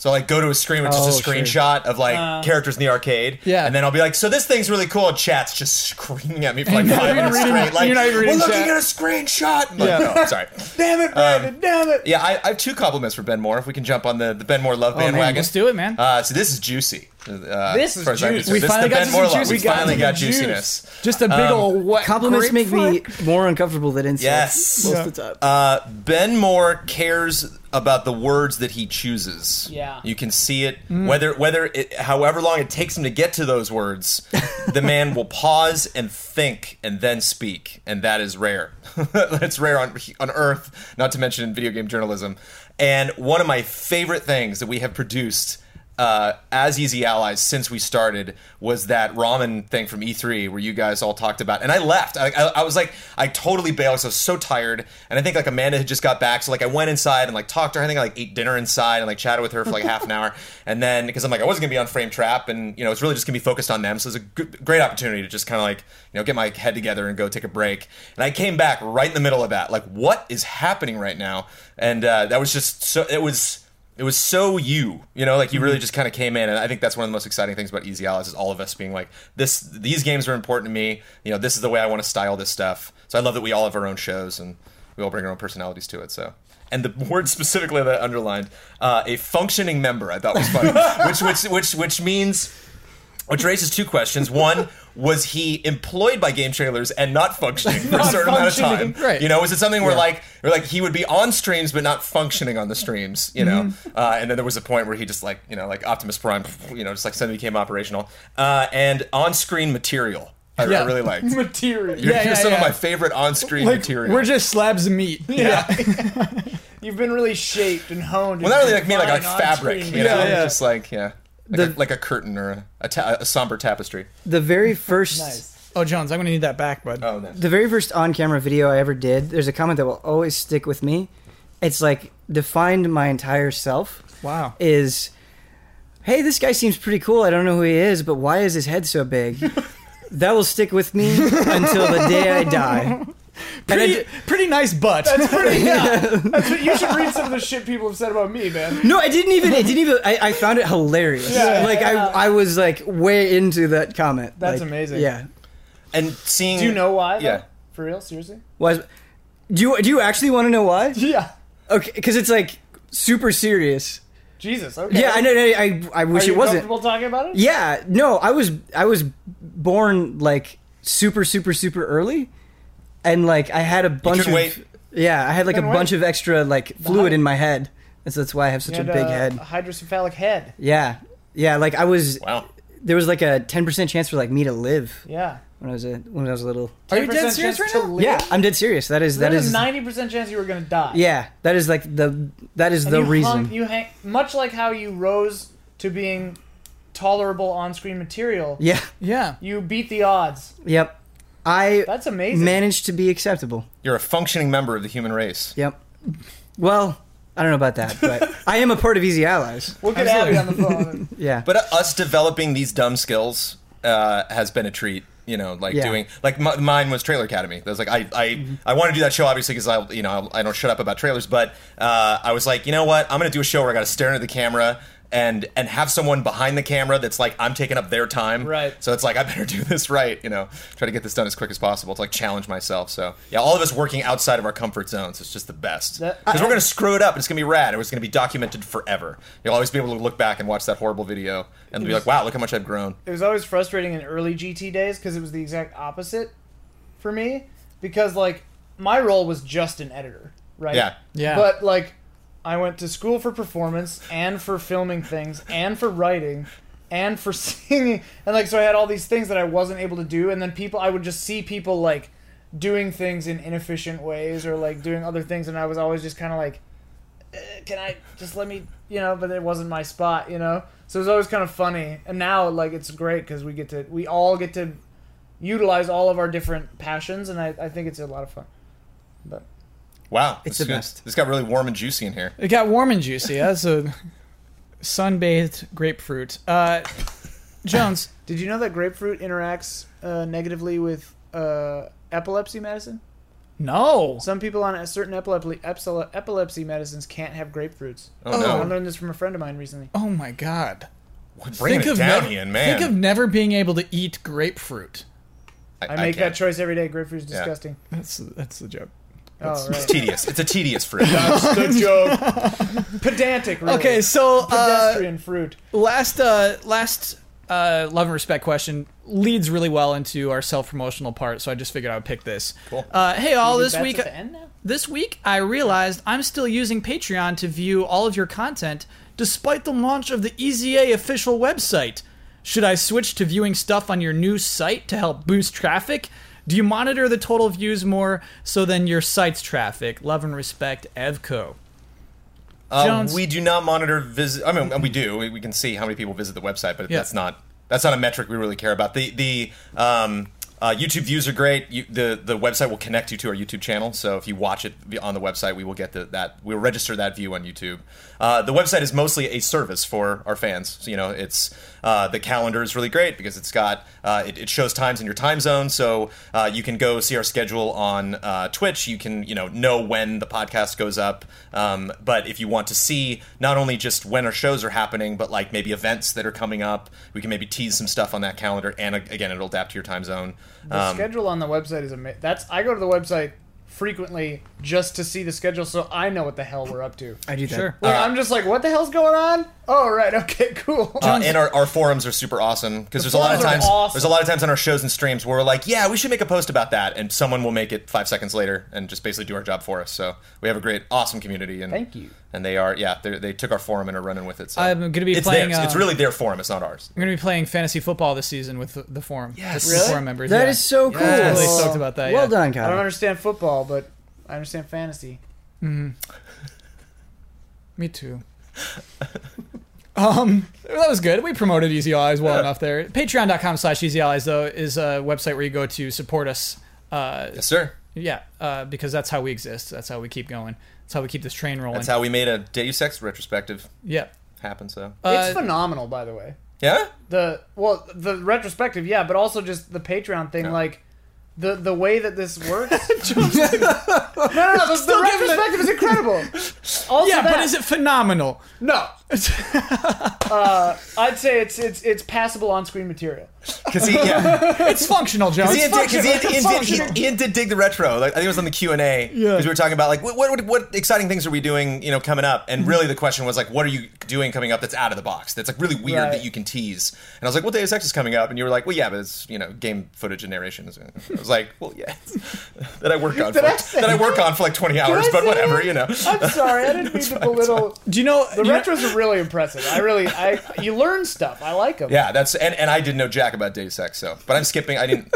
Speaker 3: So I'll, like go to a screen with
Speaker 4: Oh,
Speaker 3: just a
Speaker 4: sure.
Speaker 3: screenshot of like
Speaker 2: Uh.
Speaker 3: characters in the arcade,
Speaker 1: Yeah.
Speaker 3: and then I'll be like, "So this thing's really cool." And chat's just screaming at me for like five minutes
Speaker 1: reading-
Speaker 3: straight. Like
Speaker 1: you're not even
Speaker 3: we're
Speaker 1: reading
Speaker 3: looking
Speaker 1: chat."
Speaker 3: at a screenshot. I'm like,
Speaker 1: Yeah.
Speaker 3: no, sorry. Um,
Speaker 2: Damn it, Brandon! damn it!
Speaker 3: Yeah, I, I have two compliments for Ben Moore. If we can jump on the, the Ben Moore love bandwagon,
Speaker 1: Let's do it, Oh, man.
Speaker 3: Uh, so this is juicy. Uh,
Speaker 2: This
Speaker 3: as
Speaker 2: is
Speaker 3: far as I'm
Speaker 2: juice.
Speaker 3: concerned.
Speaker 1: We
Speaker 3: This is
Speaker 1: finally
Speaker 3: the
Speaker 1: got
Speaker 3: Ben
Speaker 1: some
Speaker 3: Moore love.
Speaker 1: juice.
Speaker 3: We
Speaker 1: We got
Speaker 3: finally
Speaker 1: some
Speaker 3: got
Speaker 1: juice.
Speaker 3: juiciness. Um,
Speaker 1: Just a big old wet
Speaker 4: Compliments make me
Speaker 1: grapefruit.
Speaker 4: more uncomfortable than insults.
Speaker 3: Yes.
Speaker 4: most
Speaker 1: Yeah.
Speaker 4: of the time.
Speaker 3: Uh, ben Moore cares about the words that he chooses.
Speaker 2: Yeah.
Speaker 3: you can see it. Whether whether it, however long it takes him to get to those words, the man will pause and think and then speak, and that is rare. That's rare on on Earth, not to mention in video game journalism. And one of my favorite things that we have produced. Uh, as Easy Allies, since we started, was that ramen thing from E3 where you guys all talked about, and I left. I, I, I was like, I totally bailed. 'cause I was so tired, and I think like Amanda had just got back, so like I went inside and like talked to her. I think I like ate dinner inside and like chatted with her for like half an hour, and then because I'm like I wasn't gonna be on Frame Trap, and you know it's really just gonna be focused on them, so it's a good, great opportunity to just kind of like you know get my head together and go take a break. And I came back right in the middle of that, like what is happening right now? And uh, that was just so it was. It was so you, you know, like you
Speaker 1: Mhm.
Speaker 3: really just kind of came in, and I think that's one of the most exciting things about Easy Allies is all of us being like, this, these games are important to me. You know, this is the way I want to style this stuff. So I love that we all have our own shows and we all bring our own personalities to it. So, and the word specifically that I underlined, uh, a functioning member, I thought was funny, which, which, which, which means which raises two questions. One, was he employed by game trailers and not functioning for a certain amount of time?
Speaker 1: functioning, right.
Speaker 3: You know, is it something where like, where like he would be on streams but not functioning on the streams? You know,
Speaker 1: Mm-hmm.
Speaker 3: uh, and then there was a point where he just like, you know, like Optimus Prime, you know, just like suddenly became operational. Uh, and on-screen material, I, I
Speaker 1: Yeah.
Speaker 3: really liked. You're,
Speaker 2: Material.
Speaker 1: Yeah,
Speaker 3: you're
Speaker 1: yeah,
Speaker 3: some of
Speaker 1: yeah.
Speaker 3: my favorite on-screen
Speaker 1: Like,
Speaker 3: material.
Speaker 1: We're just slabs of meat. Yeah.
Speaker 2: You've been really shaped and honed.
Speaker 3: well, not really like me, like like fabric. You know,
Speaker 1: Yeah, yeah.
Speaker 3: just like yeah, like,
Speaker 4: The-
Speaker 3: a, like a curtain or a, a, ta- a somber tapestry.
Speaker 4: The very first
Speaker 2: Nice.
Speaker 1: Oh, Jones, I'm gonna need that back, bud.
Speaker 3: Oh, nice.
Speaker 4: the very first on-camera video I ever did, there's a comment that will always stick with me. It's like defined my entire self.
Speaker 1: Wow.
Speaker 4: Is hey, this guy seems pretty cool. I don't know who he is, but why is his head so big? that will stick with me until the day I die. And I
Speaker 1: pretty,
Speaker 4: d-
Speaker 1: pretty nice butt.
Speaker 2: That's pretty. Yeah. That's what, you should read some of the shit people have said about me, man.
Speaker 4: no, I didn't even. It didn't even. I, I found it hilarious.
Speaker 2: Yeah.
Speaker 4: like I, I was like way into that comment.
Speaker 2: That's
Speaker 4: Like,
Speaker 2: amazing.
Speaker 4: Yeah.
Speaker 3: And seeing,
Speaker 2: Do you know why? though?
Speaker 3: Yeah.
Speaker 2: For real? Seriously?
Speaker 4: Was do you do you actually want to know why?
Speaker 2: Yeah.
Speaker 4: Okay, because it's like super serious.
Speaker 2: Jesus. Okay.
Speaker 4: Yeah, I know. I I, I
Speaker 2: Are
Speaker 4: wish
Speaker 2: you
Speaker 4: it wasn't.
Speaker 2: comfortable talking about it?
Speaker 4: Yeah, no, I was I was born like super super super early, and like I had a bunch of
Speaker 3: couldn't wait.
Speaker 4: yeah, I had like a
Speaker 2: Couldn't
Speaker 4: bunch
Speaker 2: wait.
Speaker 4: of extra like fluid in my head, and so that's why I have such
Speaker 2: You
Speaker 4: a
Speaker 2: had,
Speaker 4: big
Speaker 2: uh,
Speaker 4: head.
Speaker 2: A hydrocephalic head.
Speaker 4: Yeah, yeah, like I was
Speaker 3: wow.
Speaker 4: there was like a ten percent chance for like me to live
Speaker 2: Yeah.
Speaker 4: when I was a when I was little.
Speaker 1: Are you dead
Speaker 2: 10%
Speaker 1: serious right
Speaker 2: chance to
Speaker 1: now?
Speaker 2: live.
Speaker 4: Yeah, I'm dead serious. That is that
Speaker 2: There's
Speaker 4: is
Speaker 2: a ninety percent chance you were gonna die.
Speaker 4: yeah, that is like the that is
Speaker 2: And
Speaker 4: the
Speaker 2: you
Speaker 4: reason.
Speaker 2: Hung, you hang much like how you rose to being tolerable on-screen material.
Speaker 4: yeah,
Speaker 1: Yeah.
Speaker 2: You beat the odds.
Speaker 4: yep. I
Speaker 2: That's amazing.
Speaker 4: managed to be acceptable.
Speaker 3: You're a functioning member of the human race.
Speaker 4: Yep. Well, I don't know about that, but I am a part of Easy Allies.
Speaker 2: We'll get Abby on the phone.
Speaker 4: Yeah.
Speaker 3: But uh, us developing these dumb skills uh, has been a treat. You know, like
Speaker 4: Yeah.
Speaker 3: doing like m- mine was Trailer Academy. That was like I I, I want to do that show obviously because I you know I don't shut up about trailers, but uh, I was like you know what I'm gonna do a show where I got to stare into the camera. And, and have someone behind the camera that's like I'm taking up their time,
Speaker 2: Right.
Speaker 3: So it's like I better do this right, you know. Try to get this done as quick as possible to like challenge myself. So yeah, all of us working outside of our comfort zones is just the best
Speaker 2: That-
Speaker 3: because we're gonna screw it up. and It's gonna be rad. and It's gonna be documented forever. You'll always be able to look back and watch that horrible video and be like, "Wow, look how much I've grown."
Speaker 2: it was always frustrating in early GT days because it was the exact opposite for me. Because like my role was just an editor, right?
Speaker 3: Yeah.
Speaker 1: Yeah.
Speaker 2: But like, I went to school for performance and for filming things and for writing and for singing and like so I had all these things that I wasn't able to do and then people I would just see people like doing things in inefficient ways or like doing other things and I was "Uh, always just kind of like eh, can I just let me you know but it wasn't my spot you know So it's always kind of funny. And now like it's great because we get to we all get to utilize all of our different passions, and I, I think it's a lot of fun. But
Speaker 3: Wow,
Speaker 4: It's
Speaker 3: this
Speaker 4: the
Speaker 3: got-
Speaker 4: best.
Speaker 3: This got really warm and juicy in here.
Speaker 1: It got warm and juicy. That's a sunbathed grapefruit. Uh, Jones,
Speaker 2: did you know that grapefruit interacts uh, negatively with uh, epilepsy medicine?
Speaker 1: no.
Speaker 2: Some people on a certain epilepsy epsil- epilepsy medicines can't have grapefruits.
Speaker 3: Oh,
Speaker 2: I
Speaker 3: no,
Speaker 2: learned this from a friend of mine recently.
Speaker 1: Oh my god.
Speaker 3: We're bringing it down,
Speaker 1: never,
Speaker 3: Ian, man.
Speaker 1: think of never being able to eat grapefruit.
Speaker 2: I make
Speaker 3: can't.
Speaker 2: that choice every day. Grapefruit's disgusting.
Speaker 1: That's that's the joke.
Speaker 2: Oh,
Speaker 3: It's
Speaker 2: right.
Speaker 3: tedious. It's a tedious fruit.
Speaker 2: the joke. Pedantic. Really.
Speaker 1: Okay, so uh,
Speaker 2: pedestrian fruit.
Speaker 1: last uh, last uh, love and respect question leads really well into our self promotional part. So I just figured I would pick this.
Speaker 3: Cool.
Speaker 1: Uh, hey, all this
Speaker 2: That's
Speaker 1: week.
Speaker 2: at the end now?
Speaker 1: This week, I realized I'm still using Patreon to view all of your content despite the launch of the EZA official website. Should I switch to viewing stuff on your new site to help boost traffic? Do you monitor the total views more so than your site's traffic? Love and respect, Evco.
Speaker 3: Uh,
Speaker 1: Jones.
Speaker 3: we do not monitor visit. I mean, we do. We, we can see how many people visit the website, but
Speaker 1: Yeah.
Speaker 3: that's not that's not a metric we really care about. The the um, uh, YouTube views are great. You, the the website will connect you to our YouTube channel. So if you watch it on the website, we will get the, that. We'll register that view on YouTube. Uh, the website is mostly a service for our fans. So, you know, it's uh, the calendar is really great because it's got uh, it, it shows times in your time zone. So uh, you can go see our schedule on uh, Twitch. You can you know know when the podcast goes up. Um, but if you want to see not only just when our shows are happening, but like maybe events that are coming up, we can maybe tease some stuff on that calendar. And uh, again, it'll adapt to your time zone.
Speaker 2: The
Speaker 3: Um,
Speaker 2: schedule on the website is amazing. That's I go to the website frequently just to see the schedule, so I know what the hell we're up to.
Speaker 4: I do that.
Speaker 1: Sure.
Speaker 2: Where I'm just like, what the hell's going on? Oh right, okay, cool.
Speaker 3: Uh, and our, our forums are super awesome because there's a lot of
Speaker 2: forums are
Speaker 3: times
Speaker 2: awesome.
Speaker 3: there's a lot of times on our shows and streams where we're like, yeah, we should make a post about that, and someone will make it five seconds later and just basically do our job for us. So we have a great, awesome community. And
Speaker 2: Thank you.
Speaker 3: And they are, yeah, they're- they took our forum and are running with it. So
Speaker 1: I'm gonna be
Speaker 3: it's
Speaker 1: playing,
Speaker 3: Theirs. it's
Speaker 1: um,
Speaker 3: really their forum. It's not ours.
Speaker 1: I'm going to be playing fantasy football this season with the, the forum. Yes. The,
Speaker 2: Really?
Speaker 1: forum members.
Speaker 4: That
Speaker 1: yeah.
Speaker 4: is so cool.
Speaker 1: I'm really stoked about that.
Speaker 4: Well
Speaker 1: yeah.
Speaker 4: done,
Speaker 2: I don't
Speaker 4: Kyle.
Speaker 2: understand football, but I understand fantasy.
Speaker 1: Me too. um, that was good. We promoted Easy Allies well enough there. Patreon.com slash Easy Allies, though, is a website where you go to support us. Uh,
Speaker 3: Yes, sir.
Speaker 1: yeah, uh, because that's how we exist. That's how we keep going. That's how we keep this train rolling.
Speaker 3: That's how we made a Deus Ex retrospective
Speaker 1: yeah.
Speaker 3: happen. So
Speaker 1: Uh,
Speaker 2: it's phenomenal, by the way.
Speaker 3: yeah,
Speaker 2: the well the retrospective yeah but also just the patreon thing like the the way that this works no no no the, the retrospective is incredible also
Speaker 1: yeah,
Speaker 2: that,
Speaker 1: but is it phenomenal?
Speaker 2: no uh, i'd say it's it's it's passable on-screen material
Speaker 3: because he, yeah,
Speaker 1: It's functional, Jones.
Speaker 3: 'Cause he,
Speaker 1: It's
Speaker 3: did, 'cause he,
Speaker 1: functional. It's
Speaker 3: did, Ian did,
Speaker 1: functional.
Speaker 3: he- Ian did dig the retro. Like, I think it was on the Q and A because
Speaker 1: Yeah.
Speaker 3: we were talking about like what, what what exciting things are we doing, you know, coming up. And
Speaker 2: Mm-hmm.
Speaker 3: really, the question was like, what are you doing coming up that's out of the box? That's like really weird
Speaker 2: Right.
Speaker 3: that you can tease. And I was like, well, Deus Ex is coming up, and you were like, well, yeah, but it's you know, game footage and narration. is- I was like, well, yeah, that I work on for,
Speaker 2: I
Speaker 3: that?
Speaker 2: say
Speaker 3: I work on for like twenty hours,
Speaker 2: I
Speaker 3: but
Speaker 2: say
Speaker 3: whatever,
Speaker 2: that? Oh.
Speaker 3: you know.
Speaker 2: i'm sorry i didn't mean to belittle
Speaker 1: Do you know
Speaker 2: the
Speaker 1: you know-
Speaker 2: retros are really impressive i really i you learn stuff i like them
Speaker 3: Yeah, that's and, and I didn't know jack about Deus Ex, so but I'm skipping. I didn't.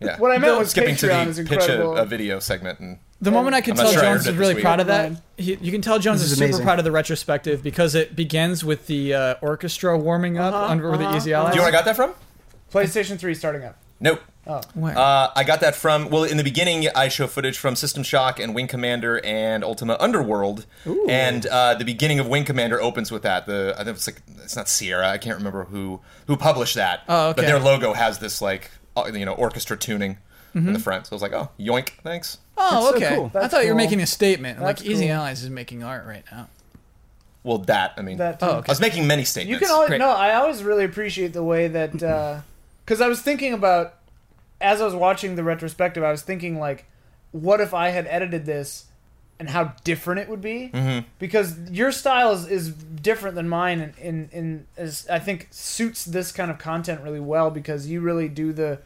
Speaker 3: Yeah,
Speaker 2: what i meant was
Speaker 3: skipping
Speaker 2: patreon
Speaker 3: to
Speaker 2: is
Speaker 3: the pitch a,
Speaker 2: incredible
Speaker 3: a video segment and
Speaker 1: The moment I could
Speaker 3: I'm not
Speaker 1: tell
Speaker 3: sure I
Speaker 1: Jones
Speaker 3: heard
Speaker 1: is
Speaker 3: it
Speaker 1: really
Speaker 3: this week.
Speaker 1: proud of that,
Speaker 2: Never
Speaker 1: he, you can tell Jones
Speaker 4: This
Speaker 1: is,
Speaker 4: is
Speaker 1: super
Speaker 4: amazing.
Speaker 1: proud of the retrospective because it begins with the uh, orchestra warming up
Speaker 2: Uh-huh,
Speaker 1: under the
Speaker 2: uh-huh,
Speaker 1: Easy
Speaker 2: uh-huh.
Speaker 1: Allies.
Speaker 3: do you know where I got that from?
Speaker 2: playstation 3 starting up
Speaker 3: Nope.
Speaker 1: Where?
Speaker 3: Uh, I got that from well in the beginning. I show footage from System Shock and Wing Commander and Ultima Underworld, and uh, the beginning of Wing Commander opens with that. The I think it's like it's not Sierra. I can't remember who who published that.
Speaker 1: Oh, okay.
Speaker 3: But their logo has this like uh, you know orchestra tuning in the front. So I was like, oh yoink, thanks.
Speaker 1: Oh,
Speaker 4: That's so
Speaker 1: okay.
Speaker 4: cool.
Speaker 1: I
Speaker 2: That's
Speaker 1: thought you were
Speaker 2: cool.
Speaker 1: making a statement. I'm like
Speaker 2: That's
Speaker 1: Easy
Speaker 2: cool.
Speaker 1: Allies is making art right now.
Speaker 3: Well, that I mean,
Speaker 2: that
Speaker 1: Oh,
Speaker 3: I was making many
Speaker 2: You
Speaker 3: statements.
Speaker 2: can always
Speaker 1: Great.
Speaker 2: no. I always really appreciate the way that because I was thinking about as I was watching the retrospective, I was thinking like, what if I had edited this and how different it would be? Mm-hmm. Because your style is, is different than mine, and in in is I think suits this kind of content really well because you really do the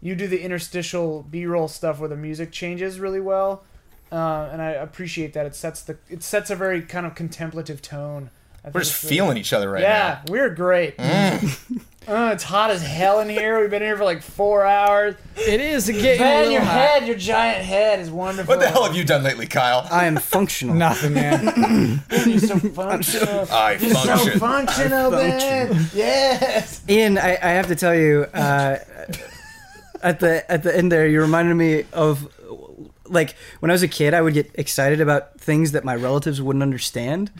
Speaker 2: you do the interstitial B roll stuff where the music changes really well. Uh, and I appreciate that it sets the it sets a very kind of contemplative tone. I think
Speaker 3: We're just
Speaker 2: it's really-
Speaker 3: feeling each other right now.
Speaker 2: yeah, we're great. Uh, it's hot as hell in here. We've been here for like four hours.
Speaker 1: It is getting a
Speaker 2: Man,
Speaker 1: little
Speaker 2: your
Speaker 1: hot.
Speaker 2: head, your giant head is wonderful.
Speaker 3: What the hell have you done lately, Kyle?
Speaker 4: I am functional.
Speaker 1: Nothing, man.
Speaker 2: You're so functional.
Speaker 3: I
Speaker 2: You're so
Speaker 3: function.
Speaker 2: functional, man. Yes.
Speaker 4: Ian, I, I have to tell you, uh, at the at the end there, you reminded me of like when I was a kid, I would get excited about things that my relatives wouldn't understand.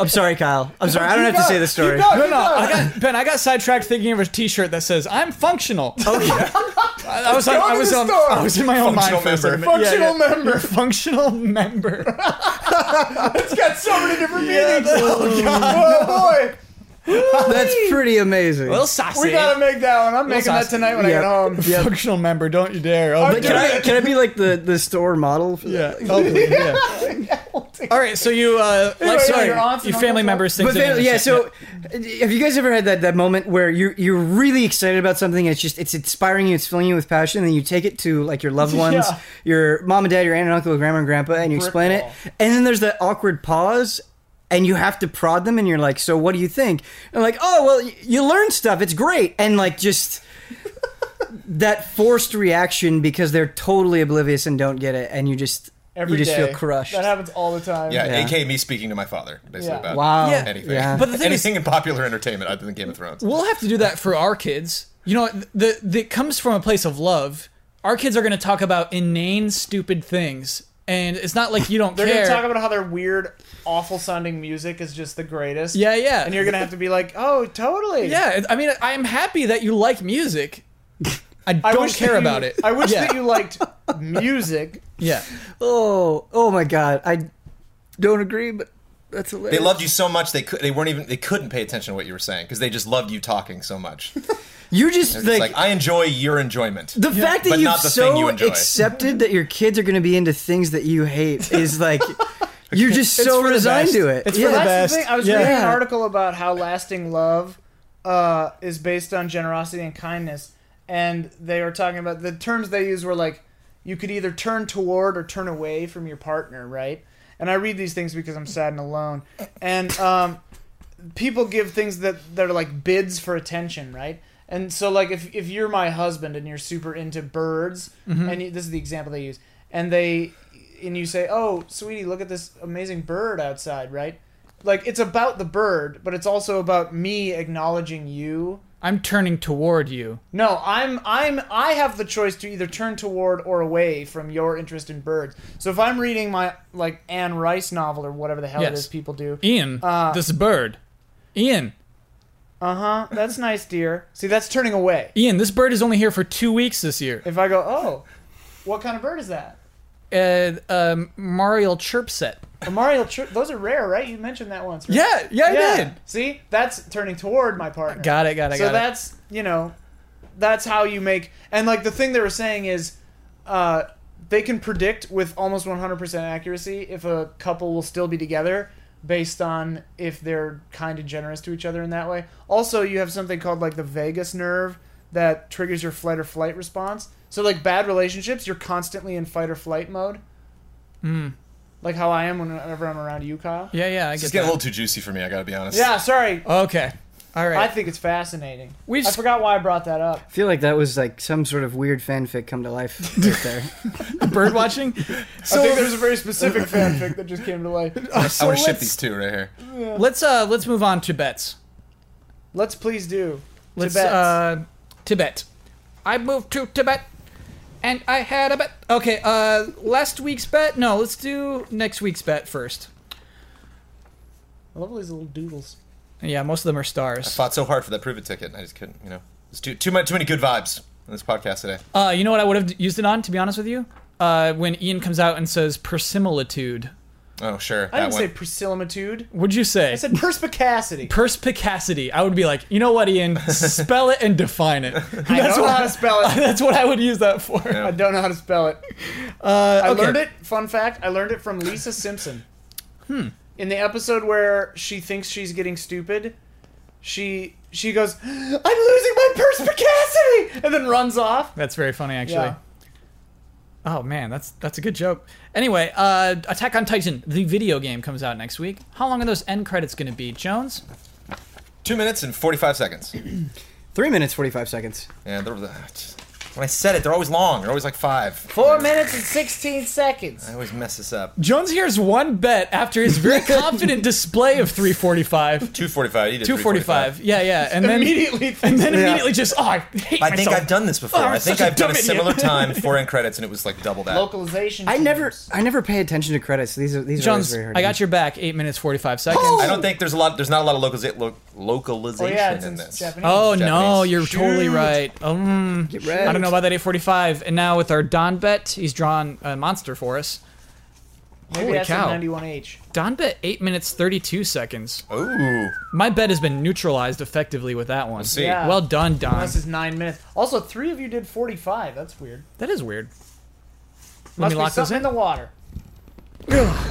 Speaker 4: I'm sorry, Kyle. I'm sorry. I don't have to say this story.
Speaker 2: No,
Speaker 1: No, no, I got, Ben, I got sidetracked thinking of a T-shirt that says "I'm functional." Okay. I, I was like,
Speaker 2: Go to
Speaker 1: I was
Speaker 2: the
Speaker 1: on,
Speaker 2: store.
Speaker 1: I was in my own mind
Speaker 3: Functional
Speaker 1: for a second.
Speaker 3: member.
Speaker 1: Yeah, yeah.
Speaker 2: Functional member.
Speaker 1: You're a functional member.
Speaker 2: It's got so many different meanings.
Speaker 1: oh God,
Speaker 2: Oh boy,
Speaker 4: That's pretty amazing.
Speaker 1: little sassy.
Speaker 2: we gotta make that one. I'm making that
Speaker 1: sausage.
Speaker 2: tonight when I
Speaker 4: Yeah.
Speaker 2: get home.
Speaker 4: Yep.
Speaker 1: functional member. Don't you dare! Oh,
Speaker 2: I'm
Speaker 1: but
Speaker 2: doing
Speaker 4: can I can I be like the the store model? For
Speaker 1: yeah.
Speaker 4: that?
Speaker 1: Oh, yeah. All right, so you, uh, like,
Speaker 2: yeah,
Speaker 1: sorry,
Speaker 2: your aunts and
Speaker 1: your family
Speaker 2: uncles.
Speaker 1: members think.
Speaker 4: But then, yeah, so have you guys ever had that, that moment where you you're really excited about something and it's just it's inspiring you, it's filling you with passion, and then you take it to like your loved ones,
Speaker 2: Yeah.
Speaker 4: your mom and dad, your aunt and uncle, grandma and grandpa, and you
Speaker 2: Brick
Speaker 4: explain
Speaker 2: wall.
Speaker 4: it, and then there's that awkward pause. And you have to prod them, and you're like, "So what do you think?" And like, "Oh well, y- you learn stuff. It's great." And like, just that forced reaction because they're totally oblivious and don't get it, and you just
Speaker 2: Every
Speaker 4: you just
Speaker 2: day.
Speaker 4: feel crushed.
Speaker 2: That happens all the time.
Speaker 3: Yeah,
Speaker 4: Yeah.
Speaker 3: AK me speaking to my father basically
Speaker 2: Yeah.
Speaker 3: about
Speaker 4: Wow.
Speaker 1: Yeah.
Speaker 3: anything.
Speaker 4: Yeah.
Speaker 1: But the thing is-
Speaker 3: anything in popular entertainment other than Game of Thrones.
Speaker 1: we'll have to do that for our kids. You know, the that comes from a place of love. Our kids are going to talk about inane, stupid things, and it's not like you don't
Speaker 2: They're
Speaker 1: care.
Speaker 2: gonna talk about how their weird, awful sounding music is just the greatest.
Speaker 1: yeah, yeah,
Speaker 2: And you're gonna have to be like, oh, totally.
Speaker 1: yeah. I mean, I'm happy that you like music. I don't
Speaker 2: I wish that
Speaker 1: care
Speaker 2: you-
Speaker 1: about it.
Speaker 2: I wish
Speaker 1: yeah.
Speaker 2: that you liked music.
Speaker 1: Yeah.
Speaker 4: Oh, oh my God! I don't agree, but that's hilarious.
Speaker 3: They loved you so much they could they weren't even they couldn't pay attention to what you were saying because they just loved you talking so much. It's
Speaker 4: you. Just like,
Speaker 3: like, I enjoy your enjoyment.
Speaker 4: the fact that
Speaker 3: but
Speaker 4: you've
Speaker 3: not the thing
Speaker 4: so
Speaker 3: you enjoy.
Speaker 4: accepted that your kids are going to be into things that you hate is like you're just so
Speaker 1: for the
Speaker 4: resigned
Speaker 1: best.
Speaker 4: to it.
Speaker 1: It's for
Speaker 4: yeah.
Speaker 1: the
Speaker 2: That's
Speaker 1: best.
Speaker 2: the thing. I was
Speaker 1: Yeah.
Speaker 2: reading an article about how lasting love uh, is based on generosity and kindness, and they were talking about the terms they used were like you could either turn toward or turn away from your partner, right? And I read these things because I'm sad and alone, and um, people give things that that are like bids for attention, right? And so, like, if if you're my husband and you're super into birds,
Speaker 1: Mm-hmm.
Speaker 2: and you, this is the example they use, and they and you say, "Oh, sweetie, look at this amazing bird outside," right? Like, it's about the bird, but it's also about me acknowledging you.
Speaker 1: I'm turning toward you.
Speaker 2: No, I'm I'm I have the choice to either turn toward or away from your interest in birds. So if I'm reading my like Anne Rice novel or whatever the hell it
Speaker 1: Yes.
Speaker 2: is people do,
Speaker 1: Ian, this bird. Ian,
Speaker 2: uh huh, that's nice, dear. See, that's turning away.
Speaker 1: Ian, this bird is only here for two weeks this year.
Speaker 2: If I go, oh, what kind of bird is that?
Speaker 1: Uh, um, Mariel chirp set.
Speaker 2: A Mario, chir- those are rare, right? You mentioned that once. Right?
Speaker 1: Yeah, yeah, I did.
Speaker 2: See, that's turning toward my partner.
Speaker 1: Got it, got it,
Speaker 2: so
Speaker 1: got it.
Speaker 2: that's you know, that's how you make. And like the thing they were saying is, uh, they can predict with almost 100% accuracy if a couple will still be together based on if they're kind and generous to each other in that way. Also, you have something called like the vagus nerve that triggers your flight or flight response. So like bad relationships, you're constantly in fight or flight mode.
Speaker 1: Hmm.
Speaker 2: Like how I am whenever I'm around you, Kyle.
Speaker 1: Yeah, yeah, I
Speaker 3: It's
Speaker 1: get
Speaker 3: getting a
Speaker 1: that.
Speaker 3: little too juicy for me. I gotta be honest.
Speaker 2: Yeah, sorry.
Speaker 1: Okay, all
Speaker 2: I
Speaker 1: right.
Speaker 2: think it's fascinating.
Speaker 1: We've
Speaker 2: I
Speaker 1: s-
Speaker 2: forgot why I brought that up.
Speaker 4: I feel like that was like some sort of weird fanfic come to life right there.
Speaker 1: bird watching. So
Speaker 2: I think there's a very specific fanfic that just came to life.
Speaker 3: I
Speaker 1: so
Speaker 3: want to ship
Speaker 1: let's-
Speaker 3: these two right here.
Speaker 1: Let's uh let's move on to bets.
Speaker 2: Let's please do.
Speaker 1: Let's
Speaker 2: Tibet.
Speaker 1: uh Tibet. I moved to Tibet and I had a bet. Okay, uh last week's bet? No, let's do next week's bet first.
Speaker 2: I love all these little doodles.
Speaker 1: Yeah, most of them are stars.
Speaker 3: Fought so hard for that prove it ticket, and I just couldn't. You know, it's too too much too many good vibes in this podcast today.
Speaker 1: Uh you know what I would have used it on to be honest with you? Uh when Ian comes out and says persimilitude.
Speaker 3: Oh sure,
Speaker 2: I didn't say persillimitude.
Speaker 1: What'd you say?
Speaker 2: I said perspicacity.
Speaker 1: perspicacity. I would be like, "You know what, Ian? Spell it and define it."
Speaker 2: I
Speaker 1: That's
Speaker 2: don't know
Speaker 1: what
Speaker 2: how to spell it.
Speaker 1: That's what I would use that for. Uh,
Speaker 2: I don't know how to spell it. I
Speaker 1: okay.
Speaker 2: learned it. Fun fact: I learned it from Lisa Simpson. Hmm. In the episode where she thinks she's getting stupid, she she goes, "I'm losing my perspicacity," and then runs off.
Speaker 1: That's very funny, actually.
Speaker 2: Yeah.
Speaker 1: Oh man, that's that's a good joke. Anyway, uh, Attack on Titan, the video game, comes out next week. How long are those end credits going to be, Jones?
Speaker 3: two minutes and forty five seconds.
Speaker 4: Three minutes forty five seconds.
Speaker 3: Yeah, they're, uh, just- when I said it, they're always long. They're always like five.
Speaker 2: Four minutes and sixteen seconds.
Speaker 3: I always mess this up.
Speaker 1: Jones hears one bet after his very confident display of 345.
Speaker 3: Two forty-five. You did
Speaker 1: 245. Yeah, yeah. And then
Speaker 2: Immediately.
Speaker 1: and then immediately just oh, I hate
Speaker 3: I think
Speaker 1: myself.
Speaker 3: I've done this before.
Speaker 1: Oh, I'm
Speaker 3: I think
Speaker 1: such a
Speaker 3: I've done a
Speaker 1: dumb idiot.
Speaker 3: similar time, four end credits, and it was like double that.
Speaker 2: Localization.
Speaker 4: I never
Speaker 2: teams.
Speaker 4: I never pay attention to credits. So these are these are always
Speaker 1: Jones,
Speaker 4: very hard.
Speaker 1: I
Speaker 4: to
Speaker 1: got your back. 8 minutes 45 seconds.
Speaker 3: I don't think there's a lot. There's not a lot of localiza- lo-
Speaker 2: Oh
Speaker 3: localization
Speaker 2: yeah, it's
Speaker 3: in
Speaker 2: in
Speaker 3: this.
Speaker 2: Japanese.
Speaker 1: Oh no,
Speaker 3: Japanese.
Speaker 1: you're totally
Speaker 2: Shoot.
Speaker 1: right. Um,
Speaker 4: Get
Speaker 1: I
Speaker 4: wrecked.
Speaker 1: don't know about that 845. And now with our Don bet, he's drawn a monster for us.
Speaker 2: Maybe
Speaker 1: Holy
Speaker 2: that's
Speaker 1: cow.
Speaker 2: a 91H.
Speaker 1: Don bet 8 minutes 32 seconds.
Speaker 3: Ooh,
Speaker 1: My bet has been neutralized effectively with that one.
Speaker 3: see.
Speaker 2: Yeah.
Speaker 1: Well done, Don.
Speaker 2: This is nine minutes. Also, three of you did 45. That's weird.
Speaker 1: That is weird. Let
Speaker 2: Must
Speaker 1: me
Speaker 2: be
Speaker 1: lock this
Speaker 2: something
Speaker 1: in.
Speaker 2: in the water.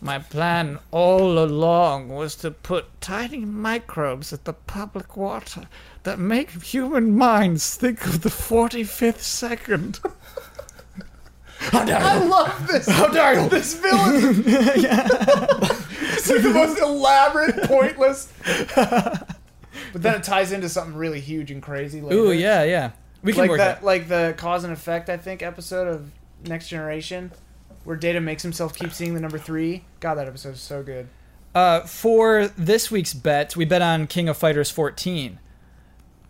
Speaker 1: My plan all along was to put tiny microbes at the public water that make human minds think of the 45th second. How dare
Speaker 2: I
Speaker 1: you!
Speaker 2: love this.
Speaker 1: How dare you!
Speaker 2: This villain. it's like the most elaborate, pointless. But then it ties into something really huge and crazy. Later.
Speaker 1: Ooh, yeah, yeah. We can
Speaker 2: Like
Speaker 1: work
Speaker 2: that,
Speaker 1: that.
Speaker 2: like the cause and effect. I think episode of Next Generation, where Data makes himself keep seeing the number three. God, that episode's so good.
Speaker 1: Uh, for this week's bet, we bet on King of Fighters 14.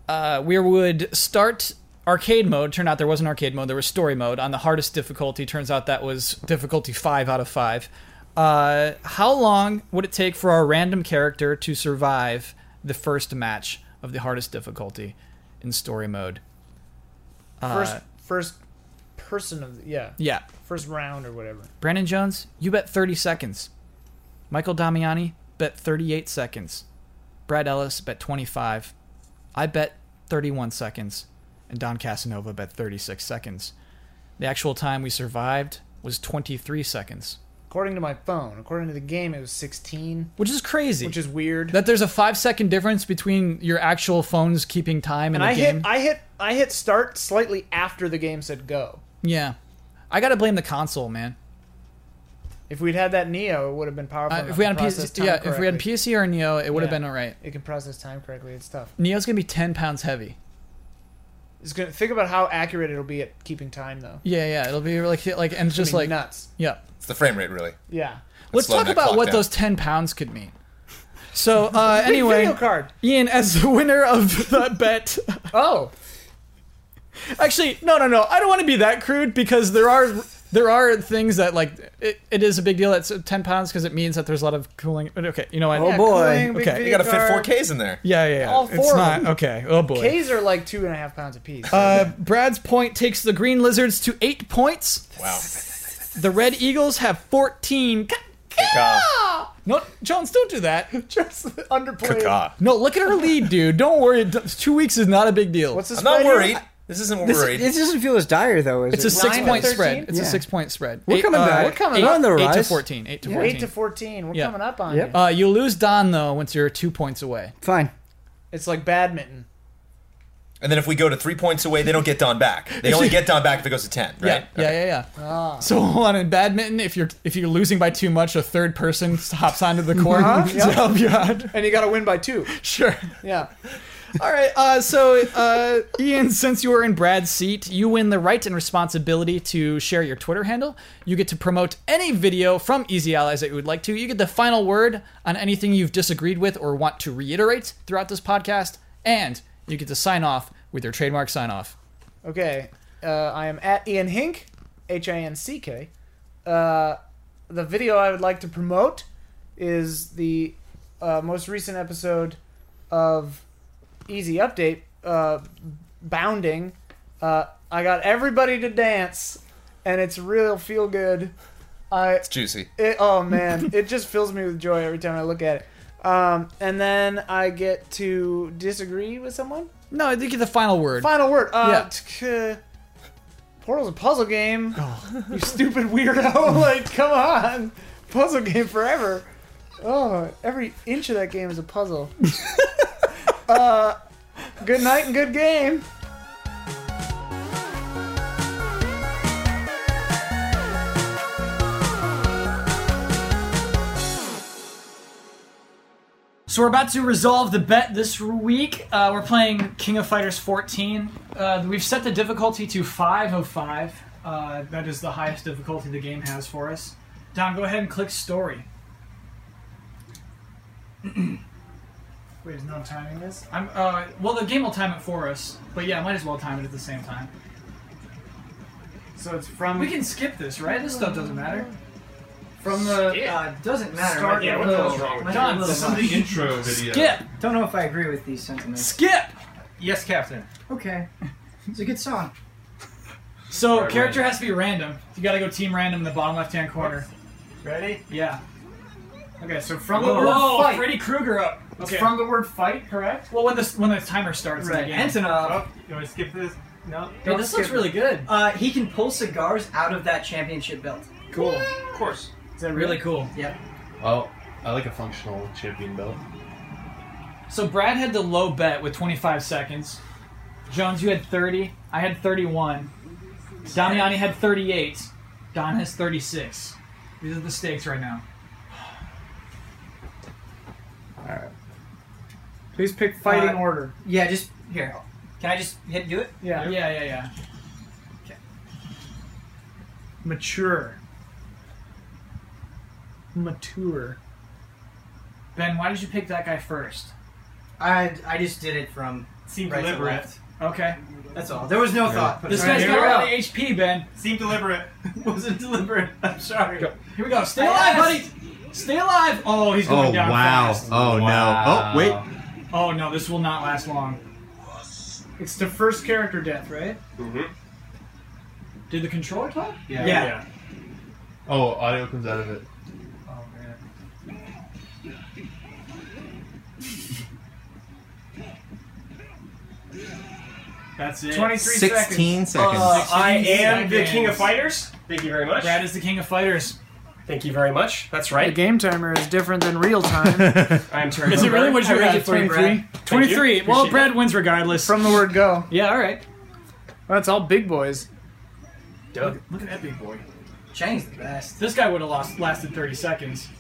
Speaker 1: Uh, we would start arcade mode. Turned out there wasn't arcade mode, there was story mode on the hardest difficulty. Turns out that was difficulty 5 out of 5. Uh, how long would it take for our random character to survive the first match of the hardest difficulty in story mode? Uh,
Speaker 2: First, first person of the, yeah,
Speaker 1: Yeah.
Speaker 2: first round or whatever.
Speaker 1: Brandon Jones, you bet 30 seconds. Michael Damiani bet 38 seconds. Brad Ellis bet 25. I bet 31 seconds. And Don Casanova bet 36 seconds. The actual time we survived was 23 seconds,
Speaker 2: According to my phone, according to the game, it was 16,
Speaker 1: which is crazy.
Speaker 2: which is weird.
Speaker 1: that there's a five second difference between your actual phone's keeping time and,
Speaker 2: and I
Speaker 1: the game.
Speaker 2: hit, I hit, I hit start slightly after the game said go.
Speaker 1: yeah. I gotta blame the console, man.
Speaker 2: If we'd had that Neo, it would have been powerful.
Speaker 1: Uh,
Speaker 2: enough
Speaker 1: if we
Speaker 2: to
Speaker 1: had a
Speaker 2: process
Speaker 1: PC,
Speaker 2: time
Speaker 1: yeah, if we had
Speaker 2: correctly.
Speaker 1: PC or Neo, it would have
Speaker 2: Yeah.
Speaker 1: been alright.
Speaker 2: it can process time correctly. It's tough.
Speaker 1: Neo's gonna be 10 pounds heavy.
Speaker 2: It's gonna think about how accurate it'll be at keeping time though.
Speaker 1: Yeah, yeah. It'll be like like and
Speaker 2: I
Speaker 1: just
Speaker 2: mean,
Speaker 1: like
Speaker 2: nuts.
Speaker 1: yeah.
Speaker 3: It's the frame rate, really.
Speaker 2: Yeah.
Speaker 1: Let's
Speaker 3: slow
Speaker 1: talk
Speaker 3: that
Speaker 1: about
Speaker 3: clock
Speaker 1: what
Speaker 3: down.
Speaker 1: those ten pounds could mean. So uh, anyway,
Speaker 2: Video card.
Speaker 1: Ian, as the winner of that bet,
Speaker 2: Oh,
Speaker 1: actually, no, no, no, I don't want to be that crude because there are there are things that like it, it is a big deal. That's ten pounds because it means that there's a lot of cooling. but Okay, you know what?
Speaker 4: Oh,
Speaker 2: yeah,
Speaker 4: boy.
Speaker 2: cooling, big
Speaker 1: Okay.
Speaker 2: video
Speaker 3: You got to fit
Speaker 2: card.
Speaker 3: four Ks in there.
Speaker 1: Yeah, yeah, yeah.
Speaker 2: All
Speaker 1: it's
Speaker 2: four of
Speaker 1: not
Speaker 2: them.
Speaker 1: okay. Oh boy.
Speaker 2: K's are like two and a half pounds a piece.
Speaker 1: Uh, Brad's point takes the Green Lizards to eight points.
Speaker 3: Wow.
Speaker 1: The Red Eagles have fourteen.
Speaker 3: Caca.
Speaker 1: No, Jones, don't do that.
Speaker 2: Just underplayed.
Speaker 3: Caca.
Speaker 1: No, look at her lead, dude. Don't worry. D- Two weeks is not a big deal.
Speaker 2: What's this?
Speaker 3: I'm not
Speaker 2: spread here?
Speaker 3: worried. This isn't what we're
Speaker 4: This,
Speaker 3: worried.
Speaker 4: this doesn't feel as dire though. Is
Speaker 1: It's a
Speaker 4: it?
Speaker 1: six
Speaker 2: Nine to
Speaker 1: point
Speaker 2: 13?
Speaker 1: spread. It's a
Speaker 4: Yeah.
Speaker 1: six point spread.
Speaker 4: We're coming back.
Speaker 1: Uh,
Speaker 4: We're
Speaker 2: coming
Speaker 1: eight,
Speaker 2: up.
Speaker 4: We're on the
Speaker 1: eight to
Speaker 4: rise.
Speaker 1: fourteen. Eight to
Speaker 4: Yeah.
Speaker 1: fourteen.
Speaker 2: Eight to fourteen. We're
Speaker 1: Yeah.
Speaker 2: coming up on
Speaker 4: Yep.
Speaker 2: you.
Speaker 1: uh, you lose Don though once you're two points away.
Speaker 4: Fine.
Speaker 2: It's like badminton.
Speaker 3: and then if we go to three points away, they don't get Don back. They only get Don back if it goes to ten, right?
Speaker 1: Yeah, yeah, yeah, yeah.
Speaker 2: Ah.
Speaker 1: So hold on in badminton, if you're if you're losing by too much, a third person hops onto the court to
Speaker 2: Uh-huh. Yep.
Speaker 1: help you out.
Speaker 2: And you got to win by two.
Speaker 1: Sure.
Speaker 2: Yeah.
Speaker 1: All right. Uh, so, uh, Ian, since you were in Brad's seat, you win the right and responsibility to share your Twitter handle. You get to promote any video from Easy Allies that you would like to. You get the final word on anything you've disagreed with or want to reiterate throughout this podcast, and you get to sign off with your trademark sign off.
Speaker 2: Okay, uh, I am at Ian Hink, H I N C K. Uh, the video I would like to promote is the uh, most recent episode of Easy Update uh, Bounding. Uh, I got everybody to dance, and it's real feel good. I
Speaker 3: It's juicy.
Speaker 2: it, oh man, it just fills me with joy every time I look at it. Um, and then I get to disagree with someone.
Speaker 1: No, you get the final word.
Speaker 2: Final word.
Speaker 1: Yeah.
Speaker 2: Uh, yeah. Portal's a puzzle game.
Speaker 1: Oh.
Speaker 2: You stupid weirdo. like, come on. Puzzle game forever. Oh, every inch of that game is a puzzle. uh, good night and good game.
Speaker 1: So we're about to resolve the bet this week. Uh, we're playing King of Fighters 14. Uh, we've set the difficulty to five of five. Uh, that is the highest difficulty the game has for us. Don, go ahead and click story.
Speaker 2: Wait, is no timing this?
Speaker 1: I'm, uh, well, the game will time it for us, but yeah, might as well time it at the same time.
Speaker 2: So it's from
Speaker 1: We can skip this, right? This stuff doesn't matter. From the
Speaker 5: Skip.
Speaker 1: uh, doesn't matter.
Speaker 2: Start-
Speaker 1: Might be
Speaker 2: yeah,
Speaker 1: a
Speaker 2: what
Speaker 5: the
Speaker 1: little-
Speaker 5: hell's wrong with
Speaker 1: might be
Speaker 5: that?
Speaker 1: a little
Speaker 5: This is
Speaker 1: much.
Speaker 5: the intro video.
Speaker 1: Skip,
Speaker 4: Don't know if I agree with these sentiments.
Speaker 1: skip.
Speaker 5: Yes, Captain.
Speaker 4: Okay, it's a good song.
Speaker 1: So
Speaker 5: Right,
Speaker 1: character
Speaker 5: right.
Speaker 1: has to be random. You gotta go team random in the bottom left hand corner.
Speaker 2: ready.
Speaker 1: Yeah.
Speaker 2: Okay, so from the
Speaker 1: Whoa,
Speaker 2: word fight.
Speaker 1: Freddy Krueger up. Okay.
Speaker 2: It's from the word fight, correct?
Speaker 1: well, when the when the timer starts in
Speaker 6: Right.
Speaker 1: the game.
Speaker 6: Antonov,
Speaker 7: Oh, you want to skip this? No.
Speaker 1: Dude, this looks really good.
Speaker 6: uh, he can pull cigars out of that championship belt.
Speaker 1: Cool.
Speaker 5: Of course.
Speaker 2: Is that
Speaker 1: Really
Speaker 2: really?
Speaker 1: cool.
Speaker 5: Oh, I like a functional champion belt.
Speaker 1: So Brad had the low bet with 25 seconds. Jones, you had 30. I had 31. Damiani had 38. Don has 36. These are the stakes right now.
Speaker 2: Please pick fighting
Speaker 6: Uh,
Speaker 2: order.
Speaker 6: Yeah, just here. Can I just hit do it?
Speaker 2: Yeah.
Speaker 1: Yeah, yeah, yeah.
Speaker 2: Mature. Mature.
Speaker 1: Ben, why did you pick that guy first?
Speaker 6: I I just did it from
Speaker 7: Seem
Speaker 6: right to
Speaker 7: deliberate.
Speaker 6: left.
Speaker 1: Okay.
Speaker 6: That's all. There was no thought.
Speaker 1: This
Speaker 6: Right,
Speaker 1: guy's
Speaker 6: here
Speaker 1: got
Speaker 6: we
Speaker 1: a lot of
Speaker 6: go.
Speaker 1: HP, Ben.
Speaker 7: Seem deliberate.
Speaker 6: wasn't deliberate. I'm sorry.
Speaker 1: Here we go. Stay alive,
Speaker 6: Yes.
Speaker 1: buddy. Stay alive. Oh, he's going
Speaker 8: Oh
Speaker 1: down
Speaker 8: wow!
Speaker 1: fast.
Speaker 8: Oh
Speaker 5: Wow.
Speaker 8: no! Oh wait!
Speaker 1: Oh no, this will not last long.
Speaker 2: It's the first character death, right?
Speaker 7: Mm-hmm.
Speaker 1: Did the controller talk?
Speaker 6: Yeah.
Speaker 5: Oh, audio comes out of it.
Speaker 1: Oh man. That's it.
Speaker 2: 23 seconds.
Speaker 8: Sixteen seconds.
Speaker 7: Uh, I am
Speaker 1: Seconds.
Speaker 7: the King of Fighters. Thank you very much.
Speaker 1: Brad is the king of fighters.
Speaker 7: Thank you very much. That's
Speaker 2: The
Speaker 7: right.
Speaker 2: game timer is different than real time.
Speaker 7: I am terrible.
Speaker 1: Is it really? What did
Speaker 6: I
Speaker 1: you
Speaker 6: read
Speaker 1: have?
Speaker 6: it for you, Brad.
Speaker 1: 23? 23.
Speaker 7: you.
Speaker 1: Well,
Speaker 7: Appreciate
Speaker 1: Brad wins regardless.
Speaker 2: from the word go.
Speaker 1: yeah, all right.
Speaker 2: That's all big boys.
Speaker 7: Doug.
Speaker 1: Look at that big boy.
Speaker 6: Chang's the best.
Speaker 1: This guy would have lost lasted 30 seconds.